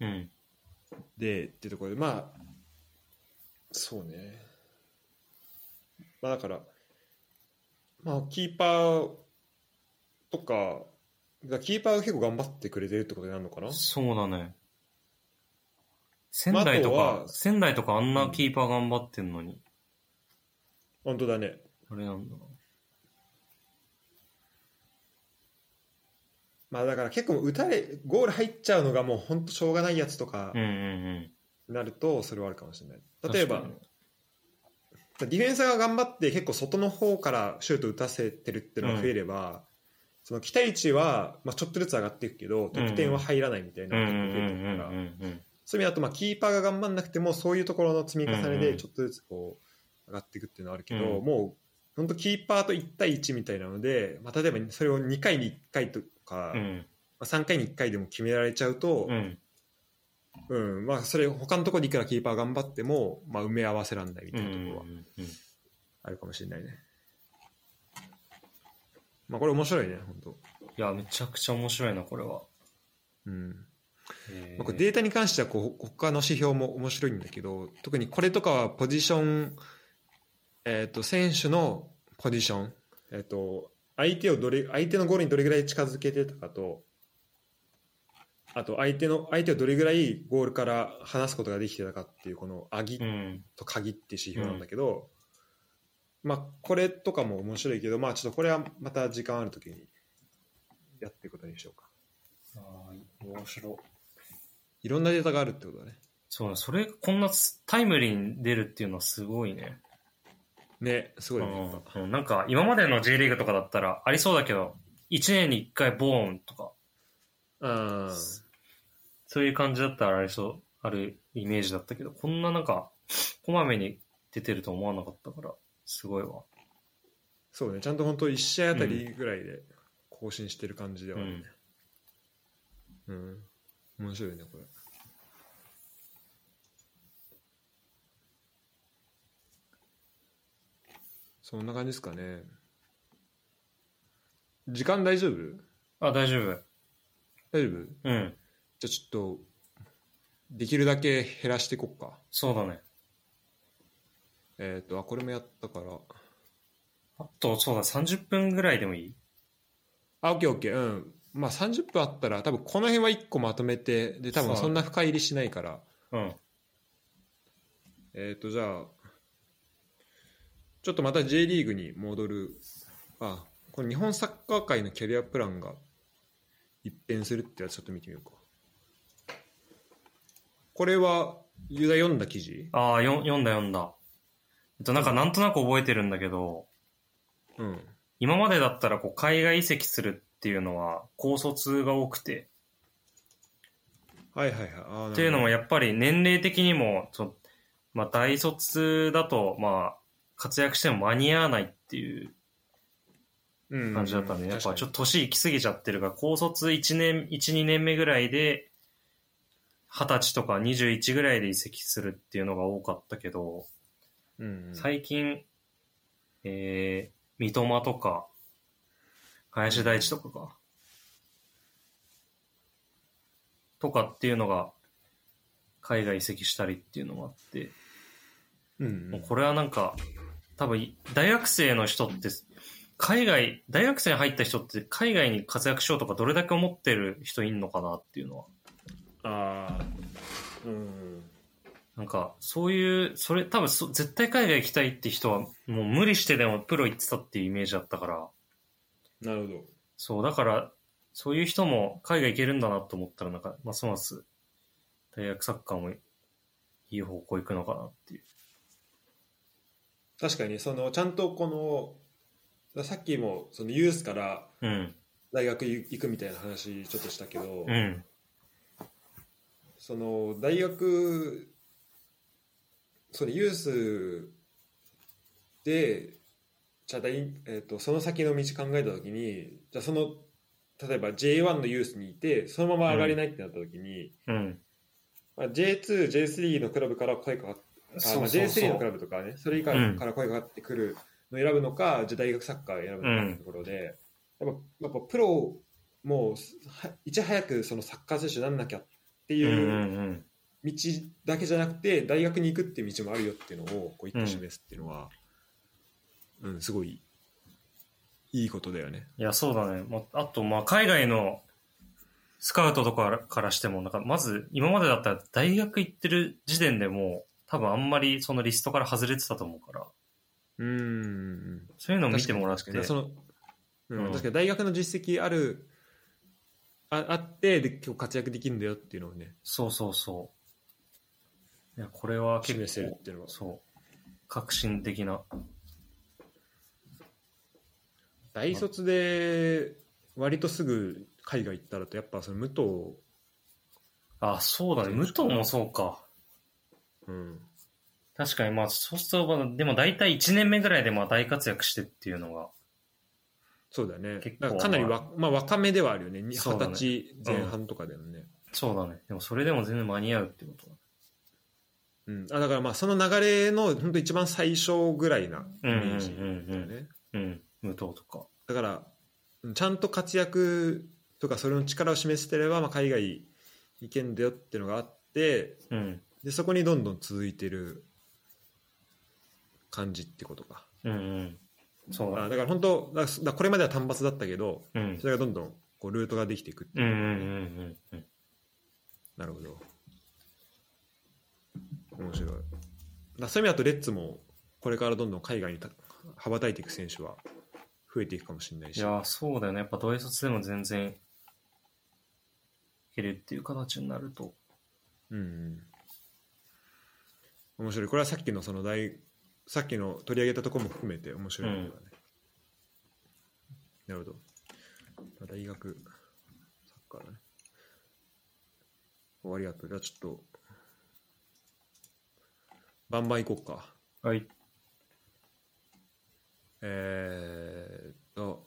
Speaker 2: うん。
Speaker 1: でってところで、まあ、そうね、まあ、だから、まあ、キーパーとか、だからキーパーが結構頑張ってくれてるってことになるのかな
Speaker 2: そうだね。仙台と
Speaker 1: まああと
Speaker 2: か、
Speaker 1: は
Speaker 2: 仙台とかあんなキーパー頑張ってんのに、
Speaker 1: 本当だね。
Speaker 2: あれなんだな。
Speaker 1: まあだから結構打たれゴール入っちゃうのがもう本当しょうがないやつとか
Speaker 2: うんうん
Speaker 1: なるとそれはあるかもしれない、
Speaker 2: うん。
Speaker 1: 例えば
Speaker 2: 確かに
Speaker 1: ディフェンスが頑張って結構外の方からシュート打たせてるっていうのが増えれば、その期待値は、まあ、ちょっとずつ上がっていくけど得点は入らないみたいな
Speaker 2: うん
Speaker 1: の
Speaker 2: う
Speaker 1: が
Speaker 2: ん
Speaker 1: 結構増えて
Speaker 2: う
Speaker 1: る
Speaker 2: ん
Speaker 1: か
Speaker 2: う
Speaker 1: ら
Speaker 2: んうん。
Speaker 1: そういう意味だとまあキーパーが頑張んなくてもそういうところの積み重ね
Speaker 2: うんう
Speaker 1: で
Speaker 2: ん
Speaker 1: ちょっとずつこう上がっていくっていうのはあるけど、
Speaker 2: うん
Speaker 1: もう本当キーパーと1対1みたいなので、まあ、例えばそれを2回に1回とか、
Speaker 2: う
Speaker 1: ま
Speaker 2: ん。
Speaker 1: あ、3回に1回でも決められちゃうと、
Speaker 2: うん。
Speaker 1: うん、まあそれ他のところでいくらキーパー頑張っても、まあ、埋め合わせらんないみ
Speaker 2: う
Speaker 1: たいなところは
Speaker 2: ん。
Speaker 1: あるかもしれないね。まあこれ面白いね、本当。
Speaker 2: いや、めちゃくちゃ面白いな、これは。
Speaker 1: うん。
Speaker 2: へー
Speaker 1: まあ、これデータに関してはこう他の指標も面白いんだけど、特にこれとかはポジション、えっ、と選手のポジション、えっ、と相手をどれ相手のゴールにどれぐらい近づけてたかと。あと相手の相手をどれぐらいゴールから離すことができてたかっていうこの上げ
Speaker 2: うん。
Speaker 1: と限って指標なんだけど、まあこれとかも面白いけどまあちょっとこれはまた時間あるときにやっていくことにしようか
Speaker 2: ああ、面白い。
Speaker 1: いろんなデータがあるってことだね
Speaker 2: そうね、それがこんなすタイムリーに出るっていうのはすごいね。
Speaker 1: ねすごいねやっぱ
Speaker 2: うん、なんか今までの J リーグとかだったらありそうだけど、1年に1回ボーンとか、
Speaker 1: うん
Speaker 2: そういう感じだったらありそう、あるイメージだったけど、こんななんか、こまめに出てると思わなかったから、すごいわ。
Speaker 1: そうねちゃんと本当1試合あたりぐらいで更新してる感じではあるねうん、面白いねこれそんな感じですかね時間大丈夫
Speaker 2: あ、大丈夫。
Speaker 1: 大丈夫
Speaker 2: うん。
Speaker 1: じゃあちょっとできるだけ減らしていこっか
Speaker 2: そうだね。
Speaker 1: えっ、とあこれもやったから
Speaker 2: あと、そうだ、30分ぐらいでもいい
Speaker 1: あオッケーオッケーうんまあ30分あったら多分この辺は1個まとめてで多
Speaker 2: そう
Speaker 1: 分そんな深入りしないから
Speaker 2: うん。
Speaker 1: えっ、とじゃあちょっとまた J リーグに戻るあこの日本サッカー界のキャリアプランが一変するってやつちょっと見てみようかこれはユダ読んだ記事
Speaker 2: ああ、よ読んだ読んだ。えっと、なんかなんとなく覚えてるんだけど、
Speaker 1: うん
Speaker 2: 今までだったらこう海外移籍するっていうのは高卒が多くて、
Speaker 1: はいはいはいあ
Speaker 2: っていうのも
Speaker 1: や
Speaker 2: やっぱり年齢的にもちょ、まあ、大卒だとまあ活躍しても間に合わないっていう感じだったんで、やっぱちょっと年行き過ぎちゃってるから高卒1年12年目ぐらいで二十歳とか21ぐらいで移籍するっていうのが多かったけど、
Speaker 1: うん
Speaker 2: 最近、えー、三笘とか、林大地とかか。とかっていうのが、海外移籍したりっていうのもあって、
Speaker 1: うん
Speaker 2: もうこれはなんか、多分、大学生の人って、海外、大学生に入った人って、海外に活躍しようとか、どれだけ思ってる人いんのかなっていうのは。
Speaker 1: ああうん
Speaker 2: なんか、そういう、それ、多分そ、絶対海外行きたいって人は、もう無理してでもプロ行ってたっていうイメージだったから、
Speaker 1: なるほど
Speaker 2: そう、だから、そういう人も海外行けるんだなと思ったら、なんか、ますます、大学サッカーもいい方向行くのかなっていう。
Speaker 1: 確かにそのちゃんとこのさっきもそのユースから
Speaker 2: うん。
Speaker 1: 大学行くみたいな話ちょっとしたけど、
Speaker 2: うん。
Speaker 1: その大学そのユースでじゃあ大、えー、とその先の道考えた時にじゃあその例えば J1 のユースにいてそのまま上がれないってなった時に、
Speaker 2: うん。
Speaker 1: まあ、J2J3 のクラブから声かかっあ
Speaker 2: そ
Speaker 1: ま
Speaker 2: う
Speaker 1: あ、
Speaker 2: そうそう
Speaker 1: J3 のクラブとかね、それ以下
Speaker 2: うん
Speaker 1: から声がかかってくるのを選ぶのか、じゃあ大学サッカーを選ぶのかってところで、やっぱやっぱプロもはいち早くそのサッカー選手にならなきゃって
Speaker 2: うんう
Speaker 1: いうん
Speaker 2: うん。
Speaker 1: 道だけじゃなくて、大学に行くっていう道もあるよっていうのをこう一挙示すっていうのは、うん、すごいいいことだよね。
Speaker 2: いや、そうだね。まあと、まあ、海外のスカウトとかからしても、なんか、まず、今までだったら大学行ってる時点でもう、多分あんまりそのリストから外れてたと思うから、
Speaker 1: うん
Speaker 2: そういうのを見てもらって
Speaker 1: 確か、にねそのうん
Speaker 2: うん
Speaker 1: 確かに大学の実績あるああってで今日活躍できるんだよっていうのをね
Speaker 2: そうそうそう。いや、これは結
Speaker 1: 示せる
Speaker 2: 構
Speaker 1: っ、ていうのは
Speaker 2: そう、革新的な。
Speaker 1: 大卒で割とすぐ海外行ったらとやっぱその武藤、
Speaker 2: あ、そうだね。武藤もそうか。
Speaker 1: うん、
Speaker 2: 確かに、まあ、そうすると、まあでも大体1年目ぐらいでまあ大活躍してっていうのが、
Speaker 1: そうだよね
Speaker 2: 結構
Speaker 1: だからかなりわ、まあ、若めではあるよねに二
Speaker 2: そ
Speaker 1: 十
Speaker 2: うだね
Speaker 1: 歳前半とかだよね
Speaker 2: そうだね。でもそれでも全然間に合うってことだ
Speaker 1: うんあだからまあその流れの本当一番最初ぐらいなイメージだ
Speaker 2: うんうんうんうん
Speaker 1: よね
Speaker 2: うん、武藤とか。
Speaker 1: だからうんちゃんと活躍とかそれの力を示してれば、まあ、海外行けんだよっていうのがあって
Speaker 2: うん、
Speaker 1: でそこにどんどん続いてる感じってことか
Speaker 2: うん、うん。そうだ
Speaker 1: あ。だから本当だからそだからこれまでは単発だったけど
Speaker 2: うん
Speaker 1: そ、れがどんどんこうルートができていくって
Speaker 2: うん、
Speaker 1: い
Speaker 2: う
Speaker 1: う、、
Speaker 2: んうんうん。
Speaker 1: なるほど面白いだからそういう意味だとレッツもこれからどんどん海外にた羽ばたいていく選手は増えていくかもしれない
Speaker 2: い
Speaker 1: し
Speaker 2: やー、そうだよね。やっぱ同卒でも全然、いけるっていう形になると。
Speaker 1: うんうん、面白いこれはさっきのその大さっきの取り上げたところも含めて面白いところだね、なるほど大学サッカーだねおありがとうじゃあちょっとバンバン行こうか
Speaker 2: はい。
Speaker 1: えーっと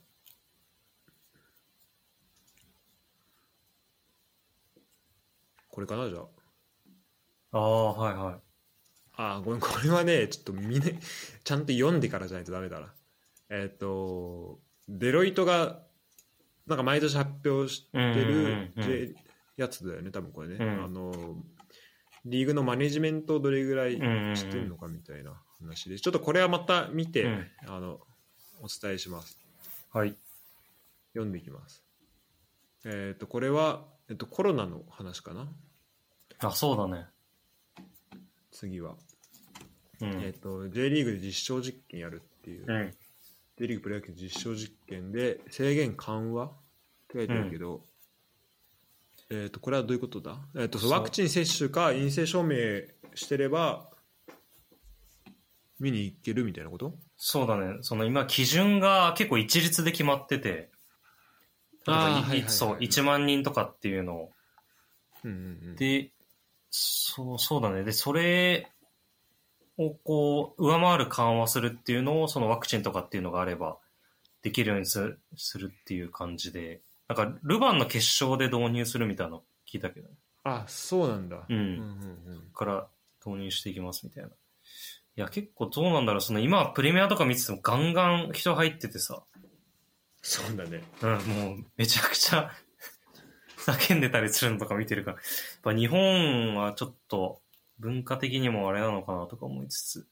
Speaker 1: これかなじゃあ
Speaker 2: ああ、はいはい。
Speaker 1: あーごめんこれはねちょっと見ねちゃんと読んでからじゃないとダメだなえっ、とデロイトがなんか毎年発表して
Speaker 2: うん
Speaker 1: る
Speaker 2: うんうん
Speaker 1: J- やつだよね多分これね、
Speaker 2: うん
Speaker 1: あのリーグのマネジメントをどれぐらい
Speaker 2: うんうんうん
Speaker 1: してるのかみたいな話でちょっとこれはまた見て、
Speaker 2: うん
Speaker 1: あのお伝えします
Speaker 2: はい。
Speaker 1: 読んでいきますえっ、とこれは、えっとコロナの話かな
Speaker 2: あ、そうだね。
Speaker 1: 次は、
Speaker 2: う
Speaker 1: えっ、
Speaker 2: ん。
Speaker 1: と J リーグで実証実験やるっていう、
Speaker 2: うん。
Speaker 1: J リーグプロ野球実証実験で制限緩和って書いてあるけど、えっ、と、これはどういうことだえっ、と、そう
Speaker 2: そう
Speaker 1: ワクチン接種か陰性証明してれば、見に行けるみたいなこと
Speaker 2: そうだね。その今、基準が結構一律で決まってて、例えばい
Speaker 1: あーはいはいはい
Speaker 2: そう、1万人とかっていうのを。
Speaker 1: うんうんうん。
Speaker 2: で、そう、そうだね。で、それをこう、上回る緩和するっていうのを、そのワクチンとかっていうのがあれば、できるようにすするっていう感じで、なんか、ルヴァンの決勝で導入するみたいなの聞いたけど、
Speaker 1: あ、そうなんだ。
Speaker 2: うん
Speaker 1: うんうん
Speaker 2: から導入していきますみたいな。いや、結構どうなんだろう。その今、プレミアとか見ててもガンガン人入っててさ、
Speaker 1: そうだね。
Speaker 2: うん、もうめちゃくちゃ 叫んでたりするのとか見てるから、やっぱ日本はちょっと文化的にもあれなのかなとか思いつつ、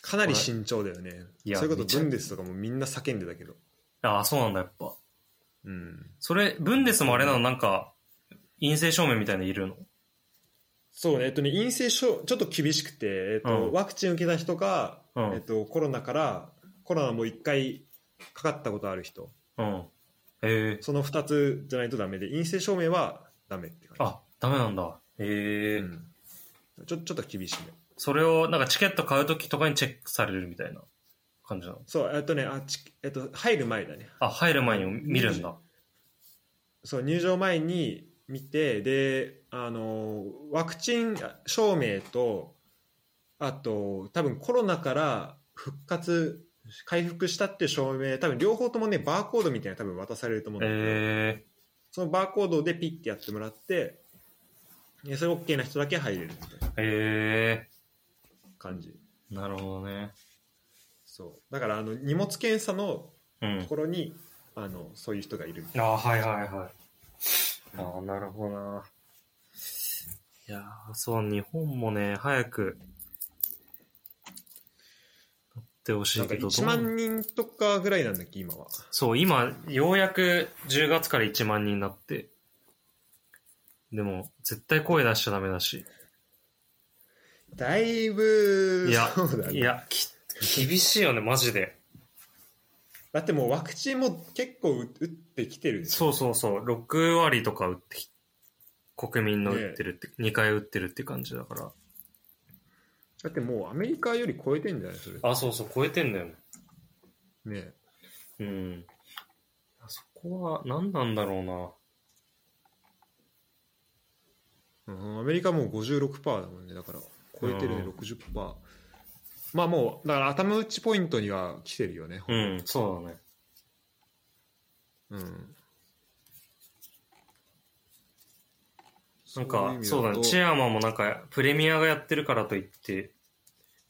Speaker 1: かなり慎重だよね。
Speaker 2: いや
Speaker 1: そういうこ
Speaker 2: め
Speaker 1: と、
Speaker 2: ちゃ
Speaker 1: ブンデスとかもみんな叫んでたけど。
Speaker 2: ああ、そうなんだやっぱ。
Speaker 1: うん。
Speaker 2: それ、ブンデスもあれなのなんか、陰性証明みたいないるの
Speaker 1: そうね、えっとね、陰性証、ちょっと厳しくて、えっと
Speaker 2: うん
Speaker 1: ワクチン受けた人か、
Speaker 2: うん
Speaker 1: えっと、コロナから、コロナも1回かかったことある人、
Speaker 2: うん。ええ
Speaker 1: その2つじゃないとダメで、陰性証明はダメって感じ。
Speaker 2: あ、ダメなんだ。ええ
Speaker 1: うんちょちょっと厳しいね。
Speaker 2: それをなんかチケット買うときとかにチェックされるみたいな感じなの。
Speaker 1: そう、えっとね、あちえっと、入る前だね。
Speaker 2: あ、入る前に見るんだ。
Speaker 1: そう、入場前に見て、で、あの、ワクチン証明と、あと、多分コロナから復活、回復したっていう証明、多分両方ともね、バーコードみたいなの多分渡されると思うんだけど、
Speaker 2: え
Speaker 1: そのバーコードでピッてやってもらって、えそれ OK な人だけ入れるみたいな
Speaker 2: ー、え
Speaker 1: 感じ。
Speaker 2: ー、なるほどね。
Speaker 1: そう。だから、あの、荷物検査の
Speaker 2: うん
Speaker 1: と。ころに、あの、そういう人がいるみたいな。
Speaker 2: ああ、はいはいはい。ああ、なるほどな。いやーそう、日本もね、早く、なってほし
Speaker 1: ないんか
Speaker 2: けど、
Speaker 1: 1
Speaker 2: どう
Speaker 1: 万人とかぐらいなんだっけ、今は。
Speaker 2: そう、今、ようやく10月から1万人になって、でも、絶対声出しちゃダメだし、
Speaker 1: だいぶ、
Speaker 2: いや
Speaker 1: そうだ
Speaker 2: い
Speaker 1: ね。
Speaker 2: や、き厳しいよね、マジで。
Speaker 1: だってもうワクチンも結構打打ってきてるでしょ
Speaker 2: そうそうそう、6割とか打ってき、国民の打ってるって、2回打ってるって感じだから。
Speaker 1: だってもうアメリカより超えてんじゃないそれ。
Speaker 2: あ、そうそう、超えてんだよね。
Speaker 1: ね
Speaker 2: うん。そこは何なんだろう
Speaker 1: う
Speaker 2: な。
Speaker 1: ん、アメリカもう56%だもんね。だから、超えてるね、
Speaker 2: うん
Speaker 1: 60%。まあもう、だから頭打ちポイントには来てるよね。
Speaker 2: うん、そうだね。
Speaker 1: うん。
Speaker 2: なんか、そうだね。チ
Speaker 1: チェ
Speaker 2: ェアマンもなんか、プレミアがやってるからといって、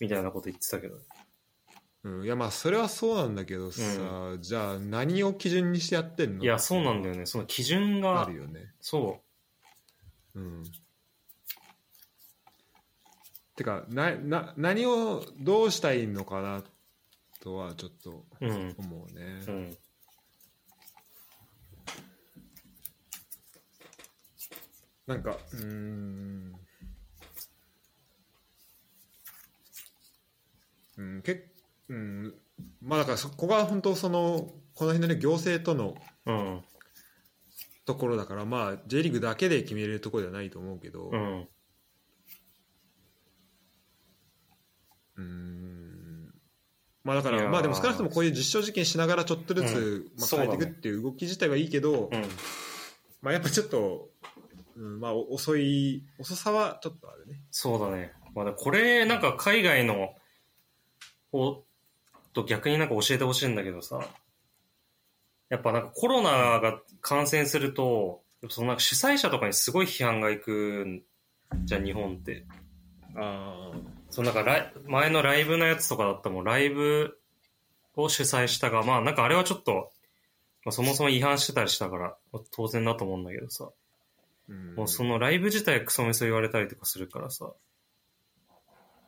Speaker 2: みたいなこと言ってたけど。
Speaker 1: うん、いやまあそれはそうなんだけどさ、じゃあ何を基準にしてやってんの
Speaker 2: いや、そうなんだよね。その基準
Speaker 1: あ
Speaker 2: が
Speaker 1: る、よね。
Speaker 2: そ
Speaker 1: うん。てかなな何をどうしたいのかなとはちょっと
Speaker 2: う。うん。
Speaker 1: 思うね。
Speaker 2: うん。
Speaker 1: なんかうーんうんけうんまあだからそこが本当そのこの辺のね行政との
Speaker 2: うん。
Speaker 1: ところだからまあ J リーグだけで決めれるところではないと思うけど、
Speaker 2: うん。
Speaker 1: うーんまあだか
Speaker 2: いや
Speaker 1: ら
Speaker 2: ー
Speaker 1: まあでも少なくともこういう実証実験しながらちょっとずつ、
Speaker 2: うん
Speaker 1: ま
Speaker 2: そう
Speaker 1: あ、
Speaker 2: だね
Speaker 1: 変えていくっていう動き自体はいいけど、
Speaker 2: うん。
Speaker 1: まあやっぱちょっと、うん、まあお遅い遅さはちょっとあるね
Speaker 2: そうだね。まあ、これ、なんか海外の、お、と逆になんか教えてほしいんだけどさ、やっぱなんかコロナが感染すると、やっぱそのなんか主催者とかにすごい批判がいくんじゃん、日本って。
Speaker 1: あ
Speaker 2: そのなんかライ前のライブのやつとかだったらもん、ライブを主催したが、まあなんかあれはちょっと、まあ、そもそも違反してたりしたから、当然だと思うんだけどさ、
Speaker 1: あ、うん、
Speaker 2: もうそのライブ自体クソメソ言われたりとかするからさ。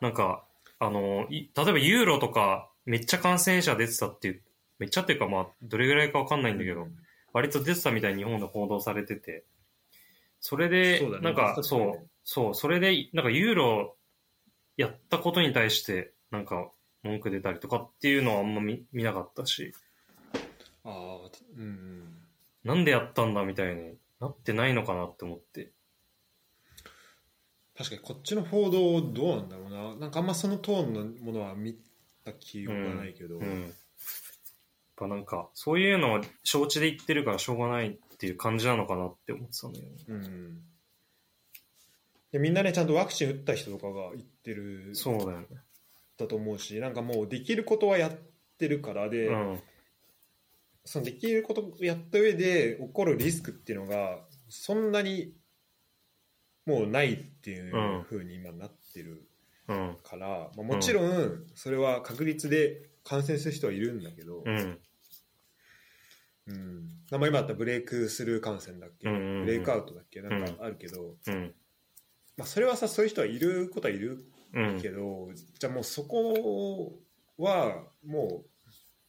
Speaker 2: なんか、あの、い例えばユーロとかめっちゃ感染者出てたっていう、めっちゃっていうかまあ、どれぐらいかわかんないんだけど、割と出てたみたいに日本で報道されてて、それで、
Speaker 1: そうだね
Speaker 2: なんか、
Speaker 1: そうだね
Speaker 2: そう、そう、それで、なんかユーロやったことに対して、なんか文句出たりとかっていうのはあんま見見なかったし、
Speaker 1: ああうん
Speaker 2: なんでやったんだみたいになってないのかなって思って。
Speaker 1: 確かにこっちの報道どうなんだろうななんかあんまそのトーンのものは見た記憶がないけど、
Speaker 2: うん。やっぱなんか、そういうのを承知で言ってるからしょうがないっていう感じなのかなって思ってたんだよね。
Speaker 1: うんでみんなねちゃんとワクチン打った人とかが言ってる
Speaker 2: そうだよね。
Speaker 1: だと思うしなんかもうできることはやってるからで、
Speaker 2: うん。
Speaker 1: そのできることをやった上で起こるリスクっていうのがそんなにもうないっていうふうに今なってる
Speaker 2: うん。
Speaker 1: から、まあ、もちろんそれは確率で感染する人はいるんだけど、
Speaker 2: うん。
Speaker 1: うんまあ今だったらブレイクスルー感染だっけ、
Speaker 2: うんうんうん
Speaker 1: ブレイクアウトだっけなんかあるけど、
Speaker 2: うん。
Speaker 1: まあ、それはさそういう人はいることはいる
Speaker 2: うん
Speaker 1: け。ど、じゃあもうそこはも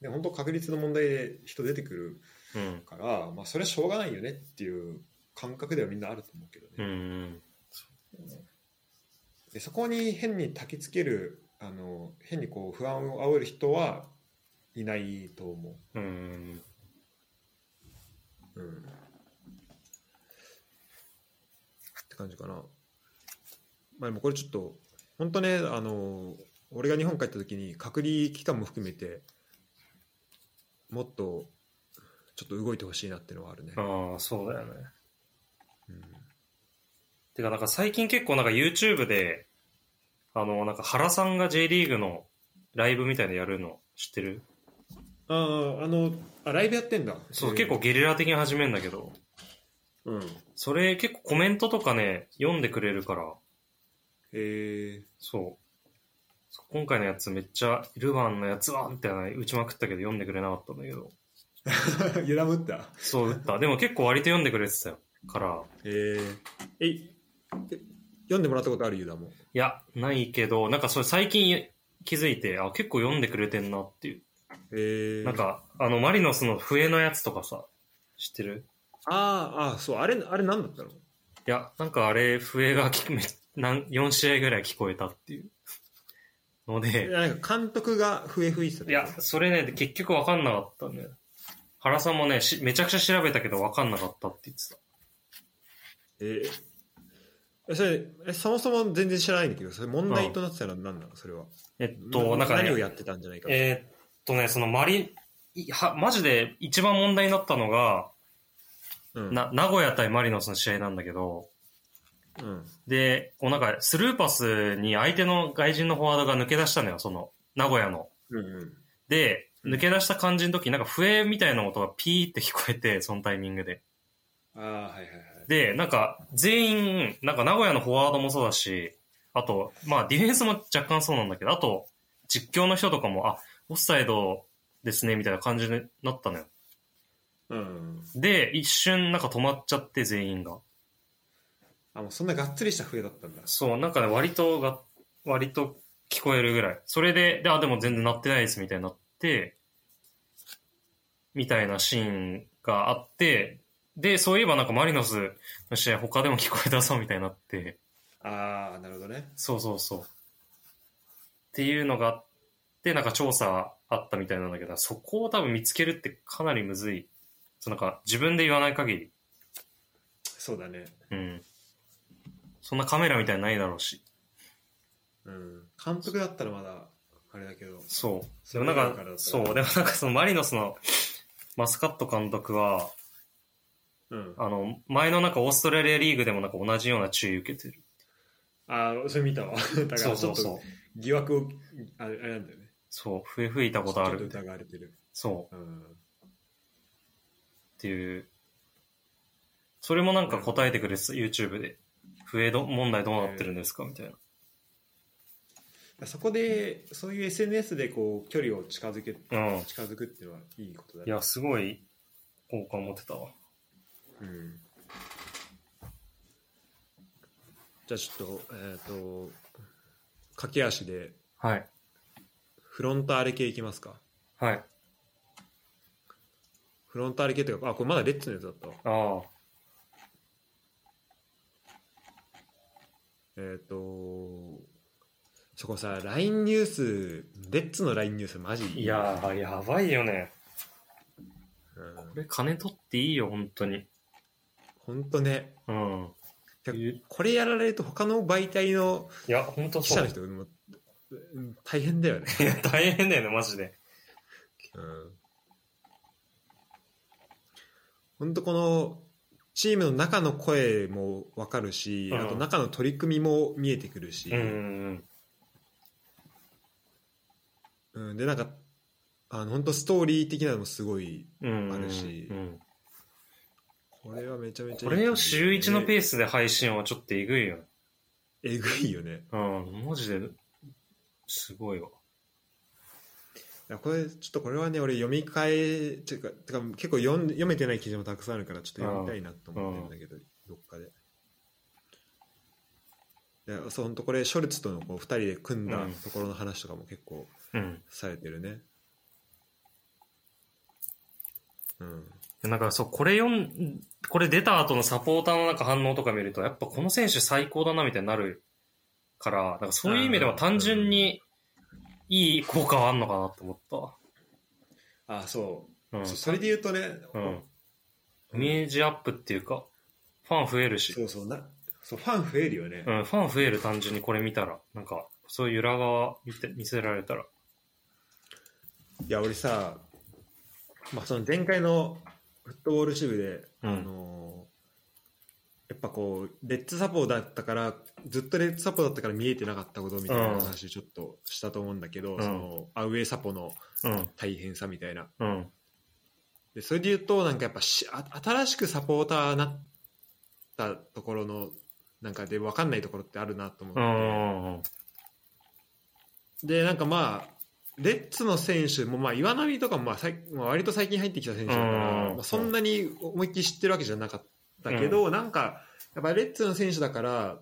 Speaker 1: う、ね、本当確率の問題で人出てくる
Speaker 2: うん。
Speaker 1: から、まあ、それはしょうがないよねっていう感覚ではみんなあると思うけどね、
Speaker 2: うん。
Speaker 1: でそこに変に焚きつけるあの変にこう不安を煽る人はいないと思
Speaker 2: うん。
Speaker 1: う、うん、って感じかなまあでもこれちょっと本当ねあの俺が日本帰った時に隔離期間も含めてもっとちょっと動いてほしいなっていうのはあるね、
Speaker 2: ああ、そうだよね。
Speaker 1: うん
Speaker 2: てか、なんか最近結構なんか YouTube で、あの、なんか原さんが J リーグのライブみたいなのやるの知ってる
Speaker 1: あああのあライブやってんだ
Speaker 2: そう、結構ゲリラ的に始めるんだけど、
Speaker 1: うん
Speaker 2: それ結構コメントとかね、読んでくれるから、
Speaker 1: えー、
Speaker 2: そう。そう今回のやつめっちゃ、ルヴァンのやつはみたいな打ちまくったけど読んでくれなかったんだけど、
Speaker 1: 揺らぶった
Speaker 2: そう打った。 でも結構割と読んでくれてたよ。から、
Speaker 1: えー、えいえ読んでもらったことあるユダも
Speaker 2: いや、ないけど、なんかそれ最近気づいて、あ、結構読んでくれてんなっていう。
Speaker 1: えー、
Speaker 2: なんか、あの、マリノスの笛のやつとかさ、知ってる
Speaker 1: あーあーそうあれあれ何だったの
Speaker 2: いや、なんかあれ、笛が聞 めなん4試合ぐらい聞こえたっていうの
Speaker 1: い
Speaker 2: で、
Speaker 1: やなんか監督が笛吹いてた
Speaker 2: いや、それね、結局わかんなかったね。原さんもね、しめちゃくちゃ調べたけどわかんなかったって言ってた。
Speaker 1: えーえそれえそもそも全然知らないんだけどそれ問題となってたのは何なのそれは
Speaker 2: えっと、
Speaker 1: な
Speaker 2: なんか
Speaker 1: 何を
Speaker 2: ね、
Speaker 1: やってたんじゃないか
Speaker 2: えーっとね、そのマリ、いは、マジで一番問題になったのが、
Speaker 1: うん
Speaker 2: な、名古屋対マリノスの試合なんだけど、
Speaker 1: うん
Speaker 2: で、こうなんか、スルーパスに相手の外人のフォワードが抜け出したのよ、その、名古屋の。
Speaker 1: うんうん
Speaker 2: で、
Speaker 1: うん
Speaker 2: 抜け出した感じの時、なんか笛みたいな音がピーって聞こえて、そのタイミングで。
Speaker 1: ああはいはいはい
Speaker 2: で、なんか全員、なんか名古屋のフォワードもそうだし、あと、まあディフェンスも若干そうなんだけど、あと、実況の人とかも、あ、オフサイドですね、みたいな感じになったのよ。
Speaker 1: うん
Speaker 2: で、一瞬なんか止まっちゃって、全員が。
Speaker 1: あもうそんながっつりした笛だったんだ
Speaker 2: そう、なんかね、割とが、割と聞こえるぐらい。それで、で、あ、でも全然鳴ってないですみたいになって、みたいなシーンがあって、で、そういえばなんかマリノスの試合他でも聞こえたぞみたいになって、
Speaker 1: ああなるほどね
Speaker 2: そうそうそう。っていうのがあって、なんか調査あったみたいなんだけど、そこを多分見つけるってかなりむずい。そうなんか自分で言わない限り、
Speaker 1: そうだね
Speaker 2: うん。そんなカメラみたいにないだろうし。
Speaker 1: うん監督だったらまだあれだけど
Speaker 2: そう。
Speaker 1: そ
Speaker 2: で
Speaker 1: れ
Speaker 2: もな
Speaker 1: 以
Speaker 2: ん
Speaker 1: 外か
Speaker 2: か
Speaker 1: らだ、った
Speaker 2: そ
Speaker 1: ら
Speaker 2: う、でもなんかそのマリノスのマスカット監督は、
Speaker 1: うん
Speaker 2: あの、前のなんかオーストラリアリーグでもなんか同じような注意受けてる。
Speaker 1: ああそれ見たわ だか
Speaker 2: そ
Speaker 1: ら
Speaker 2: う
Speaker 1: ち
Speaker 2: そ
Speaker 1: ょっと
Speaker 2: うそう。
Speaker 1: 疑惑をあれあれなんだよね
Speaker 2: そう、笛吹いたことあ
Speaker 1: ちょ
Speaker 2: る
Speaker 1: っ。と疑われてる
Speaker 2: そう、
Speaker 1: うん
Speaker 2: っていう。それもなんか答えてくれてた、YouTube で。笛ど問題どうなってるんですかみたいな。
Speaker 1: そこでそういう SNS でこう距離を近づけ
Speaker 2: うん。
Speaker 1: 近づくっていうのはいいことだ
Speaker 2: い
Speaker 1: ね
Speaker 2: や、すごい、好感持てたわ。
Speaker 1: うんじゃあちょっとえっ、と駆け足で
Speaker 2: はい。
Speaker 1: フロンターレ系いきますか
Speaker 2: はい。
Speaker 1: フロンターレ系というかあこれまだレッツのやつだったわ
Speaker 2: ああ。
Speaker 1: えっ、とそこさ LINE ニュースレッツの LINE ニュースマジい
Speaker 2: いやー、やばいよね。
Speaker 1: うん
Speaker 2: これ金取っていいよ、本当に。
Speaker 1: ほんとね
Speaker 2: うん。
Speaker 1: いや
Speaker 2: い
Speaker 1: これやられると他の媒体の
Speaker 2: や、本当
Speaker 1: 記
Speaker 2: そ
Speaker 1: 者
Speaker 2: う
Speaker 1: の。人もうん大変だよね、
Speaker 2: いや、大変だよね、マジで。
Speaker 1: うん、ほんとこのチームの中の声も分かるし、
Speaker 2: うん
Speaker 1: あと中の取り組みも見えてくるし、
Speaker 2: うんうん
Speaker 1: うんでなんかあの本当ストーリー的なのもすごい
Speaker 2: うん。うんうん。
Speaker 1: あるし
Speaker 2: うん
Speaker 1: これはめちゃめちゃ
Speaker 2: これを週1のペ
Speaker 1: ー
Speaker 2: ースで配信はちょっとえぐいよね。
Speaker 1: えぐいよね
Speaker 2: うん、マジで、すごい
Speaker 1: い
Speaker 2: わ。
Speaker 1: やこれちょっとこれはね俺読み返えてかてか結構読ん読めてない記事もたくさんあるからちょっと読みたいなと思ってるんだけど、どっかでいやそう本当これショルツとのこう2人で組んだ
Speaker 2: うん
Speaker 1: ところの話とかも結構
Speaker 2: うん。
Speaker 1: されてるねうん
Speaker 2: なんかそう、これ読ん、これ出た後のサポーターのなんか反応とか見ると、やっぱこの選手最高だなみたいになるから、なんかそういう意味では単純にいい効果はあんのかなと思っ
Speaker 1: あそ
Speaker 2: た。う。
Speaker 1: うんそそれで言うとね、
Speaker 2: うん。イメージアップっていうか、ファン増えるし。
Speaker 1: そうそうなそう、ファン増えるよね。
Speaker 2: うん、ファン増える単純にこれ見たら。なんか、そういう裏側見て見せられたら。
Speaker 1: いや、俺さ、まあ、その前回のフットボール支部で、
Speaker 2: うん
Speaker 1: あのーやっぱこう、レッツサポーだったから、ずっとレッツサポーだったから見えてなかったことみたいな話をちょっとしたと思うんだけど、
Speaker 2: うん
Speaker 1: そのアウェーサポの
Speaker 2: うん、
Speaker 1: 大変さみたいな。
Speaker 2: うん、
Speaker 1: でそれで言うとなんかやっぱしあ新しくサポーターになったところのなんかで分かんないところってあるなと思
Speaker 2: う
Speaker 1: って、
Speaker 2: ん、うん、
Speaker 1: でなんかまあレッツの選手もまあ岩波とかもまあさいまあ割と最近入ってきた選手だから、
Speaker 2: うん
Speaker 1: まあ、そんなに思いっきり知ってるわけじゃなかったけど、なんかやっぱレッツの選手だから、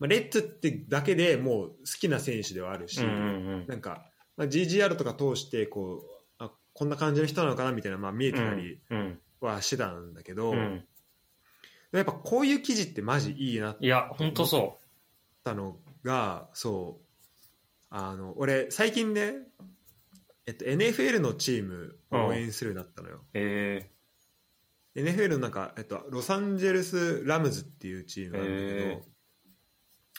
Speaker 1: まあ、レッツってだけでもう好きな選手ではあるし、
Speaker 2: うん、うん、
Speaker 1: なんか、まあ、GGR とか通してこうあこんな感じの人なのかなみたいな、まあ、見えてたり。
Speaker 2: うん、
Speaker 1: はしてたんだけど、
Speaker 2: うん。
Speaker 1: やっぱこういう記事ってマジいいなっ
Speaker 2: いや、ほんとそ
Speaker 1: たのがそうあの俺最近ね、えっと、NFL のチームを応援するようになったのよ
Speaker 2: う。、え
Speaker 1: NFL のなんか、えっと、ロサンゼルス・ラムズっていうチームなんだけど、
Speaker 2: へ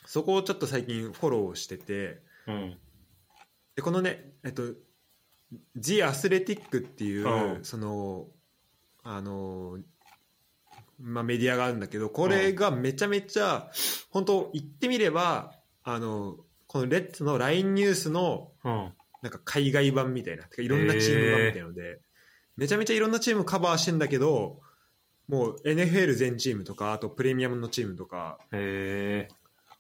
Speaker 1: そこをちょっと最近フォローしてて
Speaker 2: ー、うん、
Speaker 1: でこのねえっと「ジ・アスレティック」っていう、
Speaker 2: うん
Speaker 1: そのあのまあ、メディアがあるんだけどこれがめちゃめちゃ、本当言ってみればあのこのレッツの LINE ニュースの
Speaker 2: うん、
Speaker 1: なんか海外版みたいなてかいろんなチーム版みたいなので、めちゃめちゃいろんなチームカバーしてんだけどもう NFL 全チームとかあとプレミアムのチームとか
Speaker 2: え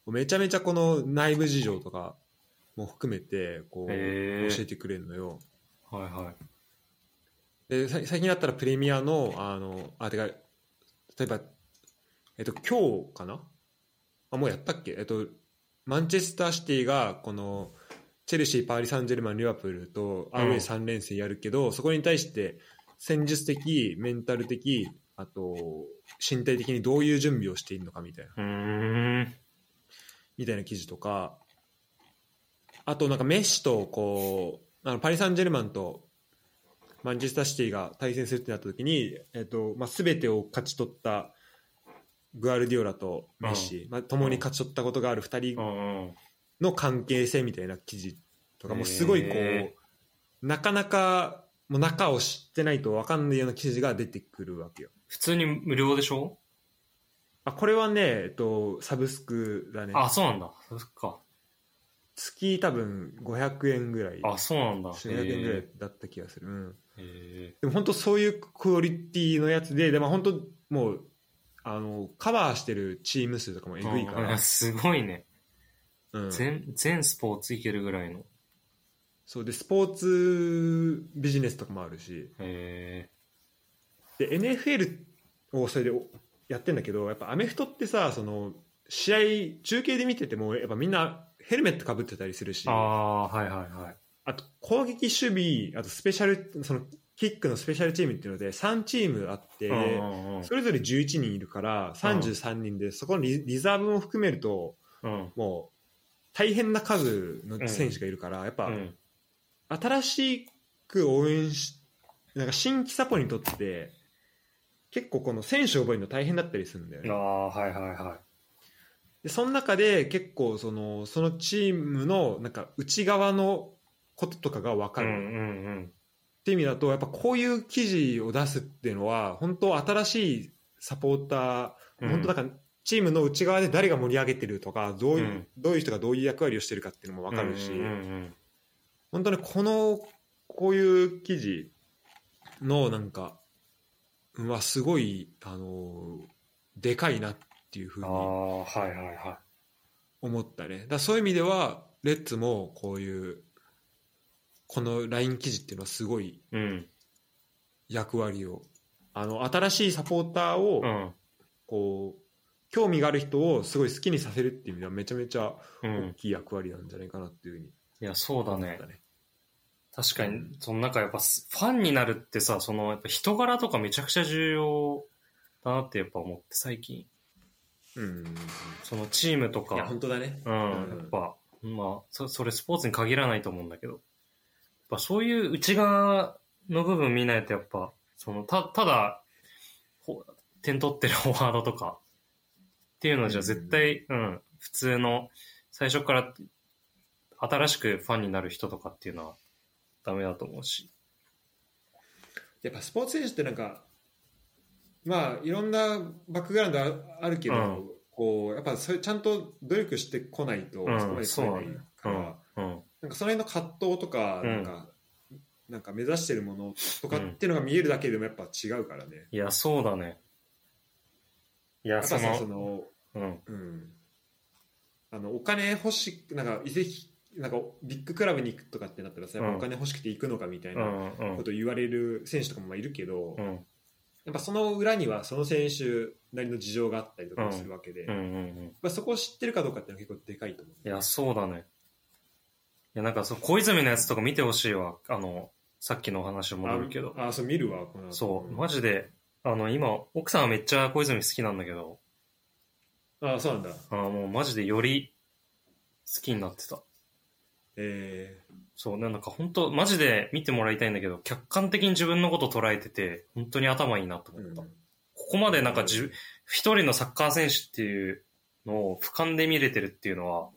Speaker 1: めちゃめちゃこの内部事情とかも含めてこう、
Speaker 2: ー、え
Speaker 1: 教え
Speaker 2: ー、
Speaker 1: てくれるのよ。
Speaker 2: はいはい。
Speaker 1: でさ最近だったらプレミアのあのあてか例えば、えっと、今日かなあもうやったっけ、えっと、マンチェスターシティがこのチェルシー、パーリ・サンジェルマン、リバプールとアウェイ3連戦やるけど、そこに対して戦術的、メンタル的あと身体的にどういう準備をしているのかみたいな
Speaker 2: うーん、
Speaker 1: みたいな記事とかあとなんかメッシとこうあのパリ・サンジェルマンとマンチェスターシティが対戦するってなった時に、えっとまあ、全てを勝ち取ったグアルディオラとメッシ、まあ、共に勝ち取ったことがある2
Speaker 2: う
Speaker 1: 人
Speaker 2: ん、うん、
Speaker 1: の関係性みたいな記事とかもうすごいこ
Speaker 2: へ
Speaker 1: うなかなかもう中を知ってないと分かんないような記事が出てくるわけよ。
Speaker 2: 普通に無料でしょ
Speaker 1: あこれはね、えっと、サブスクだね
Speaker 2: あ、そうなんだ。そっか。
Speaker 1: 月多分500円ぐらい
Speaker 2: あ、そうなんだ。
Speaker 1: 400円ぐらい
Speaker 2: え
Speaker 1: だった気がする、うん、
Speaker 2: ーえ
Speaker 1: でも本当そういうクオリティのやつででも本当もうあのカバーしてるチーム数とかもえ
Speaker 2: ー
Speaker 1: ぐいか
Speaker 2: う
Speaker 1: ら
Speaker 2: ん、すごいね。
Speaker 1: うん、
Speaker 2: 全、全スポーツいけるぐらいの。
Speaker 1: そうでスポーツビジネスとかもあるし
Speaker 2: え
Speaker 1: で NFL をそれでおやってんだけどやっぱアメフトってさその試合中継で見ててもやっぱみんなヘルメットかぶってたりするし
Speaker 2: ー、ああー、はいはいはい。
Speaker 1: あと攻撃、守備あとスペシャルそのキックのスペシャルチームっていうので3チームあって、
Speaker 2: うんうんうん
Speaker 1: それぞれ11人いるから33人で、そこのリリザーブも含めると
Speaker 2: うん
Speaker 1: もう大変な数の選手がいるから、やっぱ
Speaker 2: うん
Speaker 1: 新しく応援しなんか新規サポにとって結構この選手を覚えるの大変だったりするんだよ
Speaker 2: あ
Speaker 1: ね。
Speaker 2: あ、はいはいは
Speaker 1: でその中で結構そのそのチームのなんか内側のこととかが分
Speaker 2: い。
Speaker 1: か
Speaker 2: う
Speaker 1: る、
Speaker 2: んうんうん。
Speaker 1: っていう意味だとやっぱこういう記事を出すっていうのは本当新しいサポーター
Speaker 2: うん
Speaker 1: 本当だからチームの内側で誰が盛り上げてるとかどういう,、
Speaker 2: うん
Speaker 1: どういう人がどういう役割をしてるかっていうのも分かるし、
Speaker 2: うんうん
Speaker 1: 本当にこのこういう記事のなんかうんはすごいあのでかいなっていうふ
Speaker 2: う、
Speaker 1: うん
Speaker 2: あ
Speaker 1: に
Speaker 2: あ、はいはいは
Speaker 1: 思ったねだからそういう意味ではレッツもこういうこの LINE 記事っていうのはすごい
Speaker 2: い。うん。
Speaker 1: 役割をあの新しいサポーターを、
Speaker 2: うん。
Speaker 1: こう興味がある人をすごい好きにさせるっていう意味ではめちゃめちゃ
Speaker 2: う
Speaker 1: 大
Speaker 2: ん。
Speaker 1: きい役割なんじゃないかなっていうふうに
Speaker 2: いや、そうだ
Speaker 1: 思っ
Speaker 2: ね
Speaker 1: た。ね。
Speaker 2: 確かに、そのなんかやっぱす、ファンになるってさ、その、やっぱ人柄とかめちゃくちゃ重要だなってやっぱ思って、最近。
Speaker 1: うん、
Speaker 2: そのチームとか。
Speaker 1: いや本当だね。
Speaker 2: うん、やっぱ、まあそ、それスポーツに限らないと思うんだけど、やっぱそういう内側の部分見ないと、やっ ぱ、そのたただ、ほ点取ってるフォワードとか、っていうのじゃ絶対、うん、普通の、最初から新しくファンになる人とかっていうのはダメだと思うし。
Speaker 1: やっぱスポーツ選手ってなんか、まあ、いろんなバックグラウンドああるけど、
Speaker 2: うん
Speaker 1: こうやっぱそれちゃんと努力してこないと、
Speaker 2: うん
Speaker 1: そこまで来れない
Speaker 2: うん
Speaker 1: から、。
Speaker 2: うん。
Speaker 1: なんかその辺の葛藤とか、
Speaker 2: うん
Speaker 1: なんかなんか目指してるものとかっていうのが見えるだけでもやっぱ違うからね。
Speaker 2: いや、そうだね。いや、
Speaker 1: やっぱ
Speaker 2: そ
Speaker 1: さ
Speaker 2: の、
Speaker 1: その
Speaker 2: うん。
Speaker 1: うん、あのお金欲しくなんか移籍なんかビッグクラブに行くとかってなったらさ、やっぱ
Speaker 2: うん。
Speaker 1: お金欲しくて行くのかみたいうなん
Speaker 2: う
Speaker 1: こ
Speaker 2: ん。
Speaker 1: とを言われる選手とかもまあいるけど、
Speaker 2: う
Speaker 1: や
Speaker 2: ん。
Speaker 1: っぱその裏にはその選手なりの事情があったりとかもするわけで、
Speaker 2: うん。う
Speaker 1: やっ
Speaker 2: ん。うん。
Speaker 1: ぱそこを知ってるかどうかっていうのは結構でかいと思う。
Speaker 2: いや、そうだね。いや、なんかそう、小泉のやつとか見てほしいわ。あの、さっきのお話に戻るけど。
Speaker 1: ああそう見るわこの後
Speaker 2: そう、マジで、あの、今、奥さんはめっちゃ小泉好きなんだけど、
Speaker 1: あそうなんだ
Speaker 2: あのもうマジでより好きになってた。
Speaker 1: え
Speaker 2: そう、なんか本当マジで見てもらいたいんだけど、客観的に自分のこと捉えてて、本当に頭いいなと
Speaker 1: ーう
Speaker 2: 思っ
Speaker 1: ん
Speaker 2: た。ここまでなんか自分、一人のサッカー選手っていうのを俯瞰で見れてるっていうのは、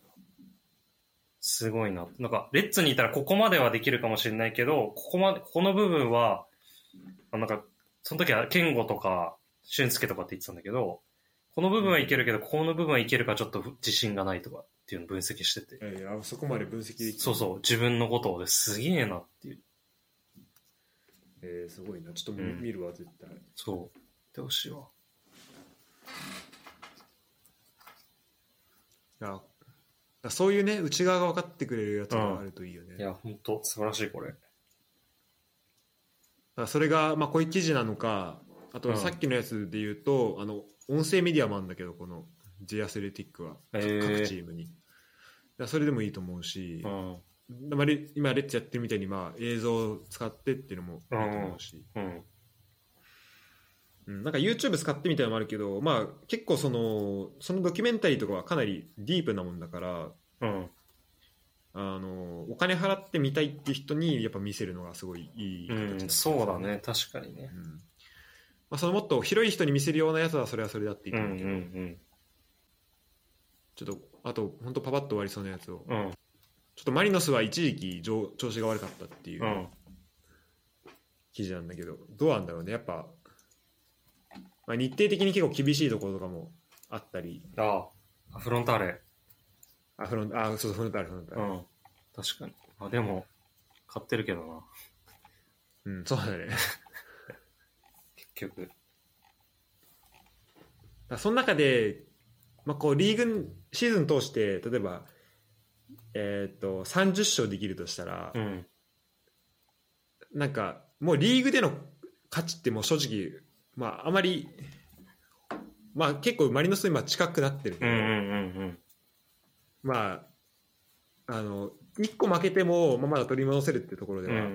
Speaker 2: すごいな。なんか、レッツにいたらここまではできるかもしれないけど、ここまで、ここの部分は、あなんか、その時は、ケンゴとか、俊介とかって言ってたんだけど、この部分はいけるけど、ここの部分はいけるかちょっと自信がないとかっていうのを分析してて。
Speaker 1: えーあそこまで分析できた
Speaker 2: そうそう、自分のことをですげえなっていう。
Speaker 1: えーすごいなちょっと見,、
Speaker 2: うん
Speaker 1: 見るわ絶対
Speaker 2: そう、言ってほしいわ。
Speaker 1: あそういうね内側が分かってくれるやつがあるといいよね、
Speaker 2: いや、ほんと、素晴らしい、これ。
Speaker 1: あそれが、まあ、こういう記事なのかあと
Speaker 2: うん
Speaker 1: さっきのやつで言うと、あの音声メディアもあるんだけどこの J アスレティックは
Speaker 2: え
Speaker 1: 各
Speaker 2: ー
Speaker 1: チームに、だからそれでもいいと思うし
Speaker 2: う、ん、
Speaker 1: まあレ今レッツやってるみたいに、まあ、映像を使ってっていうのもいいと思うし、
Speaker 2: うん。
Speaker 1: うん、なんか YouTube 使ってみたいのもあるけど、まあ、結構そのそのドキュメンタリーとかはかなりディープなもんだから
Speaker 2: うん。
Speaker 1: あのお金払ってみたいっていう人にやっぱ見せるのがすごいいい形なん
Speaker 2: う
Speaker 1: ですよ
Speaker 2: ん、そうだね、確かに
Speaker 1: う
Speaker 2: ね。
Speaker 1: んまあ、そのもっと広い人に見せるようなやつはそれはそれだっていい
Speaker 2: うん
Speaker 1: と
Speaker 2: う
Speaker 1: 思うけど、
Speaker 2: ん
Speaker 1: ちょっとあと本当パパッと終わりそうなやつを
Speaker 2: うん。うん。
Speaker 1: ちょっとマリノスは一時期上調子が悪かったっていううん記事なんだけど、どうなんだろうねやっぱ、まあ、日程的に結構厳しいところとかもあったり
Speaker 2: ああ、フロンターレ。
Speaker 1: あフロンあそうそうフロンターレフロンター
Speaker 2: う
Speaker 1: レ、
Speaker 2: ん。確かに。あ、でも、買ってるけどな、
Speaker 1: うん、そうだね。だか
Speaker 2: 結局。
Speaker 1: らその中で、まあ、こうリーグシーズン通して例えば、えー、と30勝できるとしたら
Speaker 2: う、ん。
Speaker 1: なんかもうリーグでの価値ってもう正直、まあ、あまり、まあ、結構マリノスと今近くなってるけ
Speaker 2: う
Speaker 1: ど、
Speaker 2: んうんうん
Speaker 1: まあ、あの1個負けても、まあ、まだ取り戻せるってところ
Speaker 2: うん。
Speaker 1: で
Speaker 2: うんう
Speaker 1: は
Speaker 2: ん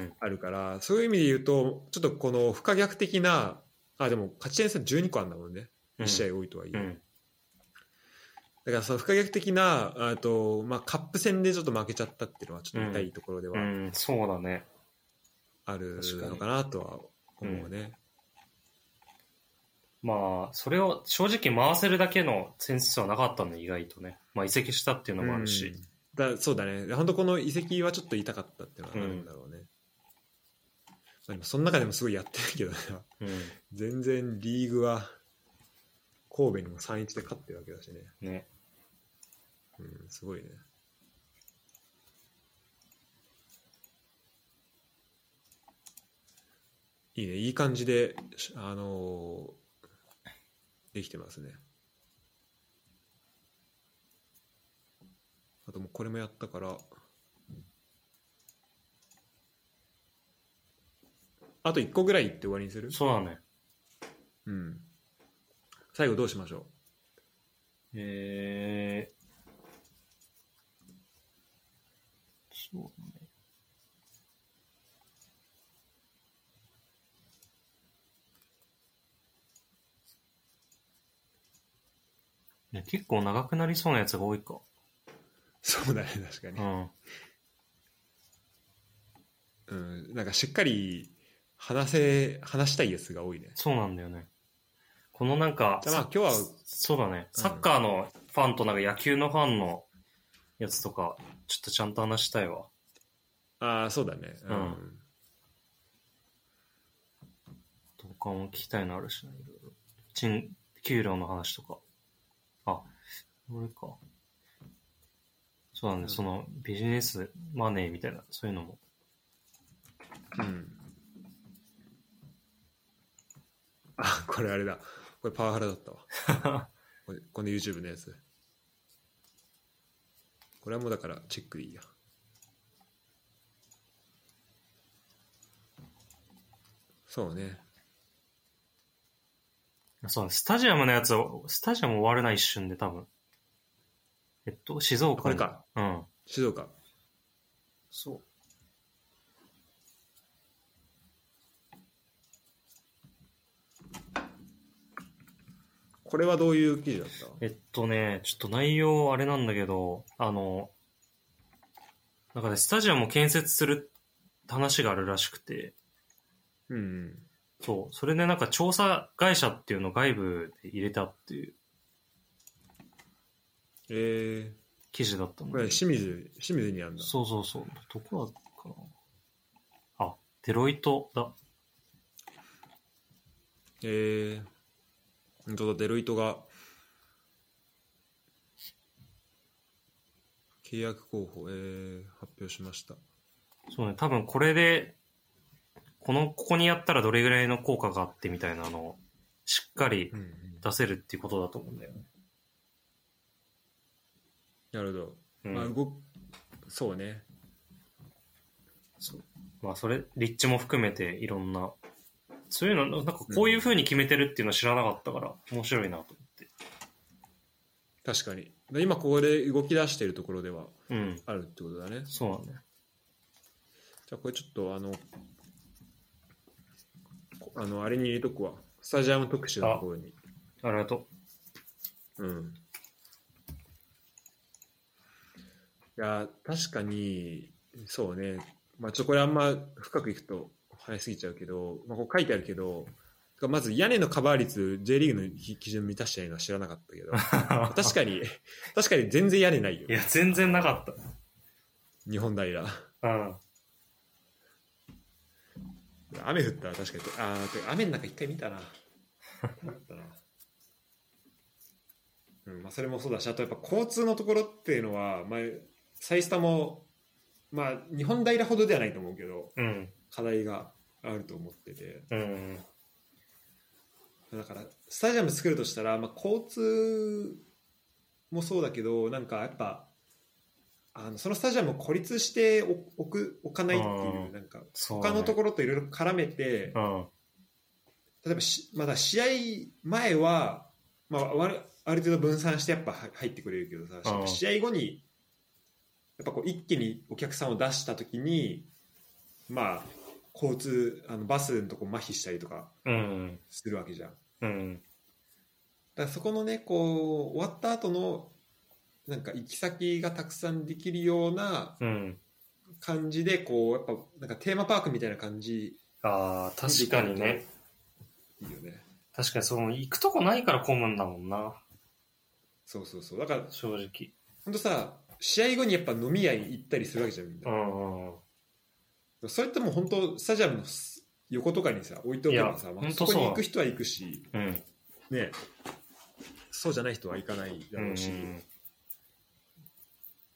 Speaker 2: うん。
Speaker 1: あるから、そういう意味で言うとちょっとこの不可逆的なあでも勝ち点差12個あるんだもんね1試合多いとはいえ。
Speaker 2: うん。
Speaker 1: だからその不可逆的なあと、まあ、カップ戦でちょっと負けちゃったっていうのはちょっと痛いところで
Speaker 2: う
Speaker 1: は
Speaker 2: ん、そうだね。
Speaker 1: ある
Speaker 2: 確かに
Speaker 1: のかなとは思うね。
Speaker 2: まあ、それを正直回せるだけのセンスはなかったんで、意外とね。まあ、移籍したっていうのもあるし。
Speaker 1: うんだそうだね本当この移籍はちょっと痛かったっていうのはあるんだろうね、まあでもその中でもすごいやってるけどね
Speaker 2: うん。
Speaker 1: 全然リーグは神戸にも3-1で勝ってるわけだしね、
Speaker 2: ね。
Speaker 1: うん、すごいねいいねいい感じでしあのーできてますねあともうこれもやったからあと1個ぐらいって終わりにする
Speaker 2: そうだね。
Speaker 1: うん最後どうしましょう
Speaker 2: えー、そうだね。ね、結構長くなりそうなやつが多いか。
Speaker 1: そうだね確かに
Speaker 2: うん。
Speaker 1: うん、なんかしっかり話せ話したいやつが多いね。
Speaker 2: そうなんだよね。このなんか、
Speaker 1: じゃあまあ今日は
Speaker 2: そうだね、サッカーのファンとなんか野球のファンのやつとか、ちょっとちゃんと話したいわ。
Speaker 1: ああそうだねうん、
Speaker 2: うん同感を聞きたいのあるしね、いろいろ。賃、給料の話とか。あ、俺か。そうなん
Speaker 1: うん
Speaker 2: で、そのビジネスマネーみたいな、そういうのも。
Speaker 1: うん、あこれあれだこれパワハラだったわ これこの YouTube のやつこれはもうだからチェックでいいやそうね
Speaker 2: そう、スタジアムのやつを、スタジアム終わるな、一瞬で多分。えっと、静岡
Speaker 1: これ
Speaker 2: に
Speaker 1: か。
Speaker 2: うん。
Speaker 1: 静岡
Speaker 2: そう。
Speaker 1: これはどういう記事だった
Speaker 2: えっとね、ちょっと内容あれなんだけど、あの、なんかね、スタジアムを建設する話があるらしくて、
Speaker 1: うんうん
Speaker 2: そう、それでなんか調査会社っていうのを外部で入れたっていう
Speaker 1: え
Speaker 2: 記事だったん
Speaker 1: ー、
Speaker 2: だ
Speaker 1: これ
Speaker 2: けど
Speaker 1: 清水清水にあるんだ
Speaker 2: そうそうそう、どこだったかな。あ、デロイトだ。
Speaker 1: えー、本当だデロイトが契約候補、えー、発表しました
Speaker 2: そうね、多分これで、この、ここにやったらどれぐらいの効果があってみたいなのを、しっかり
Speaker 1: うん、うん、
Speaker 2: 出せるっていうことだと思うんだよね。
Speaker 1: なるほど、
Speaker 2: うん
Speaker 1: まあ動くそうね
Speaker 2: まあそれ、立地も含めていろんな、そういうの、なんかこういう風に決めてるっていうのは知らなかったから、面白いなと思って。
Speaker 1: 確かにで今ここで動き出しているところでは
Speaker 2: うん。
Speaker 1: あるってことだねじ
Speaker 2: そうなんだね。
Speaker 1: ゃあこれちょっとあのこあのあれに入れとくわスタジアム特集の方に
Speaker 2: ありがと
Speaker 1: うんいや確かにそうね、まあ、ちょっとこれあんま深くいくと早すぎちゃうけど、まあ、こう書いてあるけどまず屋根のカバー率 J リーグの基基準満たしてないのは知らなかったけど
Speaker 2: う。
Speaker 1: 確かに確かに全然屋根ないよ
Speaker 2: いや、全然なかっ
Speaker 1: 日本平
Speaker 2: た。うん。
Speaker 1: 雨降ったら確かにあーてか雨の中一回見たな見たなうんまあ、それもそうだしあとやっぱ交通のところっていうのは、まあ、サイスタも、まあ、日本平ほどではないと思うけど
Speaker 2: うん。
Speaker 1: 課題があると思ってて
Speaker 2: うん。
Speaker 1: だからスタジアム作るとしたら、まあ、交通もそうだけどなんかやっぱあのそのスタジアムを孤立しておおく置かないって
Speaker 2: う
Speaker 1: い
Speaker 2: ん
Speaker 1: うなんか
Speaker 2: そう、
Speaker 1: 他のところといろいろ絡めて、
Speaker 2: ろ。
Speaker 1: 例えばしまだ試合前は、まあ、わある程度分散してやっぱは入ってくれるけどさ
Speaker 2: うん
Speaker 1: 試合後にやっぱこう一気にお客さんを出した時にまあ交通あのバスのとこ麻痺したりとか
Speaker 2: うん。うん。
Speaker 1: するわけじゃんだ
Speaker 2: うん。
Speaker 1: からそこのねこう終わった後のなんか行き先がたくさんできるような
Speaker 2: うん。
Speaker 1: 感じでこうやっぱなんかテーマパークみたいな感じ
Speaker 2: ああ、確かにね。
Speaker 1: いいよね
Speaker 2: 確かに、その、行くとこないから混むんだもんな。
Speaker 1: そうそうそうだから
Speaker 2: 正直。
Speaker 1: 本当さ試合後にやっぱ飲み屋に行ったりするわけじゃんみんな
Speaker 2: うんうん。
Speaker 1: それってもう本当スタジアムのす横とかにさ置いておけば
Speaker 2: い
Speaker 1: さ、
Speaker 2: や
Speaker 1: まあ
Speaker 2: 本当
Speaker 1: そこに
Speaker 2: そう
Speaker 1: 行く人は行くし
Speaker 2: うん。
Speaker 1: ねそうじゃない人は行かないだ
Speaker 2: う
Speaker 1: ろ
Speaker 2: ん
Speaker 1: うし、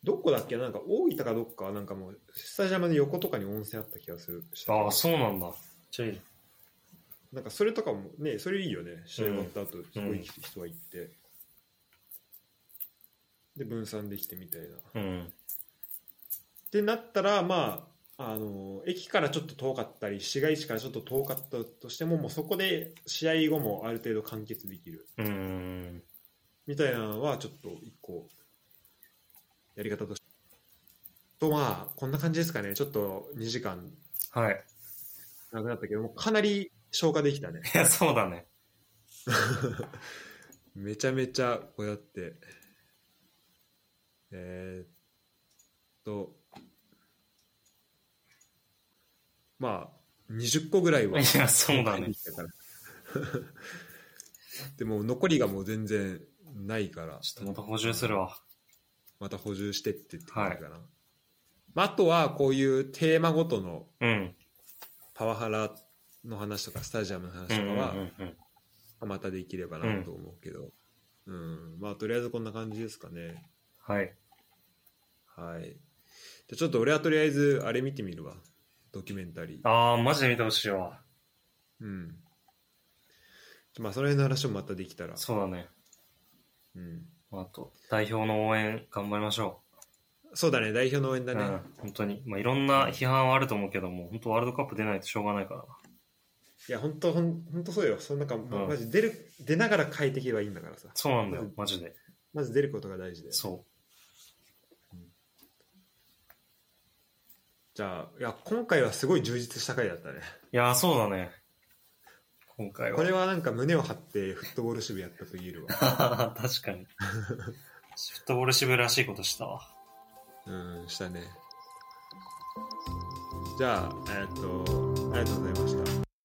Speaker 1: どこだっけなんか大分かどっかはなんかもうスタジアムの横とかに温泉あった気がするした
Speaker 2: ああ、そうなんだ。めっちゃいい。
Speaker 1: なんかそれとかもねそれいいよね試合終わった後、そこに人は行ってで分散できてみたいな、っ
Speaker 2: うん。
Speaker 1: てなったらまああの駅からちょっと遠かったり市街地からちょっと遠かったとしてももうそこで試合後もある程度完結できる
Speaker 2: うん。
Speaker 1: みたいなのはちょっと一個やり方としてとまあこんな感じですかねちょっと2時間
Speaker 2: はい。
Speaker 1: なくなったけどもかなり消化できたね
Speaker 2: いや、そうだね。
Speaker 1: めちゃめちゃこうやってえー、っとまあ20個ぐらいは
Speaker 2: いや、そうだ
Speaker 1: で
Speaker 2: ね。
Speaker 1: きたから でも残りがもう全然ないから、
Speaker 2: ちょっとまた補充するわ。
Speaker 1: また補充してってって感じかな。まあ、あとはこういうテーマごとの
Speaker 2: うん。
Speaker 1: パワハラの話とかスタジアムの話
Speaker 2: うん
Speaker 1: とかは
Speaker 2: うんうんうん
Speaker 1: またできればなと思うけど、うん、まあとりあえずこんな感じですかね。
Speaker 2: はい。
Speaker 1: はい。じゃあちょっと俺はとりあえずあれ見てみるわ。ドキュメンタリー。
Speaker 2: あー、マジで見てほしいわ。
Speaker 1: うん。まあその辺の話もまたできたら。
Speaker 2: そうだね。
Speaker 1: うん。
Speaker 2: あと、代表の応援頑張りましょ
Speaker 1: そうだね、代表の応援
Speaker 2: う。
Speaker 1: だね。
Speaker 2: うん、本当に。まあ、いろんな批判はあると思うけども、本当ワールドカップ出ないとしょうがないからな。
Speaker 1: いや、本当本当そうよ。その中、まあ
Speaker 2: うん
Speaker 1: マジ出る出ながら変えていけばいいんだからさ。
Speaker 2: そうなんだ
Speaker 1: う
Speaker 2: よ
Speaker 1: ん、
Speaker 2: マジで。
Speaker 1: まず出ることが大事で。
Speaker 2: そ
Speaker 1: じゃあ、いや、今回はすごい充実した回だったね。
Speaker 2: う。いやー、そうだね。今回は。
Speaker 1: これはなんか胸を張ってフットボール支部やったと言えるわ。
Speaker 2: 確 かに。フットボール渋らしいことしたわ。
Speaker 1: うん、したね。じゃあ、えーっと、ありがとうございました。